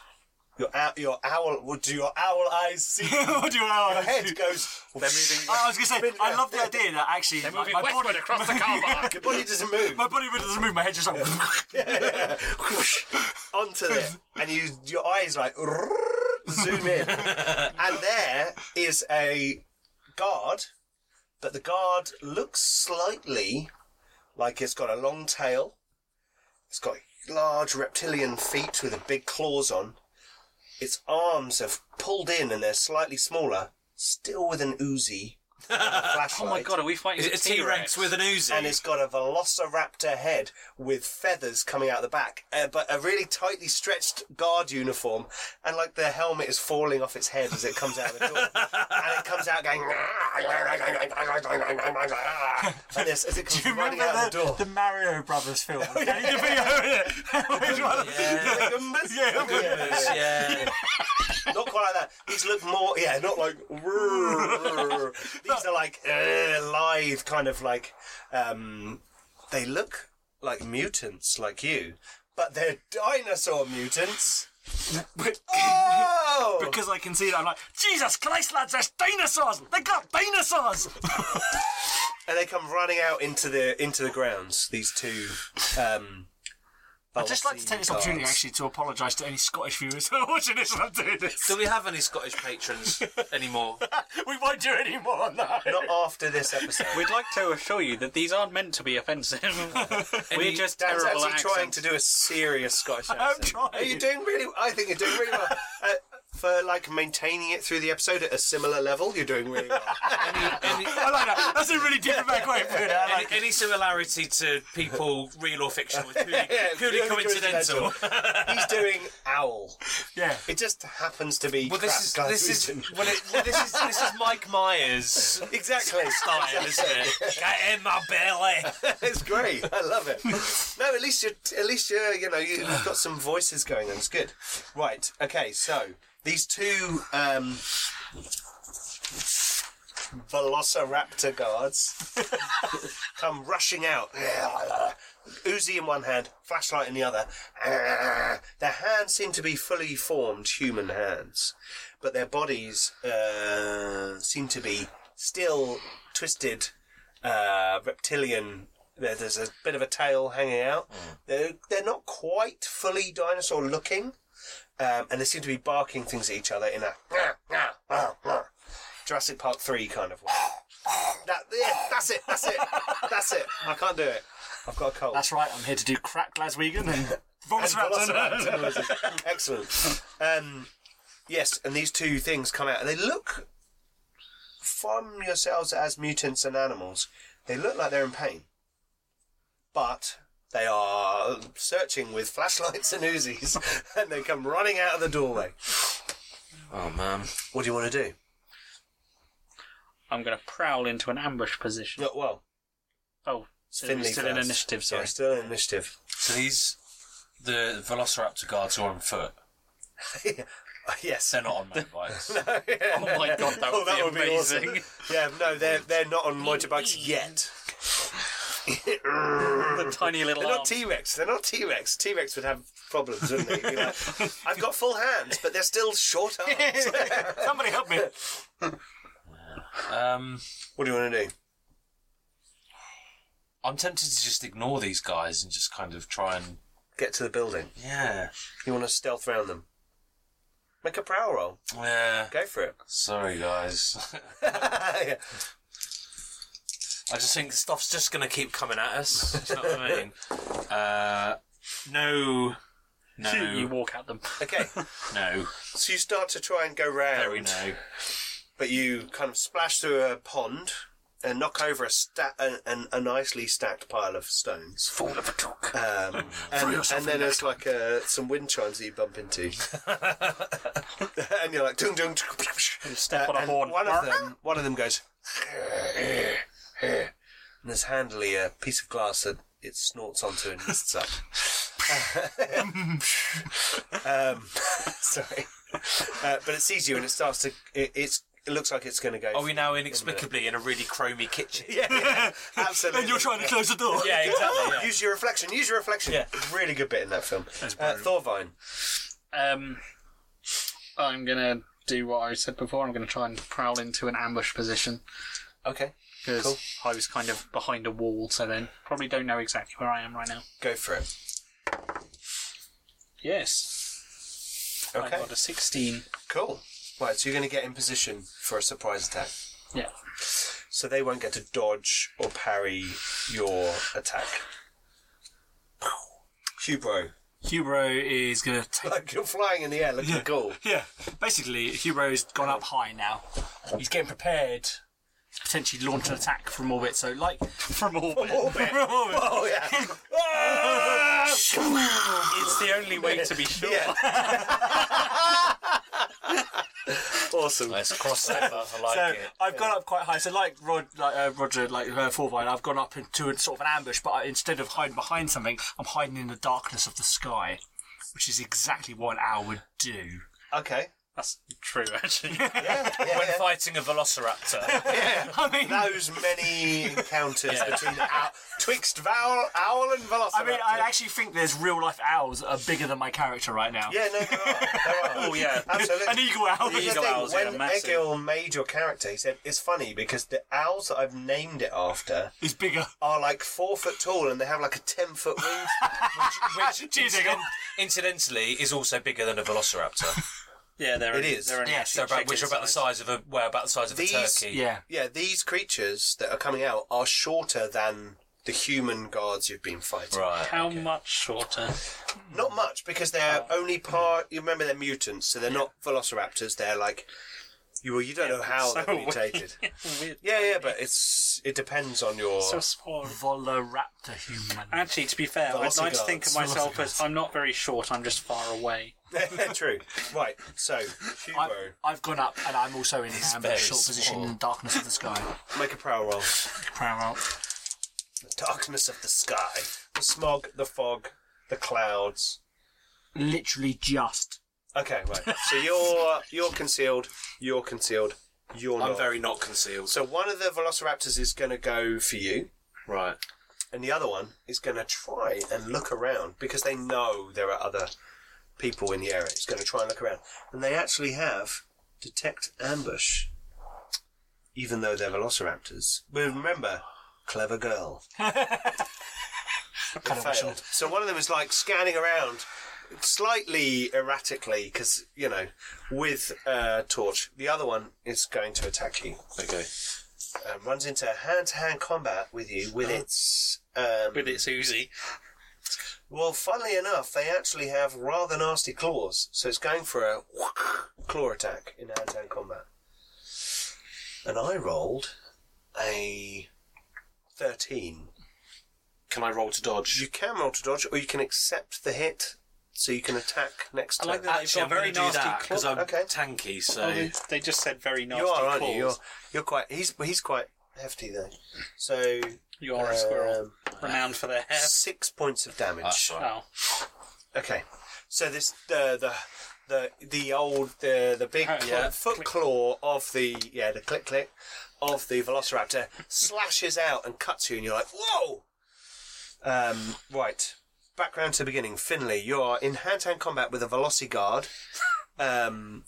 your owl, your owl, well, do your owl eyes see?
what do you owl?
Your head goes.
They're moving.
I was going to say, I love the idea that actually
They're
my,
moving
my
westward
body,
across the car park.
Your body doesn't move.
my body really doesn't move. My head just like.
whoosh, onto it, and you your eyes like zoom in, and there is a guard, but the guard looks slightly like it's got a long tail, it's got large reptilian feet with a big claws on, its arms have pulled in and they're slightly smaller, still with an Uzi. and a
Oh
flashlight
my god, are we fighting
Is it a T-Rex with an Uzi?
and it's got a velociraptor head with feathers coming out the back, uh, but a really tightly stretched guard uniform, and like the helmet is falling off its head as it comes out of the door, and it comes out going, "Ah, like this ah." as it comes
Do you
running
remember
out of the
the,
door.
the Mario Brothers film? yeah,
The Goombas?
Yeah, the
Yeah.
yeah.
not quite like that. These look more, yeah, not like. These are like uh, lithe, kind of like. Um, they look like mutants, like you, but they're dinosaur mutants. Oh!
Because I can see that, I'm like, Jesus Christ, lads, there's dinosaurs! They got dinosaurs!
and they come running out into the into the grounds. These two. Um,
I'd just like to take this opportunity actually to apologise to any Scottish viewers who are watching this while I'm doing this.
Do we have any Scottish patrons anymore?
We won't do any more on that.
Not after this episode.
We'd like to assure you that these aren't meant to be offensive. We're just
Dan's
terrible
actually trying
accents.
to do a serious Scottish accent.
trying.
Are you doing really? I think you're doing really well. Uh, for like maintaining it through the episode at a similar level, you're doing really well.
any,
I like that. That's a really diplomatic way of putting it. I
any,
like
any similarity to people, real or fictional, is purely,
Yeah,
purely
purely
coincidental.
He's doing owl.
Yeah.
It just happens to be.
Well, this is this is well, it, well, this is this is Mike Myers
exactly.
style, isn't it? Get in my belly.
it's great. I love it. No, at least you are at least you are you know you- you've got some voices going on. It's good. Right. Okay. So these two um, Velociraptor guards come rushing out. Uzi in one hand, flashlight in the other. Their hands seem to be fully formed human hands, but their bodies uh, seem to be still twisted uh, reptilian. There, there's a bit of a tail hanging out. They're, they're not quite fully dinosaur looking, um, and they seem to be barking things at each other in a Jurassic Park three kind of way. That, yeah, that's it. That's it. That's it. I can't do it. I've got a cold.
That's right, I'm here to do crack Glaswegian and Velociraptor.
Velociraptor noises. Excellent. Um, yes, and these two things come out, and they look from yourselves as mutants and animals. They look like they're in pain, but they are searching with flashlights and Uzis, and they come running out of the doorway.
Oh man.
What do you want to do?
I'm going to prowl into an ambush position.
No, well,
Oh,
it's
it was
Finley
still an
first.
initiative,
Yeah,
sorry.
still an initiative.
So these the Velociraptor guards are on foot.
Uh, yes.
They're not on motorbikes.
oh my god, that would
Oh, that
be
would be
amazing.
awesome. Yeah, no, they're they're not on motorbikes yet.
the tiny little
They're not
arms.
T Rex. They're not T Rex. T Rex would have problems, wouldn't they? Be like, I've got full hands, but they're still short arms.
Somebody help me.
Um,
what do you want to do?
I'm tempted to just ignore these guys and just kind of try and
Get to the building.
yeah,
You want to stealth round them? Make a prowl roll.
yeah.
Go for it.
Sorry, guys.
yeah.
I just think stuff's just gonna keep coming at us. Do you know what I mean? Uh, no,
You
no,
walk at them.
Okay.
no,
so you start to try and go round.
very no.
but you kind of splash through a pond and knock over a, sta- an, an, a nicely stacked pile of stones. Fool of a dog. Um, and, and then there's like uh, some wind chimes that you bump into. and you're like, dung, dung, dung,
step
uh,
on a
and
horn.
One of them, one of them goes, and there's handily a piece of glass that it snorts onto and lists up. um, sorry, uh, but it sees you and it starts to. It, it's, it looks like it's going to go.
Are Oh, we now inexplicably in a really chromy kitchen?
Yeah, yeah, absolutely. Oh,
And you're trying to close the door.
Yeah, exactly.
Use your reflection. Use your reflection.
Yeah.
Really good bit in that film. Uh, Thorvine.
Um, I'm gonna do what I said before. I'm gonna try and prowl into an ambush position
Okay,
because I was kind of behind a wall. So then probably don't know exactly where I am right now.
go for it.
Yes. I
Okay,
got a 16.
cool. Right, so you're going to get in position for a surprise attack.
Yeah.
so they won't get to dodge or parry your attack. Hubro,
Hubro is gonna take.
like you're flying in the air, looking cool.
Yeah, basically, Hubro's gone up high now. He's getting prepared to potentially launch an attack from orbit. So, like, from orbit.
Orbit.
From orbit.
Oh yeah, Ah!
It's the only way to be sure.
yeah. awesome.
Let's cross that off. I like
So
it.
I've gone up quite high. So like Rod, like uh, Roger, like uh, Forvine, I've gone up into a, sort of an ambush. But I, instead of hiding behind something, I'm hiding in the darkness of the sky, which is exactly what an owl would do.
Okay.
That's true, actually.
When fighting a velociraptor,
I mean,
Those many encounters between owl, twixt owl, owl and velociraptor.
I mean, I actually think there's real life owls that are bigger than my character right now.
yeah, no, there are. There are.
oh, yeah.
Absolutely.
An eagle owl.
Here's the
Eagle
thing,
Owl's in a
when
massive-
Egil made your character, he said it's funny because the owls that I've named it after
is bigger.
are like four foot tall and they have like a ten foot wingspan.
which
Cheers, Egil.
incidentally is also bigger than a velociraptor.
Yeah, they're
It is.
They're only
Yes,
They're
actually
about, which are
chicken
about the
size.
size of a well, about the size of
These-
a turkey.
Yeah.
yeah, these creatures that are coming out are shorter than the human guards you've been fighting.
Right.
How much shorter?
Not much because they're
Oh.
only part. You remember they're mutants, so they're not velociraptors. They're like you. Well, you don't know how
so
they're mutated.
Weird.
yeah, yeah, but it's it depends on your.
So small.
Velociraptor human.
Actually, to be fair, I'd like to think of
Velocigards.
myself as I'm not very short, I'm just far away.
True. Right. So
I,
Hugo,
I've gone up and I'm also in an
very
ambush short position in the darkness of the sky.
make a prowl roll.
Crown out.
darkness of the sky, the smog, the fog, the clouds.
Literally just.
Okay, right. So you're you're concealed. You're concealed. You're
I'm
not.
very not concealed.
So one of the velociraptors is going to go for you,
Right.
and the other one is going to try and look around because they know there are other people in the area. It's going to try and look around, and they actually have detect ambush, even though they're velociraptors. Well, remember, clever girl. They failed. So one of them is like scanning around slightly erratically because you know with a torch the other one is going to attack you
Okay.
um, runs into hand-to-hand combat with you with its. Um,
With its Uzi.
well, funnily enough, they actually have rather nasty claws, so it's going for a claw attack in hand-to-hand combat. And I rolled a thirteen.
Can I roll to dodge?
You can roll to dodge, or you can accept the hit, so you can attack next turn. Ah,
like that.
Actually, I'm
They've got
very
very nasty
nasty because I'm
Okay.
tanky. So
Oh, they, they just said very nasty
You are, aren't you?
claws.
You're, you're quite. He's he's quite hefty though. So
You are a squirrel.
um,
Renowned for their hair.
six points of damage.
that's right.
Oh,
Okay. So this the the the the old the the big
Oh,
cl-
yeah.
foot claw of the yeah the click click of the velociraptor slashes out and cuts you, and you're like, whoa! Um, right. Background to beginning. Finley, you are in hand to hand combat with a Velociguard. Um,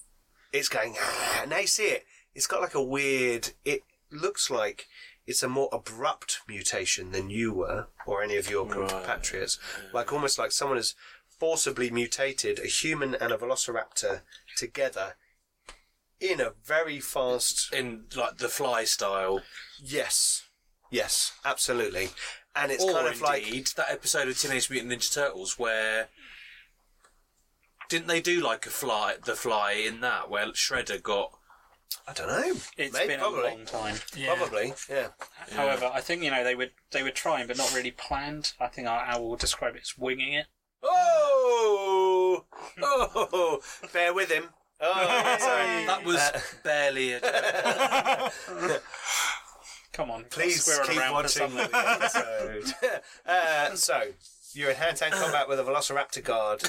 it's going, "Ah," now you see it. It's got like a weird, it looks like it's a more abrupt mutation than you were, or any of your compatriots. Like almost like someone has forcibly mutated a human and a Velociraptor together in a very fast
in like the fly style,
Yes. Yes, absolutely. And it's
or
kind of like
indeed that episode of Teenage Mutant Ninja Turtles where didn't they do like a fly, the fly in that where Shredder got
I don't know.
It's
Maybe,
been
probably.
a long time. Yeah.
Probably, yeah.
However, I think you know they were they were trying, but not really planned. I think I, I will describe it as winging it.
Oh, oh, bear with him. Oh, sorry.
that was barely a
Come on,
Please
square it
keep
around for
watching
something.
the episode. uh, so, you're in hand-to-hand combat with a Velociraptor guard,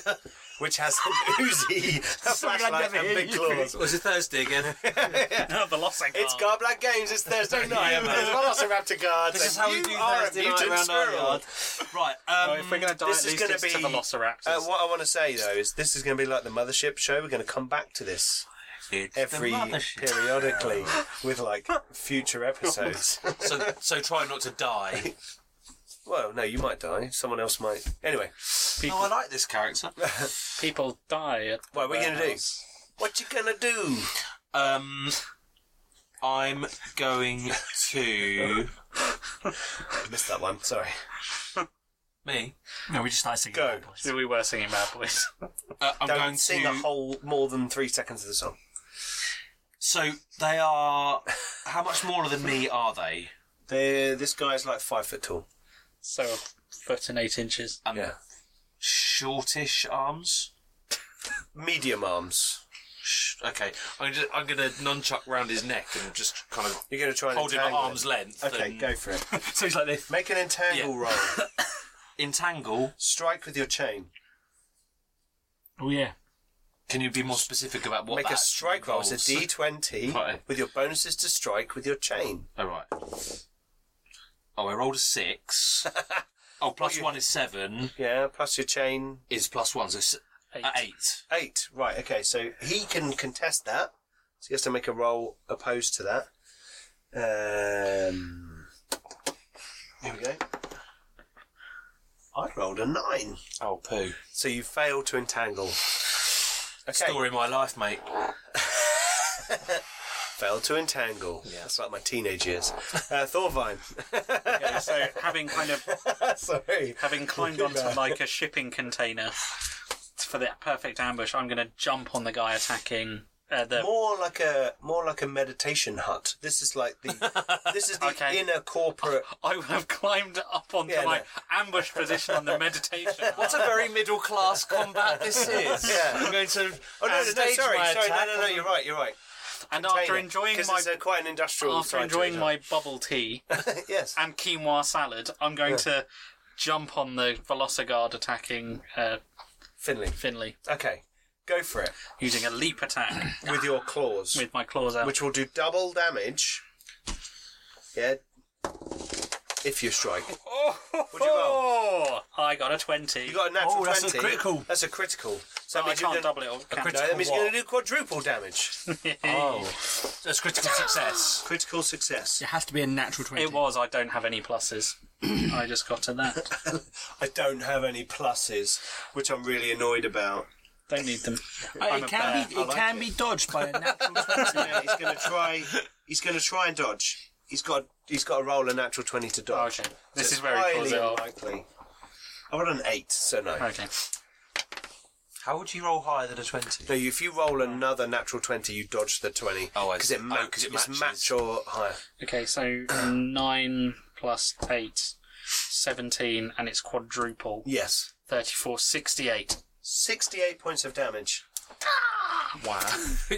which has an Uzi, a flashlight,
never
and
hear
big
you.
claws.
was it Thursday again?
Velociraptor.
It's
Um,
Garblack Games. It's Thursday night. and There's Velociraptor guards.
This is
and
how we
you
do
are a
Thursday night
mutant
around our
squirrel.
yard. Right, um,
Well, if we're going to die,
this
at
is
least
gonna
it's to
be-
the Velociraptors.
Uh, what I want to say though is this is going to be like the mothership show. We're going to come back to this
it's the
every
mothership.
periodically with like future episodes.
so, so try not to die.
well, no, you might die. Someone else might. Anyway,
oh, I like this character.
People die. At
what are we going to do?
warehouse.
What you going to do?
Um, I'm going to
Missed that one. Sorry.
me.
No, we just started singing.
Go.
Bad Boys.
So we were singing Bad Boys.
Uh, I'm
Don't
going
sing
to.
a whole more than three seconds of the song.
so they are. How much smaller than me are they?
They're, this guy's like five foot tall.
so a foot and eight inches.
Um,
Yeah.
Shortish arms.
Medium arms.
Sh- Okay, I'm, just, I'm gonna nunchuck round his neck and just kind of
You're going to try and
hold him at
entangle
arm's length.
Okay,
and
go for it.
So he's like this.
Make an entangle roll.
Entangle.
Strike with your chain.
Oh yeah.
Can you be more specific about what?
Make
that
a strike roll. It's a
involves?
d20
Right.
with your bonuses to strike with your chain.
All right. Oh, I rolled a six. oh, plus one is seven.
Yeah, plus your chain.
Is plus one so s-
Eight.
uh, eight.
Eight. Right, okay, so he can contest that. So he has to make a roll opposed to that. Um, here we go. I rolled a nine.
Oh, poo.
So you fail to entangle. Okay.
Story of my life, mate.
Fail to entangle. Yeah. That's like my teenage years. Uh, Thorvine.
Okay, so having kind of
Sorry.
having climbed onto like a shipping container for the perfect ambush, I'm going to jump on the guy attacking. Uh, the
more like a more like a meditation hut. This is like the this is the
Okay.
inner corporate.
I would have climbed up onto
Yeah,
my
no.
ambush position on the meditation.
What a very middle class combat this is.
Yeah.
I'm going to.
Oh no, no, no
stage
sorry,
my
sorry, no,
attack
no, no.
on-
You're right, you're right.
and after
Container,
enjoying
'cause
my
it's a quite an industrial.
after
side to
enjoying
it.
my bubble tea
yes,
and quinoa salad, I'm going to jump on the Velociguard attacking uh,
Finley.
Finley
Okay, go for it
using a leap attack
with your claws,
with my claws out.
which will do double damage. Yeah, if you strike. What'd you roll?
Oh, I got a twenty.
You got a natural
Oh, that's a
twenty.
critical.
That's a critical. So that
But I
means you're
can't
gonna-
double it. Or can
No, that means you're going to do quadruple damage.
Oh, that's critical success.
critical success.
It has to be a natural twenty.
It was. I don't have any pluses. I just got to that.
I don't have any pluses, which I'm really annoyed about.
Don't need them.
it can be. It
like
can
it.
be dodged by a natural twenty.
Yeah, he's going to try. He's going to try and dodge. He's got. He's got to roll a natural twenty to
Oh,
dodge.
okay. This
It's
is where he pulls
highly
it off.
unlikely. I rolled an eight, so no.
Okay.
How would you roll higher than a twenty?
No, if you roll another natural twenty, you dodge the twenty.
Oh, I
because
see.
it, ma-
Oh, 'cause it
it's
matches.
match or higher.
Okay. So nine plus eight. 17 and it's quadruple
Yes,
34 68
sixty-eight points of damage.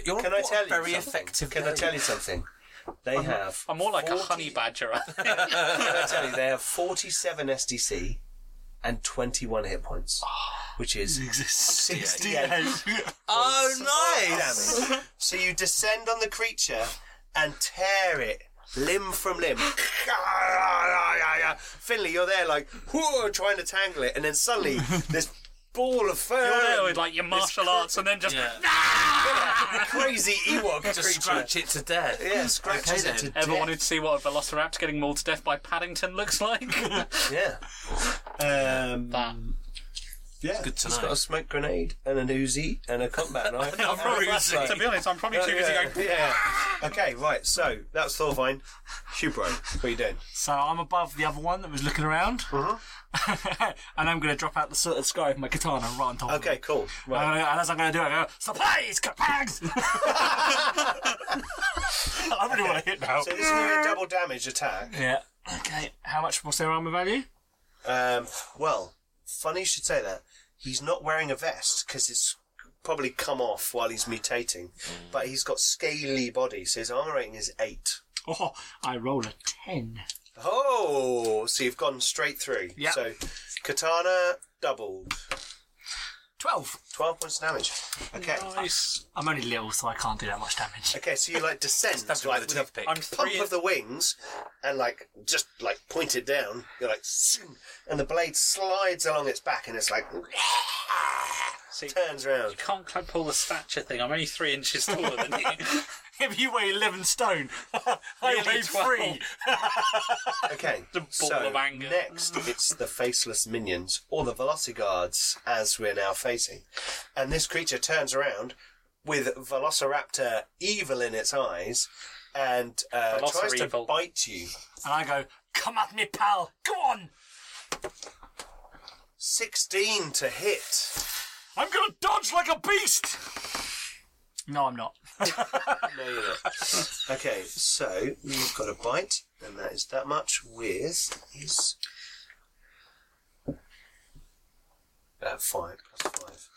You're
Can I tell you
very
something?
effective.
Can I tell you something? They have.
i'm more like a honey badger I think.
Can I tell you? They have forty-seven SDC and twenty-one hit points,
Ah.
which is sixty-eight.
Oh, nice.
damage. so you descend on the creature and tear it limb from limb. Finley, you're there like whoa, trying to tangle it, and then suddenly this ball of fur,
You're there with like your martial arts and then just
Yeah.
crazy Ewok creature.
Just scratch it to death.
Yeah, scratches
Okay,
it to
then.
Ever
death.
wanted to see what a velociraptor getting mauled to death by Paddington looks like?
Yeah. Um,
that.
yeah.
Good to
He's
know.
got a smoke grenade and an Uzi and a combat knife.
I'm probably, to be honest, I'm probably too busy
yeah.
going.
yeah. Okay, right. So that's Thorvine. Shubro, what are you doing?
So I'm above the other one that was looking around.
Uh-huh.
and I'm going to drop out the sort of sky with my katana right on top of
Okay,
it.
cool.
And,
Right.
I- and as I'm going to do it, I go, surprise, kapags! I really want to hit now.
So this is a double damage attack.
Yeah. Okay, how much was their armor value?
Um, well, funny you should say that. He's not wearing a vest because it's probably come off while he's mutating. But he's got scaly body, so his armor rating is eight.
Oh, I rolled a 10.
Oh, so you've gone straight through.
Yeah.
So katana doubled.
12.
12 points of damage. Okay.
Nice.
I'm only little, so I can't do that much damage.
Okay, so you like descend
That's
like,
with
with
a
a
toothpick.
I'm
pump
three.
of the wings and like just like point it down. You're like, "Soon," and the blade slides along its back and it's like,
See,
turns round.
can't quite pull the stature thing. I'm only three inches taller than you.
if you weigh 11 stone, I
Nearly
weigh 3.
12.
Okay.
The ball
so
of anger.
Next, it's the faceless minions or the Velociguards as we're now facing. And this creature turns around with Velociraptor evil in its eyes and uh, tries to
Velocirevil.
bite you.
And I go, come at me, pal, go on!
16 to hit.
I'm gonna dodge like a beast! No, I'm not.
No, you're not. okay, so you've got a bite, and that is that much with is uh, five plus five.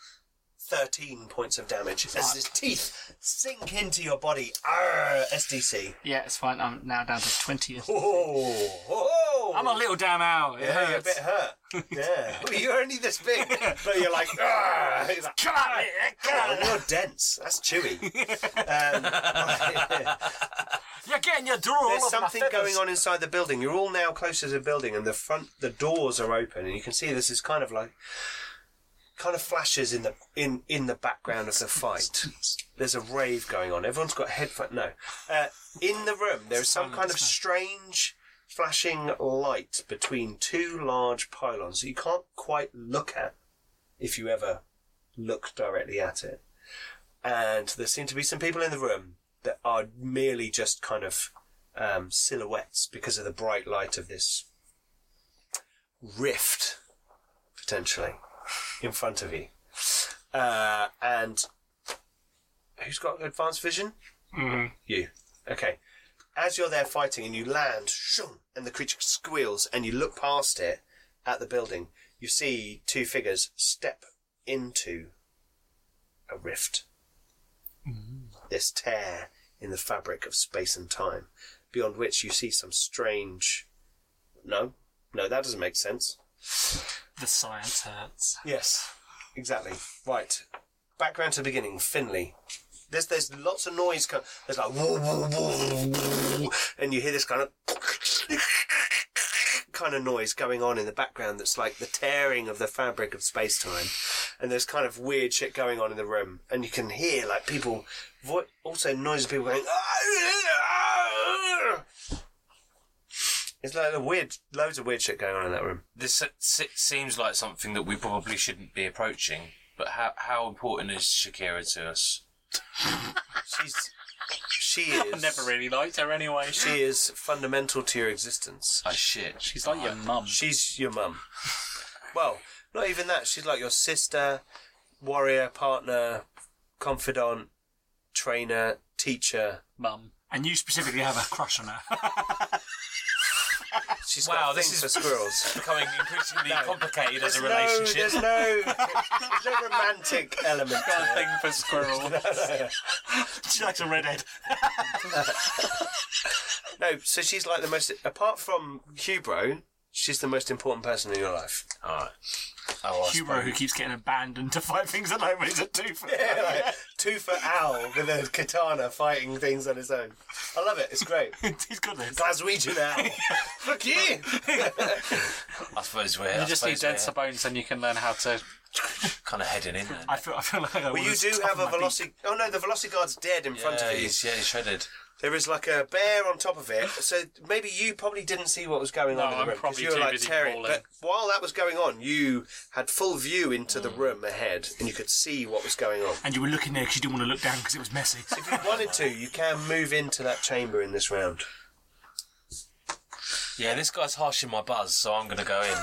13 points of damage as his teeth sink into your body. Arr, SDC.
Yeah, it's fine. I'm now down to 20.
Oh, oh.
I'm a little damn owl. It
yeah, you're a
hurts.
bit hurt. Yeah. Well, you're only this big, but you're like, Arr! He's like,
Come at me! Come
Oh,
at me.
you're dense. That's chewy. Um,
You're getting your draw all
there's
of my
something
feathers.
going on inside the building. You're all now closer to the building, and the front, the doors are open, and you can see this is kind of like, kind of flashes in the in in the background of the fight. There's a rave going on. Everyone's got headphones. No, uh, in the room there is some kind of strange flashing light between two large pylons that you can't quite look at if you ever look directly at it. And there seem to be some people in the room that are merely just kind of um, silhouettes because of the bright light of this rift, potentially, in front of you. Uh, and who's got advanced vision?
Mhm.
You. Okay. As you're there fighting and you land, shung, and the creature squeals, and you look past it at the building, you see two figures step into a rift. This tear in the fabric of space and time, beyond which you see some strange. No, no, that doesn't make sense.
The science hurts.
Yes, exactly. Right. Background to the beginning, Finley. There's there's lots of noise. co- There's like woo, woo, woo, woo, and you hear this kind of kind of noise going on in the background. That's like the tearing of the fabric of space time, and there's kind of weird shit going on in the room, and you can hear like people, vo- also noise of people going. "Ah, ah, ah." It's like a weird, loads of weird shit going on in that room.
This se- se- seems like something that we probably shouldn't be approaching. But how how important is Shakira to us?
She's she is
I never really liked her anyway. She,
She is fundamental to your existence.
Oh shit!
she's like your mum.
She's your mum. Well, not even that. She's like your sister, warrior, partner, confidant, trainer, teacher.
Mum.
And you specifically have a crush on her.
She's
Wow,
got a
this
thing
is-
for squirrels.
Becoming increasingly complicated as a
No, there's
relationship.
no, there's no romantic element. to
Got a
it.
thing for squirrels.
she likes a redhead.
No, so she's like the most apart from Hubro. She's the most important person in your life.
Alright.
Oh, I
Hubro, who keeps getting abandoned to fight things alone when he's a two for
Yeah, like, two for owl with a katana fighting things on his own. I love it. It's great.
He's got this.
Glaswegian owl. Fuck you.
suppose- I suppose we're.
You
I
just need
suppose
denser bones and you can learn how to.
kind of heading in there.
I feel, I feel like I
Well, you do have a velocity. Oh no, the velociguard's dead in front
yeah,
of you.
he's, yeah, he's shredded.
There is like a bear on top of it, so maybe you probably didn't see what was going on in
No,
the
I'm
room
probably
you were
too
like
busy
tearing.
bawling.
But while that was going on, you had full view into
Mm.
the room ahead, and you could see what was going on.
And you were looking there because you didn't want to look down because it was messy.
If you wanted to, you can move into that chamber in this round.
Yeah, this guy's harshing my buzz, so I'm gonna go in.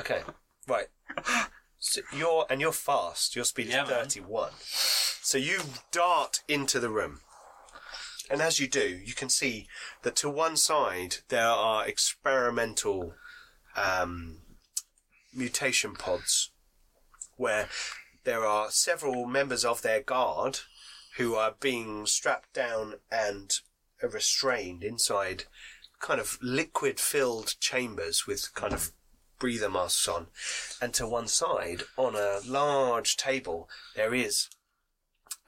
Okay, right. So you're and you're fast. Your speed is
Yeah, man.
31. So you dart into the room, and as you do, you can see that to one side there are experimental um, mutation pods, where there are several members of their guard who are being strapped down and restrained inside kind of liquid filled chambers with kind of breather masks on. And to one side, on a large table, there is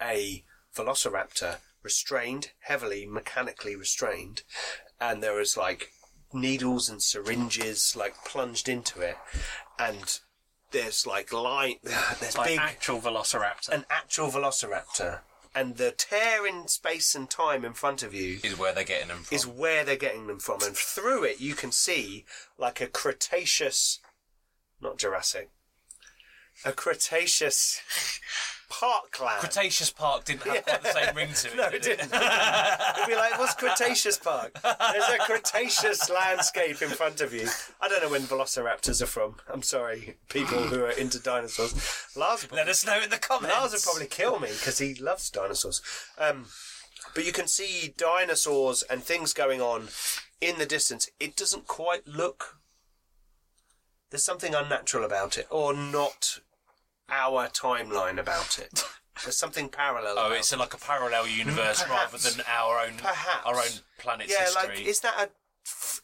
a velociraptor restrained, heavily mechanically restrained, and there is like needles and syringes like plunged into it, and there's like light, there's
Like
big
actual velociraptor.
an actual velociraptor, and the tear in space and time in front of you
is where they're getting him from.
is where they're getting them from, and through it you can see like a Cretaceous, not Jurassic, a Cretaceous parkland.
Cretaceous Park didn't have quite the same ring to it.
no, it didn't. You'd be like, what's Cretaceous Park? There's a Cretaceous landscape in front of you. I don't know when velociraptors are from. I'm sorry, people who are into dinosaurs. Lars
Let us know in the comments.
Lars would probably kill me because he loves dinosaurs. Um, but you can see dinosaurs and things going on in the distance. It doesn't quite look. There's something unnatural about it, or not our timeline about it. There's something parallel.
Oh,
about
it's like a parallel universe rather
Perhaps.
than our own
Perhaps.
our own planet's
yeah.
history.
Like, is that a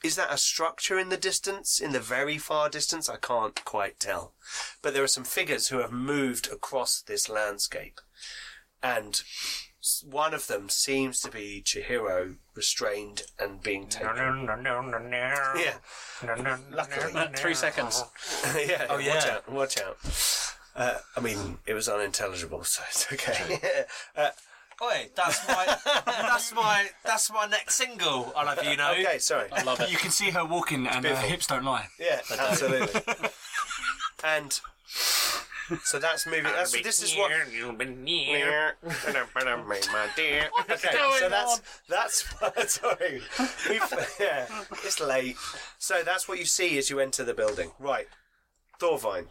is that a structure in the distance, in the very far distance? I can't quite tell. But there are some figures who have moved across this landscape, and s- one of them seems to be Chihiro, restrained and being taken. Yeah,
Uh, Three seconds.
yeah. Oh, Watch
yeah.
out! Watch out! Uh, I mean, it was unintelligible, so it's okay. uh,
Oi, that's my that's my that's my next single. I love you know.
okay, sorry.
I love it.
You can see her walking and her
beautiful.
hips don't lie.
Yeah, absolutely. and so that's moving. That's, this is what. okay, so that's that's sorry. We've, yeah, it's late. So that's what you see as you enter the building. Right, Thorvine.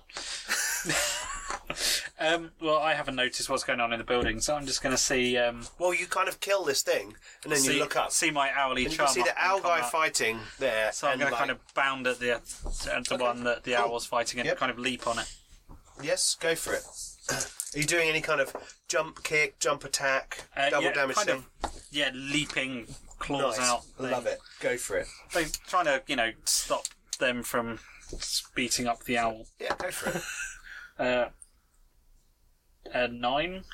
Um, well, I haven't noticed what's going on in the building, so I'm just going to see. Um,
Well, you kind of kill this thing, and then
see,
you look up.
see my hourly
and you can
charm.
see the
up and
owl
come
guy
up.
fighting there.
So I'm
and
going
like-
to kind of bound at the at the one that the owl's fighting and
Yep.
kind of leap on it.
yes, go for it. Are you doing any kind of jump kick, jump attack,
Uh,
double
yeah,
damage
kind
thing?
of, yeah, leaping claws
nice,
out.
love it. Go for it.
They're trying to you know stop them from beating up the owl.
Yeah, go for it.
Uh, uh, nine.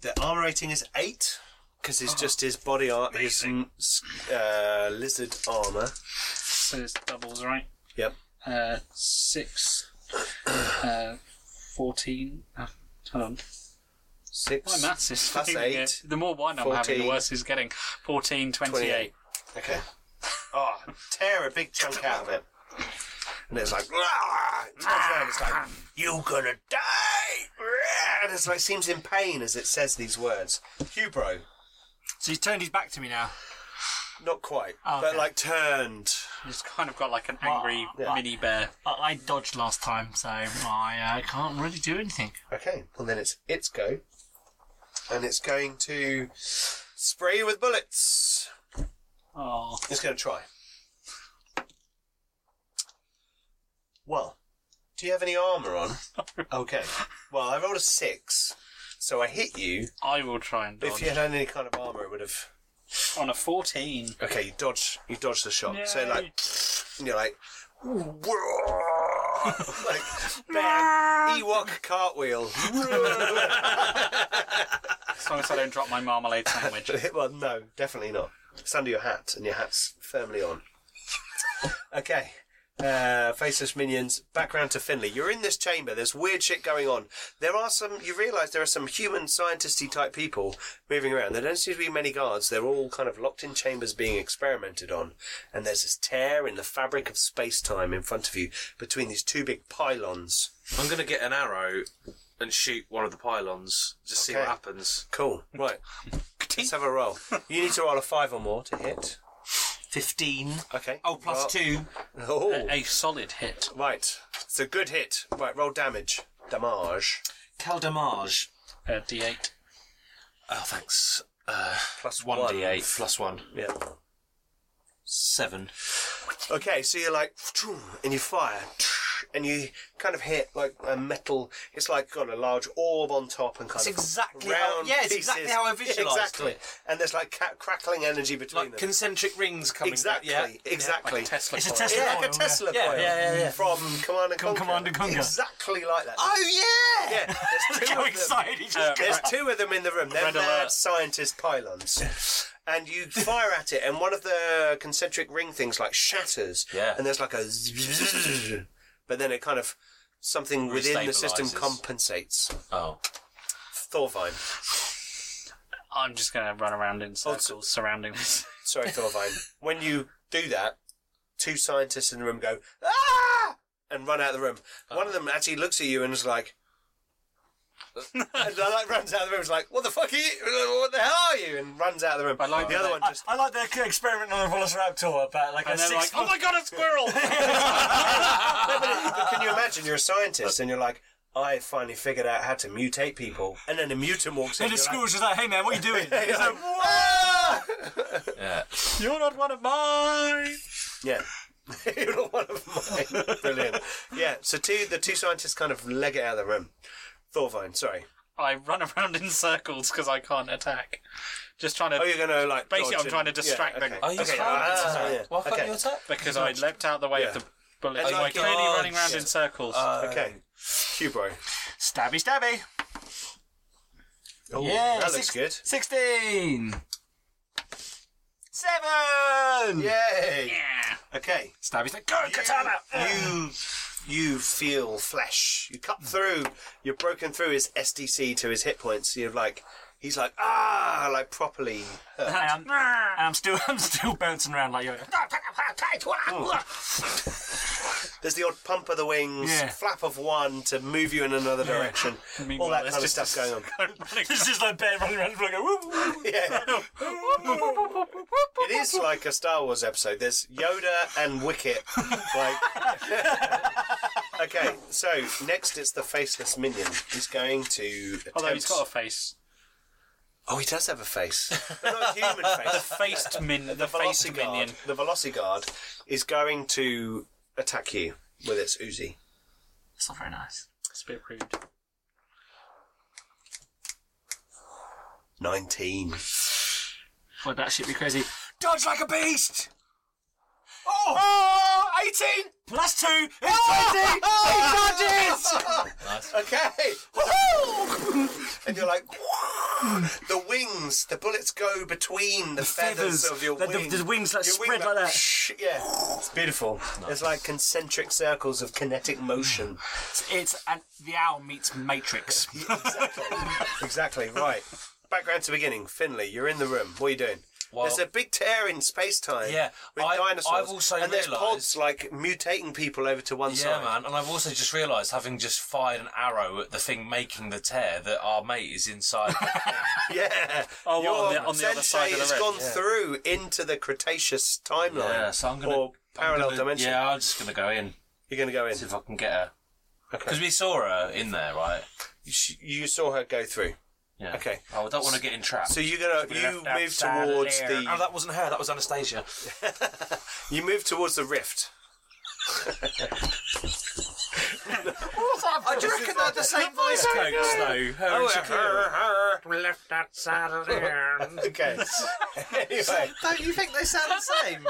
The armor rating is eight because it's just his body art, his mm, s- uh, lizard armor.
So it's doubles, right?
Yep.
Uh, six. Uh, fourteen. Uh, hold on. My
Six.
maths is
Plus
failing me.
eight.
The more wine I'm
14.
having, the worse it's getting. 14, 28.
28. Okay. Oh, tear a big chunk out of it. And it's like, "Rah!" it turns around, it's like, you're gonna die! Rah! And it's like, seems in pain as it says these words. Hubro,
So he's turned his back to me now.
not quite,
Oh,
but
okay.
like turned.
It's kind of got like an angry
Ah, Yeah.
mini bear.
I, I dodged last time, so I uh, can't really do anything.
Okay, well then it's its go. And it's going to spray you with bullets.
Oh,
It's going to try. Well, do you have any armor on? okay. Well, I rolled a six, so I hit you.
I will try and
But
dodge.
if you had had any kind of armor, it would have.
On a 14.
Okay, you dodge. You dodge the shot. So
Yay.
like, and you're like, like bear, Ewok cartwheel.
As long as I don't drop my marmalade sandwich.
well, no, definitely not. It's under your hat, and your hat's firmly on. okay. Uh, faceless minions. Background to Finley. You're in this chamber. There's weird shit going on. There are some. You realise there are some human scientisty type people moving around. There don't seem to be many guards. They're all kind of locked in chambers being experimented on. And there's this tear in the fabric of space time in front of you between these two big pylons.
I'm going to get an arrow and shoot one of the pylons. Just see
Okay.
what happens.
Cool. Right. Let's have a roll. You need to roll a five or more to hit.
15.
Okay.
Oh, plus
Roll-
two.
Oh.
A, a solid hit.
Right. It's a good hit. Right, roll damage. Damage.
Caldamage.
Uh, D8.
Oh, thanks. Uh,
Plus
1d8. Plus 1.
Yeah.
7.
Okay, so you're like, and you fire, and you kind of hit like a metal. It's like got a large orb on top and kind
That's
of
exactly how-
round
yeah, it's exactly
pieces.
how I visualised
Exactly.
it.
And there's like ca- crackling energy between
Like
them.
concentric rings coming
exactly.
back. Yeah.
Exactly.
Tesla
It's a
coil.
Tesla
yeah, like
coil,
a Tesla
yeah.
coil
Yeah, yeah, yeah, yeah.
from Command and Conquer.
Command and Conquer.
Exactly like that.
Oh, yeah!
Yeah, there's two
Look how
of them.
excited he just got.
There's two of them in the room. They're
Um, Red
mad
alert.
scientist pylons. And you fire at it, and one of the concentric ring things like shatters.
Yeah.
And there's like a, zzzz, but then it kind of something within the system
Restabilises.
compensates.
Oh.
Thorvine.
I'm just going to run around in circles surrounding this.
Sorry, Thorvine. when you do that, two scientists in the room go ah, and run out of the room. One
Uh.
of them actually looks at you and is like. and like runs out of the room. Is like, what the fuck are you? What the hell are you? And runs out of the room.
I like
the
that
other
they-
one
I,
just
I like the experiment on the Velociraptor about like a
And they're like,
six.
oh my god, a squirrel!
No, but but can you imagine? You're a scientist, and you're like, I finally figured out how to mutate people, and then a mutant walks in.
and the
you're like-
squirrel's just like, hey man, what are you doing? He's like,
"Ah!"
Yeah.
You're not one of mine!
yeah. You're not one of mine. Brilliant. Yeah. So two, the two scientists kind of leg it out of the room. Thorvine, sorry.
I run around in circles because I can't attack. Just trying to.
Oh, you're gonna like.
Basically,
dodge
I'm trying to
and-
distract
yeah, okay.
them.
Are you
Okay,
okay,
ah, yeah.
Why can't
Okay.
you attack?
because I leapt out the way of
Yeah.
the bullet.
And
So I'm
like- Uh,
clearly
Oh,
running around in
shit.
circles.
Okay. Cubro.
stabby, stabby.
Oh,
yeah,
that
six-
looks good.
Sixteen. Seven.
Yay! Okay.
Stabby, stabby. Go, katana.
you you feel flesh. You cut through. You're broken through his SDC to his hit points. You're like, he's like ah, like properly. hurt.
And I'm, and I'm still, I'm still bouncing around like you're.
There's the odd pump of the wings,
Yeah.
flap of one to move you in another direction. All that
there's
kind of
just
stuff going on.
This is like bear running around like a whoop, whoop, whoop.
Yeah. it is like a Star Wars episode. There's Yoda and Wicket. Like. okay, so next it's the faceless minion. He's going to.
Although he's
attempt-
got a face.
Oh, he does have a face. But not a human face.
Faced min. The, faced minion.
The Velociguard is going to attack you with its Uzi.
It's not very nice.
It's a bit rude.
19.
Well, that shit be crazy. Dodge like a beast. Oh, oh 18 plus two is 20. Oh, He
Oh!
dodges.
Okay! and you're like, the wings, the bullets go between the, feathers, of your
the, the-
wings.
The, wings like
Your wing
spread like that.
yeah, it's beautiful. It's like concentric circles of kinetic motion.
It's, it's an, the owl meets Matrix.
exactly. exactly, right. Background to beginning. Finley, you're in the room. What are you doing?
Well-
there's a big tear in space time.
Yeah,
with
I-
dinosaurs.
I've also
and there's pods
realised-
like mutating people over to one
Yeah,
side.
man. And I've also just realised, having just fired an arrow at the thing making the tear, that our mate is inside.
Yeah.
Oh, what,
Your
on the- on the
sensei
other side of the
has
ring?
gone through into the Cretaceous timeline
yeah, so I'm gonna.
or
I'm
parallel
gonna-
dimension.
Yeah, I'm just gonna go in
You're going to go in.
see if I can get her.
Okay.
Because we saw her in there, right?
Sh- You saw her go through.
Yeah.
Okay.
Oh, I don't want to get entrapped.
So you're gonna you move towards
Oh,
the
that wasn't her. That was Anastasia.
you move towards the rift.
I do reckon they're the same
Oh,
voice coats, though. Her and Shakira.
Oh, We left that side of there.
Okay. anyway,
Don't you think they sound the same?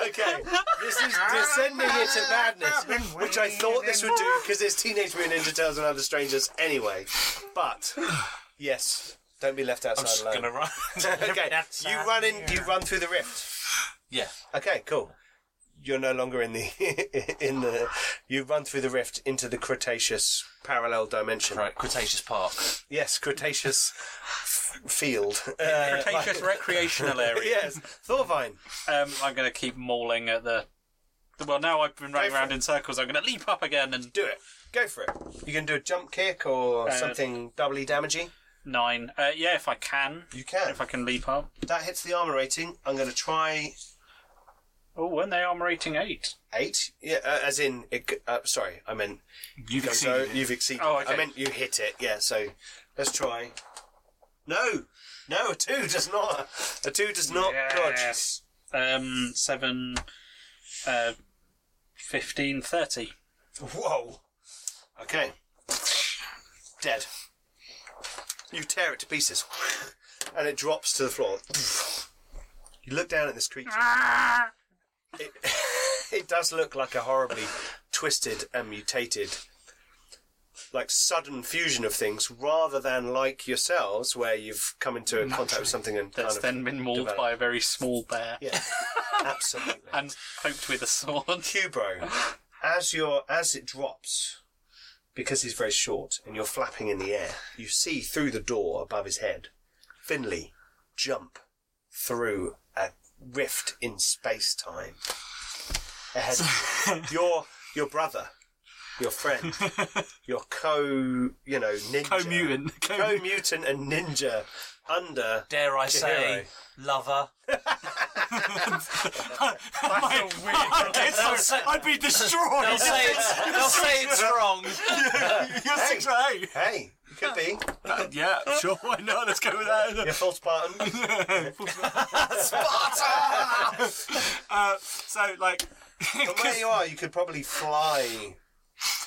Okay, this is descending into madness, which I thought this would do because it's Teenage Mutant Ninja Turtles and Other Strangers anyway. But yes, don't be left outside
I'm just
alone.
gonna run.
okay, you run in. You run through the rift.
yeah.
Okay, cool. You're no longer in the in the. You run through the rift into the Cretaceous parallel dimension.
Right. Cretaceous Park.
Yes, Cretaceous f- field. Uh,
Cretaceous recreational
like-
area.
yes, Thorvine.
Um, I'm going to keep mauling at the. Well, now I've been running
Go for
around
it.
in circles. I'm going to leap up again and
Do it. Go for it. You can do a jump kick or
Uh,
something doubly damaging.
nine. Uh, yeah, if I can,
You can.
if I can leap up.
That hits the armor rating. I'm going to try
Oh, weren't they armor rating eight?
eight. Yeah, uh, as in, it, g- uh, sorry, I meant
You've
so
exceeded it.
you've exceeded.
Oh, okay.
I meant you hit it. Yeah. So let's try. No, no, a two does not. A two does not dodge.
Yes. Um, seven, uh, 15, 30.
Whoa. Okay. Dead. You tear it to pieces, and it drops to the floor. You look down at this creature. It, it does look like a horribly twisted and mutated, like sudden fusion of things, rather than like yourselves, where you've come into contact with something and kind
That's
of
then been mauled
developed.
by a very small bear
Yeah, absolutely.
and poked with a sword.
Cubro, as your as it drops, because he's very short and you're flapping in the air, you see through the door above his head, Finley jump through a rift in space time. Ahead, of you. your your brother, your friend, your co you know ninja
Co-mutant.
co
Co-
mutant and ninja under
Dare I say,
Chihiro.
lover.
I guess I'd, I'd be destroyed.
They'll say it's, they'll say it's wrong.
You're six foot
Hey, you could be
eight. Yeah, sure, why not? Let's go with that.
your false Spartan.
Uh, so, like,
But where you are, you could probably fly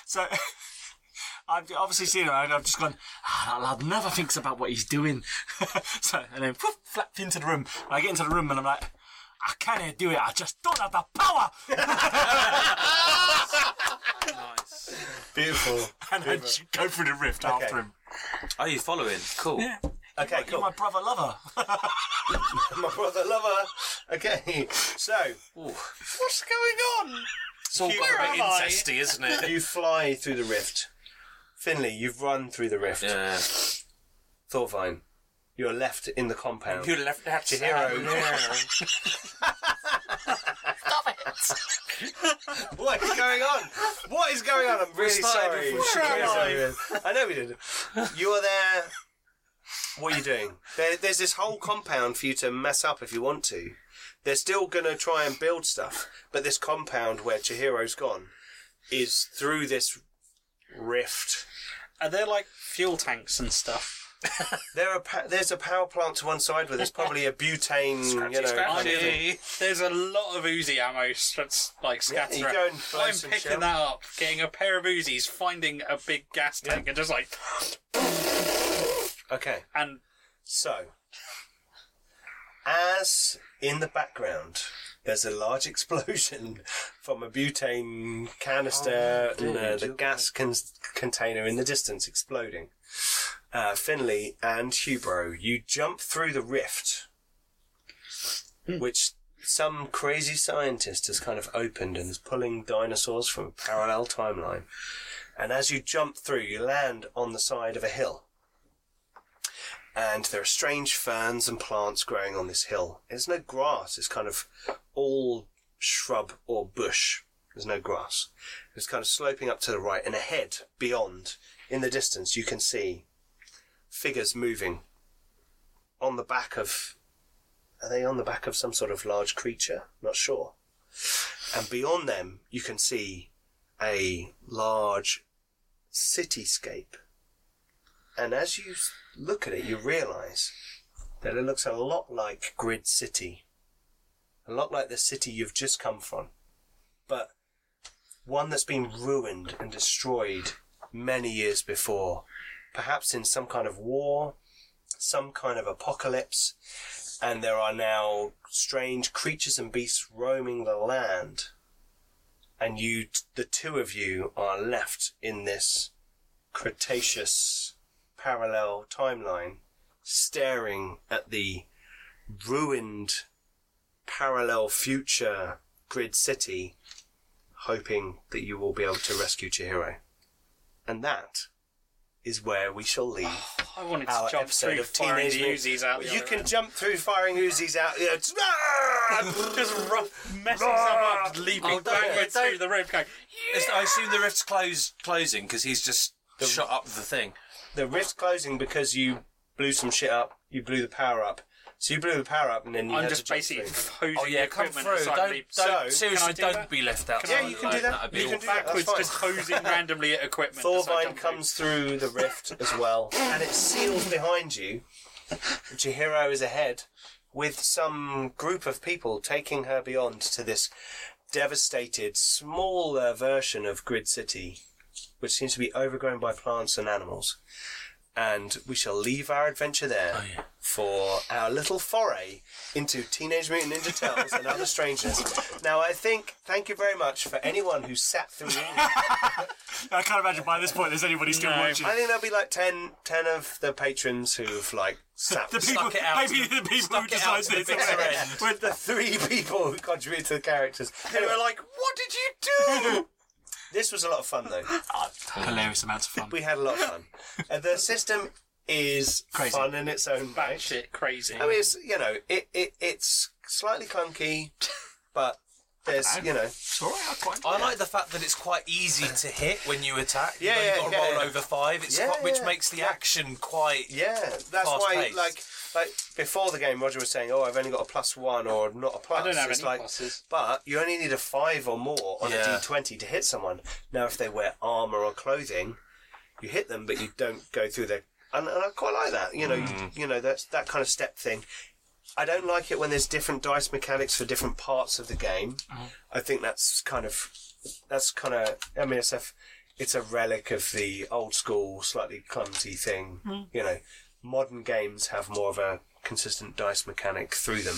So I've obviously seen her and I've just gone, ah, that lad never thinks about what he's doing. so and then whoop, flapped into the room. And I get into the room and I'm like, I can't do it, I just don't have the power
Beautiful.
and I just go through the rift after him.
Are you following? Cool.
Okay, cool.
You're my brother lover.
My brother lover. Okay, so what's going on?
It's all
Where
quite a bit
am I?
incesty, isn't it?
You fly through the rift. Finley, you've run through the rift.
Yeah.
Thorvine, you're left in the compound.
You left that to
Chihiro. What is going on? What is going on? I'm really sorry.
started before
Where
Chihiro.
am I? I know we did. You are there. What are you doing? There, there's this whole compound for you to mess up if you want to. They're still going to try and build stuff, but this compound where Chihiro's gone is through this rift.
Are there like fuel tanks and stuff?
There are pa- there's a power plant to one side where there's probably a butane, you know. kind of thing.
There's a lot of Uzi ammo that's like scattered.
you
around.
go and blow
I'm
some
picking
shell.
that up, getting a pair of Uzis, finding a big gas tank, and just like
Okay.
and
So, as in the background, there's a large explosion from a butane canister and uh, the gas con- container in the distance exploding. Uh, Finley and Hubro, you jump through the rift, which some crazy scientist has kind of opened and is pulling dinosaurs from a parallel timeline. And as you jump through, you land on the side of a hill and there are strange ferns and plants growing on this hill. There's no grass. It's kind of all shrub or bush. There's no grass. It's kind of sloping up to the right, and ahead, beyond, in the distance, you can see figures moving on the back of. Are they on the back of some sort of large creature? Not sure. And beyond them, you can see a large cityscape. And as you s- look at it, you realise that it looks a lot like Grid City, a lot like the city you've just come from, but one that's been ruined and destroyed many years before, perhaps in some kind of war, some kind of apocalypse, and there are now strange creatures and beasts roaming the land. And you, t- the two of you, are left in this Cretaceous parallel timeline, staring at the ruined parallel future grid city, hoping that you will be able to rescue Chihiro. And that is where we shall leave
I wanted to
our
jump
episode
through
of Teenage
firing
Mutant-
Uzis out. the
You
other
can
end.
jump through firing Uzis out. Yeah, it's- Ah!
just rough messing stuff up, leaping
Oh, don't-
backwards
don't-
through the rope, going.
Is- I assume the rift's closed, closing because he's just shot up the thing.
the rift's closing because you blew some shit up. You blew the power up. So you blew the power up, and then you
I'm
had
just
to jump
basically
through.
hosing
Oh yeah,
the
come
equipment
through.
as I
Don't,
leap.
don't-
So, can I
seriously,
do
not
that?
be left out.
Yeah, you can do that.
That'd be
You can
awful.
do that.
backwards,
That's
just
fine.
hosing randomly at equipment. as I
Thorvine
jump
comes through the rift as well, and it seals behind you. Chihiro is ahead with some group of people taking her beyond to this devastated, smaller version of Grid City, which seems to be overgrown by plants and animals. And we shall leave our adventure there
Oh,
for our little foray into Teenage Mutant Ninja Turtles and other strangeness. Now, I think, thank you very much for anyone who sat through all
I can't imagine by this point there's anybody still
No.
watching.
I think there'll be like 10, 10 of the patrons who've like sat
The people,
it out
maybe
to the-
the people who
stuck it out
decide
to the
this.
bitter
yeah.
end.
with the three people who contributed to the characters. They were like, "What did you do?" this was a lot of fun though.
Hilarious amounts of fun.
We had a lot of fun. Uh, the system is
Crazy.
fun in its own
Back
way.
shit crazy.
I mean, it's you know, it, it it's slightly clunky, but there's you know,
It's all right, I quite
I like the fact that it's quite easy to hit when you attack.
Yeah,
You've only
yeah,
got to
yeah,
roll
yeah.
over five. It's
Yeah,
quite, which
yeah,
makes the
yeah.
action quite.
yeah, that's why
Fast-paced.
like like before the game, Roger was saying, "Oh, I've only got a plus one or not a plus."
I don't have
it's
any
like,
pluses.
But you only need a five or more on
Yeah.
a d20 to hit someone. Now, if they wear armor or clothing, you hit them, but you don't go through their. And, and I quite like that. You know, you, you know that's that kind of step thing. I don't like it when there's different dice mechanics for different parts of the game. I think that's kind of that's kind of. I mean, it's a f- it's a relic of the old school, slightly clumsy thing. You know, modern games have more of a consistent dice mechanic through them.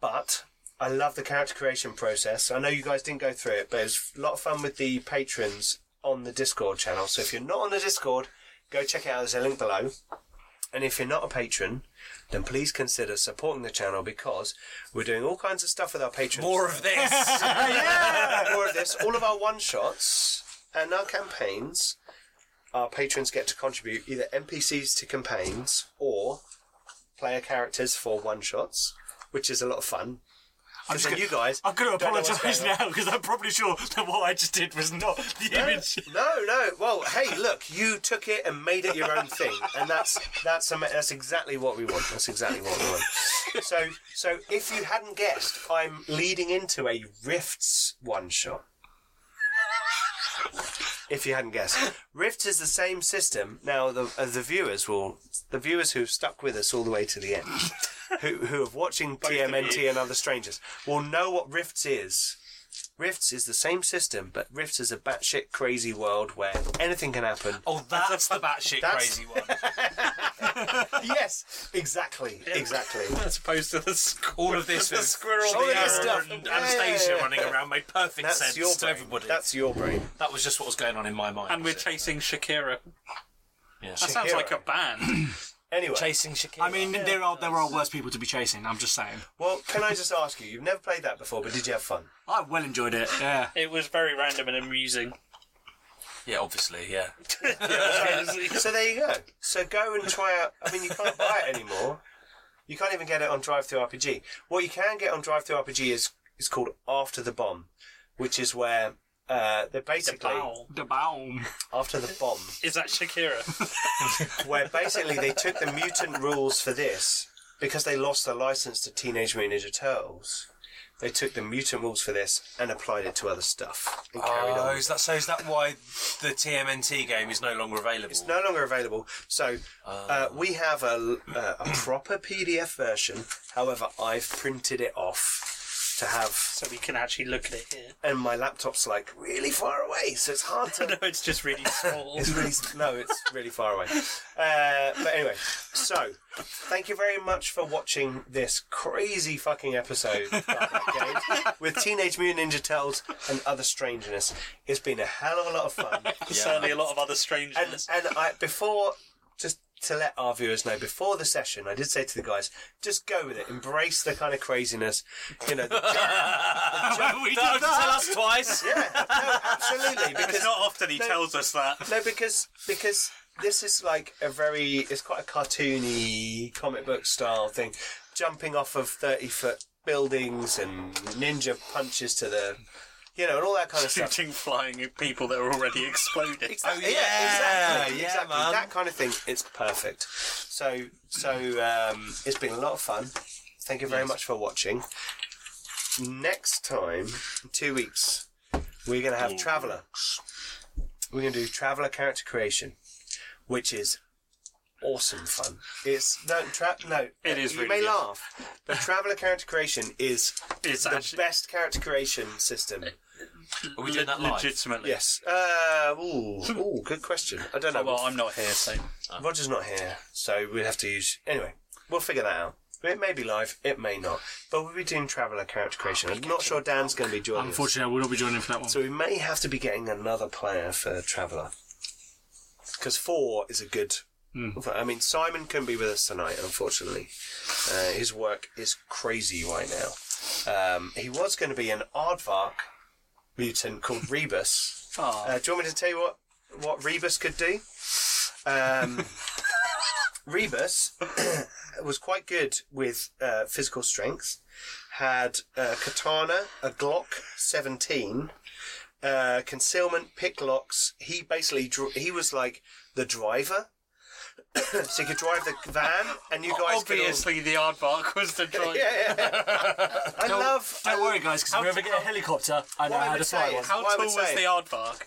But I love the character creation process. I know you guys didn't go through it, but it was a lot of fun with the patrons on the Discord channel. So if you're not on the Discord, go check it out. There's a link below. And if you're not a patron, then please consider supporting the channel because we're doing all kinds of stuff with our patrons.
More of this.
More of this. All of our one shots and our campaigns, our patrons get to contribute either NPCs to campaigns or player characters for one shots, which is a lot of fun.
I'm
Because then you guys.
I'm going to
don't know what's
apologise
going on.
now because I'm probably sure that what I just did was not the image.
No, no. Well, hey, look, you took it and made it your own thing, and that's that's ama- that's exactly what we want. That's exactly what we want. So, so if you hadn't guessed, I'm leading into a Rifts one shot. If you hadn't guessed, Rift is the same system. Now, the uh, the viewers will the viewers who've stuck with us all the way to the end, who who have watching TMNT and other strangers, will know what Rifts is. Rifts is the same system, but Rifts is a batshit crazy world where anything can happen.
Oh, that's the batshit
That's-
crazy one.
yes, exactly, exactly.
As opposed to the squirrel,
All of this
the
was
squirrel,
All
the
of this
arrow,
stuff.
and
Yeah, yeah,
Anastasia
yeah.
running around made perfect
That's
sense
your
to
brain.
everybody.
That's your brain.
That was just what was going on in my mind.
and we're
was it?
chasing Shakira.
Yeah.
That sounds like a band.
Anyway,
chasing Shakira.
I mean, there are there are worse people to be chasing. I'm just saying.
well, can I just ask you? You've never played that before, but did you have fun?
I well enjoyed it. Yeah.
it was very random and amusing.
yeah, obviously, yeah.
So there you go. So go and try out. I mean, you can't buy it anymore. You can't even get it on Drive Through RPG. What you can get on Drive Through RPG is is called After the Bomb, which is where uh, they're basically
Wow.
The bomb.
after the bomb.
Is that Shakira?
where basically they took the mutant rules for this because they lost the license to Teenage Mutant Ninja Turtles. They took the mutant rules for this and applied it to other stuff and carried
Oh,
on.
is that, so is that why the TMNT game is no longer available?
It's no longer available. So
Oh.
uh, we have a, uh, a proper PDF version. However, I've printed it off to have.
so we can actually look at it here.
And my laptop's like really far away, so it's hard to
No, it's just really small.
It's really no, it's really far away. Uh, but anyway, so thank you very much for watching this crazy fucking episode of Dark Arcade with Teenage Mutant Ninja Turtles and other strangeness. It's been a hell of a lot of fun,
Certainly a lot of other
and
strangeness.
and I before just. To let our viewers know before the session, I did say to the guys, just go with it, embrace the kind of craziness, you know. The
we
Don't
did that.
us twice.
yeah, no, absolutely, because
It's not often he tells us that.
No, because because this is like a very it's quite a cartoony comic book style thing, jumping off of thirty foot buildings and ninja punches to the, you know, and all that kind of stuff.
Shooting flying at people that are already exploded.
Exactly.
yeah,
exactly,
yeah,
exactly.
man.
That kind of thing. It's perfect. So so um, it's been a lot of fun. Thank you very much for watching. Next time, in two weeks, we're going to have Traveller. We're going to do Traveller character creation, which is awesome fun. It's no trap. No,
It is
You
really
may
good.
laugh, but Traveller character creation is
It's
the
actually
best character creation system.
Are we doing that live?
legitimately.
Yes. Uh, ooh, ooh, good question. I don't know.
Well, I'm not here, so
Roger's not here, so we'll have to use. Anyway, we'll figure that out. It may be live, it may not. But we'll be doing traveller character creation. I'm not sure Dan's going to be joining us.
Unfortunately, I will not be joining for that one.
So we may have to be getting another player for traveller. Because four is a good. I mean, Simon couldn't be with us tonight, unfortunately. Uh, his work is crazy right now. Um, he was going to be an Aardvark mutant called Rebus. Uh, do you want me to tell you what, what Rebus could do? Um, Rebus was quite good with uh, physical strength, had a katana, a Glock 17, uh, concealment, pick locks. He basically, dr- he was like the driver. so you could drive the van, and you guys
obviously the aardvark was the
could all.
driver.
Yeah, yeah. I love.
Don't worry, guys, because if we ever get a helicopter, I know
Why
how
would
to fly
say
one.
it?
How
Well, I
tall
would
was
say-
the aardvark?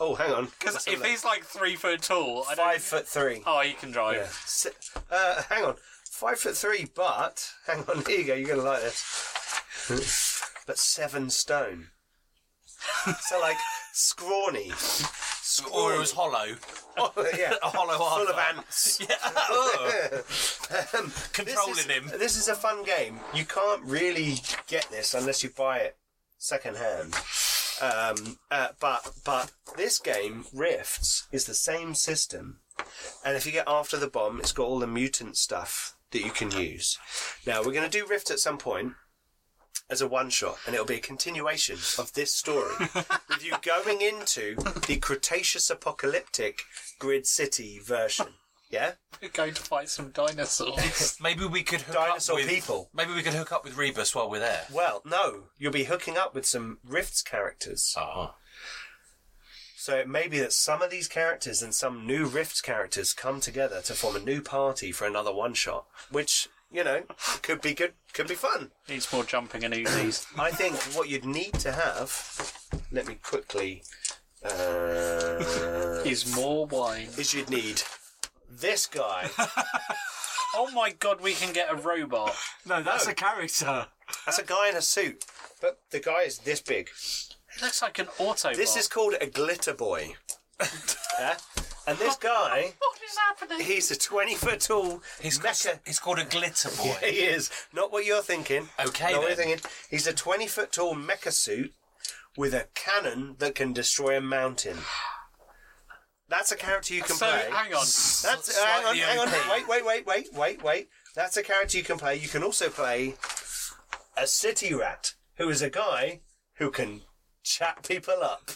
Oh, hang on.
Because if he's like three foot tall, I don't.
five foot three.
Oh, he can drive.
Yeah. Si- Uh, hang on. Five foot three, but hang on. Here you go. You're gonna like this. but seven stone. so like scrawny.
Or it was hollow.
Oh, yeah.
A hollow
Full of
aardvark.
ants. Um,
Controlling
this is,
him.
This is a fun game. You can't really get this unless you buy it secondhand. Um, uh, but but this game Rifts is the same system, and if you get after the bomb, it's got all the mutant stuff that you can use. Now we're going to do Rift at some point as a one shot, and it'll be a continuation of this story with you going into the Cretaceous apocalyptic Grid City version. Yeah,
We're going to fight some dinosaurs.
Maybe we could hook
dinosaur
up with,
people.
Maybe we could hook up with Rebus while we're there.
Well, no, you'll be hooking up with some Rifts characters.
Oh.
So it may be that some of these characters and some new Rifts characters come together to form a new party for another one shot, which, you know, could be good, could be fun.
Needs more jumping and oozies.
I think what you'd need to have, let me quickly, uh,
Is more wine.
is you'd need this guy.
Oh my god, we can get a robot.
No, that's a character.
That's a guy in a suit, but the guy is this big.
It looks like an auto.
This is called a glitter boy. yeah? And this guy.
What is happening?
He's a 20 foot tall
He's, got,
mecha.
he's called a glitter boy.
He is. Not what you're thinking.
Okay,
Not what you're
then.
thinking. He's a 20 foot tall mecha suit with a cannon that can destroy a mountain. That's a character you can
So
play.
hang on.
That's,
E
hang on,
slightly
hang on.
OP.
Wait, wait, wait, wait, wait, wait. That's a character you can play. You can also play a city rat, who is a guy who can chat people up.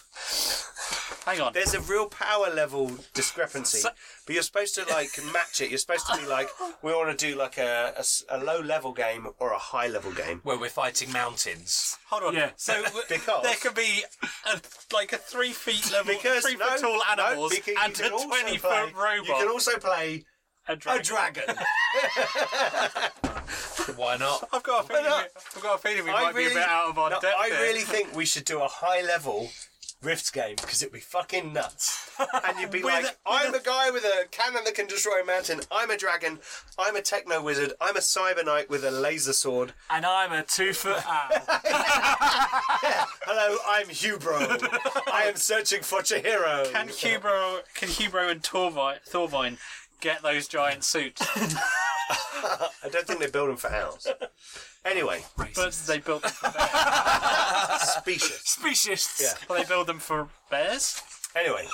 Hang on.
There's a real power level discrepancy, but you're supposed to like match it. You're supposed to be like, we want to do like a, a s- a low level game or a high level game.
Where we're fighting mountains.
Hold on.
Yeah.
So w-
Because-
there could be a, like a three feet level,
Because
three
no,
foot tall
no,
animals
because you
and
can
a
also play-
twenty foot robot.
You can also play.
a dragon.
Why not?
I've got a feeling. we- I've got a feeling we
I
might be a
really-
bit out of our
no,
depth.
I
here.
really think we should do a high level Rift game because it'd be fucking nuts. And you'd be
With
like,
a- with
I'm a, guy with a cannon that can destroy a mountain. I'm a dragon. I'm a techno wizard. I'm a cyber knight with a laser sword.
And I'm a two foot owl.
Hello, I'm Hubro. I am searching for Chihiro.
Can Hubro, can Hubro and Torvi- Thorvine get those giant suits?
I don't think they build them for owls. Anyway,
but they built them for bears.
specious.
Specious.
Yeah.
Well, they build them for bears.
Anyway.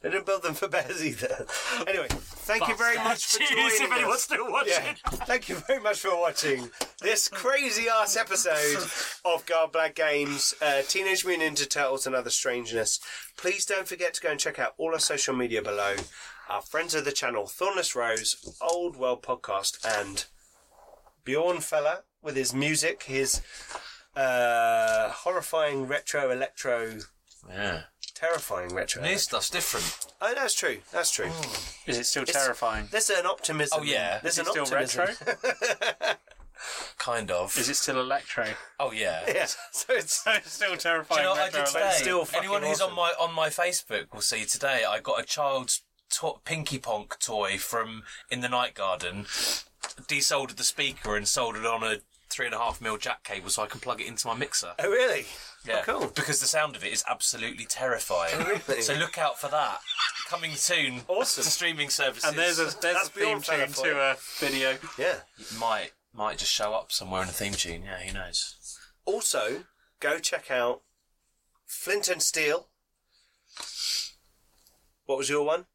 they didn't build them for bears either. Anyway, thank you very much for
Jeez, if
joining
anyone's
us.
still watching.
Yeah. Thank you very much for watching this crazy ass episode of God Black Games, uh, Teenage Mutant Ninja Turtles and Other Strangeness. Please don't forget to go and check out all our social media below. Our friends of the channel, Thornless Rose, Old World Podcast, and Bjorn Fella with his music, his uh, horrifying retro electro,
Yeah.
terrifying retro.
New stuff's different.
Oh, that's true. That's true.
Is it still terrifying?
There's an optimism.
Oh, yeah.
There's
Oh. Is it
an
still
optimism.
retro?
Kind of.
Is it still electro?
Oh yeah.
yeah. So it's
it's still terrifying.
You know, what I
retro
did today.
electro.
still fucking
Anyone who's
awesome.
on my on my Facebook will see today. I got a child's to- Pinky Ponk toy from in the night garden. Desoldered the speaker and soldered on a three and a half mil jack cable so I can plug it into my mixer.
Oh, really?
Yeah,
cool.
Because the sound of it is absolutely terrifying.
Really?
so look out for that coming soon.
Awesome.
To streaming services.
And there's a there's
That's
a theme
beyond
tune
terrifying.
to a video.
Yeah.
might might just show up somewhere in a theme tune. Yeah, who knows?
Also, go check out Flint and Steel. What was your one?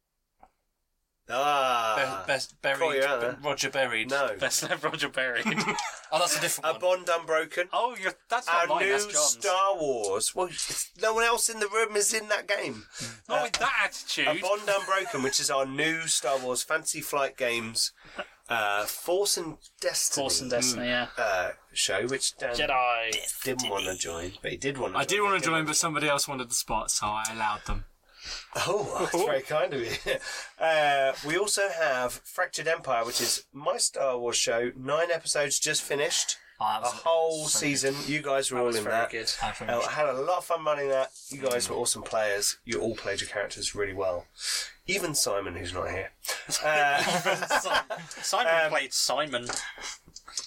Ah,
Oh,
best buried,
Caught you out there.
Roger buried.
no.
Best left Roger Berry.
Oh, that's a different
A
one.
Bond Unbroken.
oh, you're, that's not
Our
mine.
new
That's John's.
Star Wars. Well, it's- no one else in the room is in that game.
Not with that
A
attitude.
Bond Unbroken, which is our new Star Wars Fantasy Flight Games, uh, Force and Destiny,
Force and Destiny. Yeah.
uh, show, which Dan
Jedi.
didn't want to join, but he did want to.
I did want to join, but somebody else wanted the spot, so I allowed them.
Oh, that's very kind of you. Uh, we also have Fractured Empire, which is my Star Wars show. Nine episodes just finished.
Oh,
A whole season. You guys were all in
Very
that.
good.
Uh, I had a lot of fun running that. You guys were awesome players. You all played your characters really well. Even Simon, who's not here. Uh,
Simon played Simon.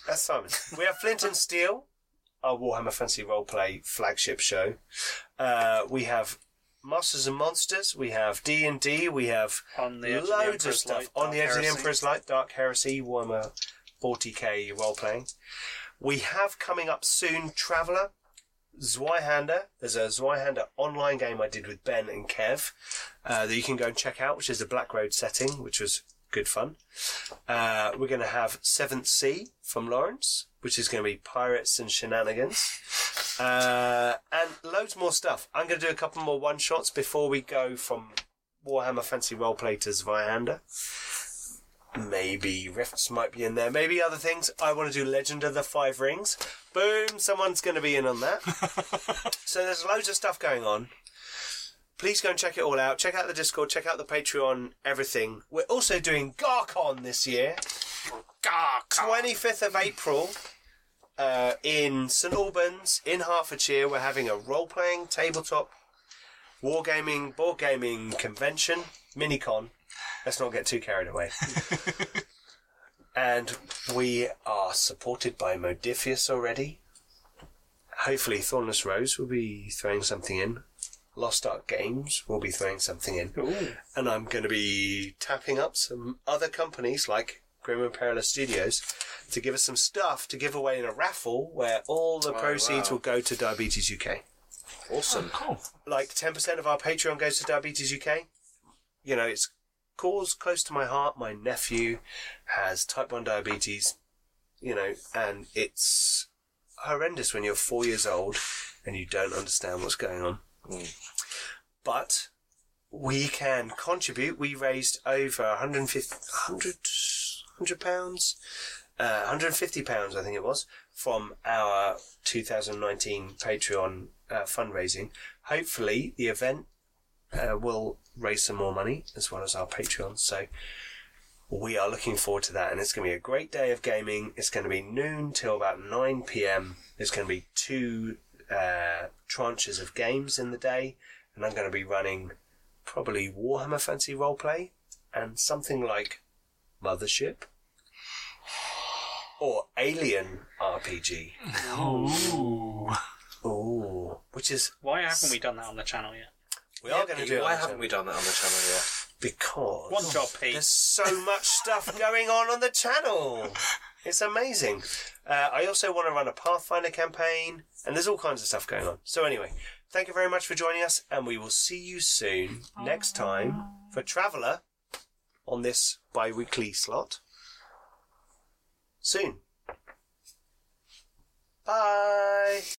that's Simon. We have Flint and Steel, our Warhammer Fantasy Roleplay flagship show. Uh, we have Masters and Monsters. We have D and D. We have
On the edge of the
loads of
Emperor's
stuff
Light,
on the
Dark
edge of the
Heresy.
Emperor's Light, Dark Heresy, Warhammer 40k role playing. We have coming up soon Traveller, Zweihander. There's a Zweihander online game I did with Ben and Kev uh, that you can go and check out, which is a Black Road setting, which was good fun. Uh, we're going to have Seventh Sea from Lawrence, which is going to be pirates and shenanigans. Uh, and loads more stuff. I'm going to do a couple more one shots before we go from Warhammer Fantasy Roleplay to Zweihander. Maybe rifts might be in there. Maybe other things. I want to do Legend of the Five Rings. Boom! Someone's going to be in on that. so there's loads of stuff going on. Please go and check it all out. Check out the Discord. Check out the Patreon. Everything. We're also doing Garcon this year.
Gark.
25th of April uh, in St Albans in Hertfordshire. We're having a role playing, tabletop, wargaming, board gaming convention, minicon. Let's not get too carried away. and we are supported by Modifius already. Hopefully, Thornless Rose will be throwing something in. Lost Ark Games will be throwing something in and I'm going to be tapping up some other companies like Grim and Perilous Studios to give us some stuff to give away in a raffle where all the proceeds will go to Diabetes UK.
Awesome.
Like 10% of our Patreon goes to Diabetes UK. You know, it's cause close to my heart. My nephew has type 1 diabetes, you know, and it's horrendous when you're four years old and you don't understand what's going on. But we can contribute. We raised over 150, 100, 100 pounds, uh, 150 pounds, I think it was, from our 2019 Patreon uh, fundraising. Hopefully, the event uh, will raise some more money as well as our Patreon. So we are looking forward to that, and it's going to be a great day of gaming. It's going to be noon till about 9 p.m. There's going to be two uh, tranches of games in the day, and I'm going to be running probably Warhammer Fantasy Roleplay and something like Mothership or Alien RPG. Ooh, which is
Why haven't we done that on the channel yet?
we are going to do. it
Why
on the
haven't we done that on the channel yet?
channel. Because
One job, Pete.
There's so much stuff going on on the channel. It's amazing. Uh, I also want to run a Pathfinder campaign, and there's all kinds of stuff going on. So, anyway, thank you very much for joining us, and we will see you soon next time for Traveller on this bi weekly slot. Soon. Bye.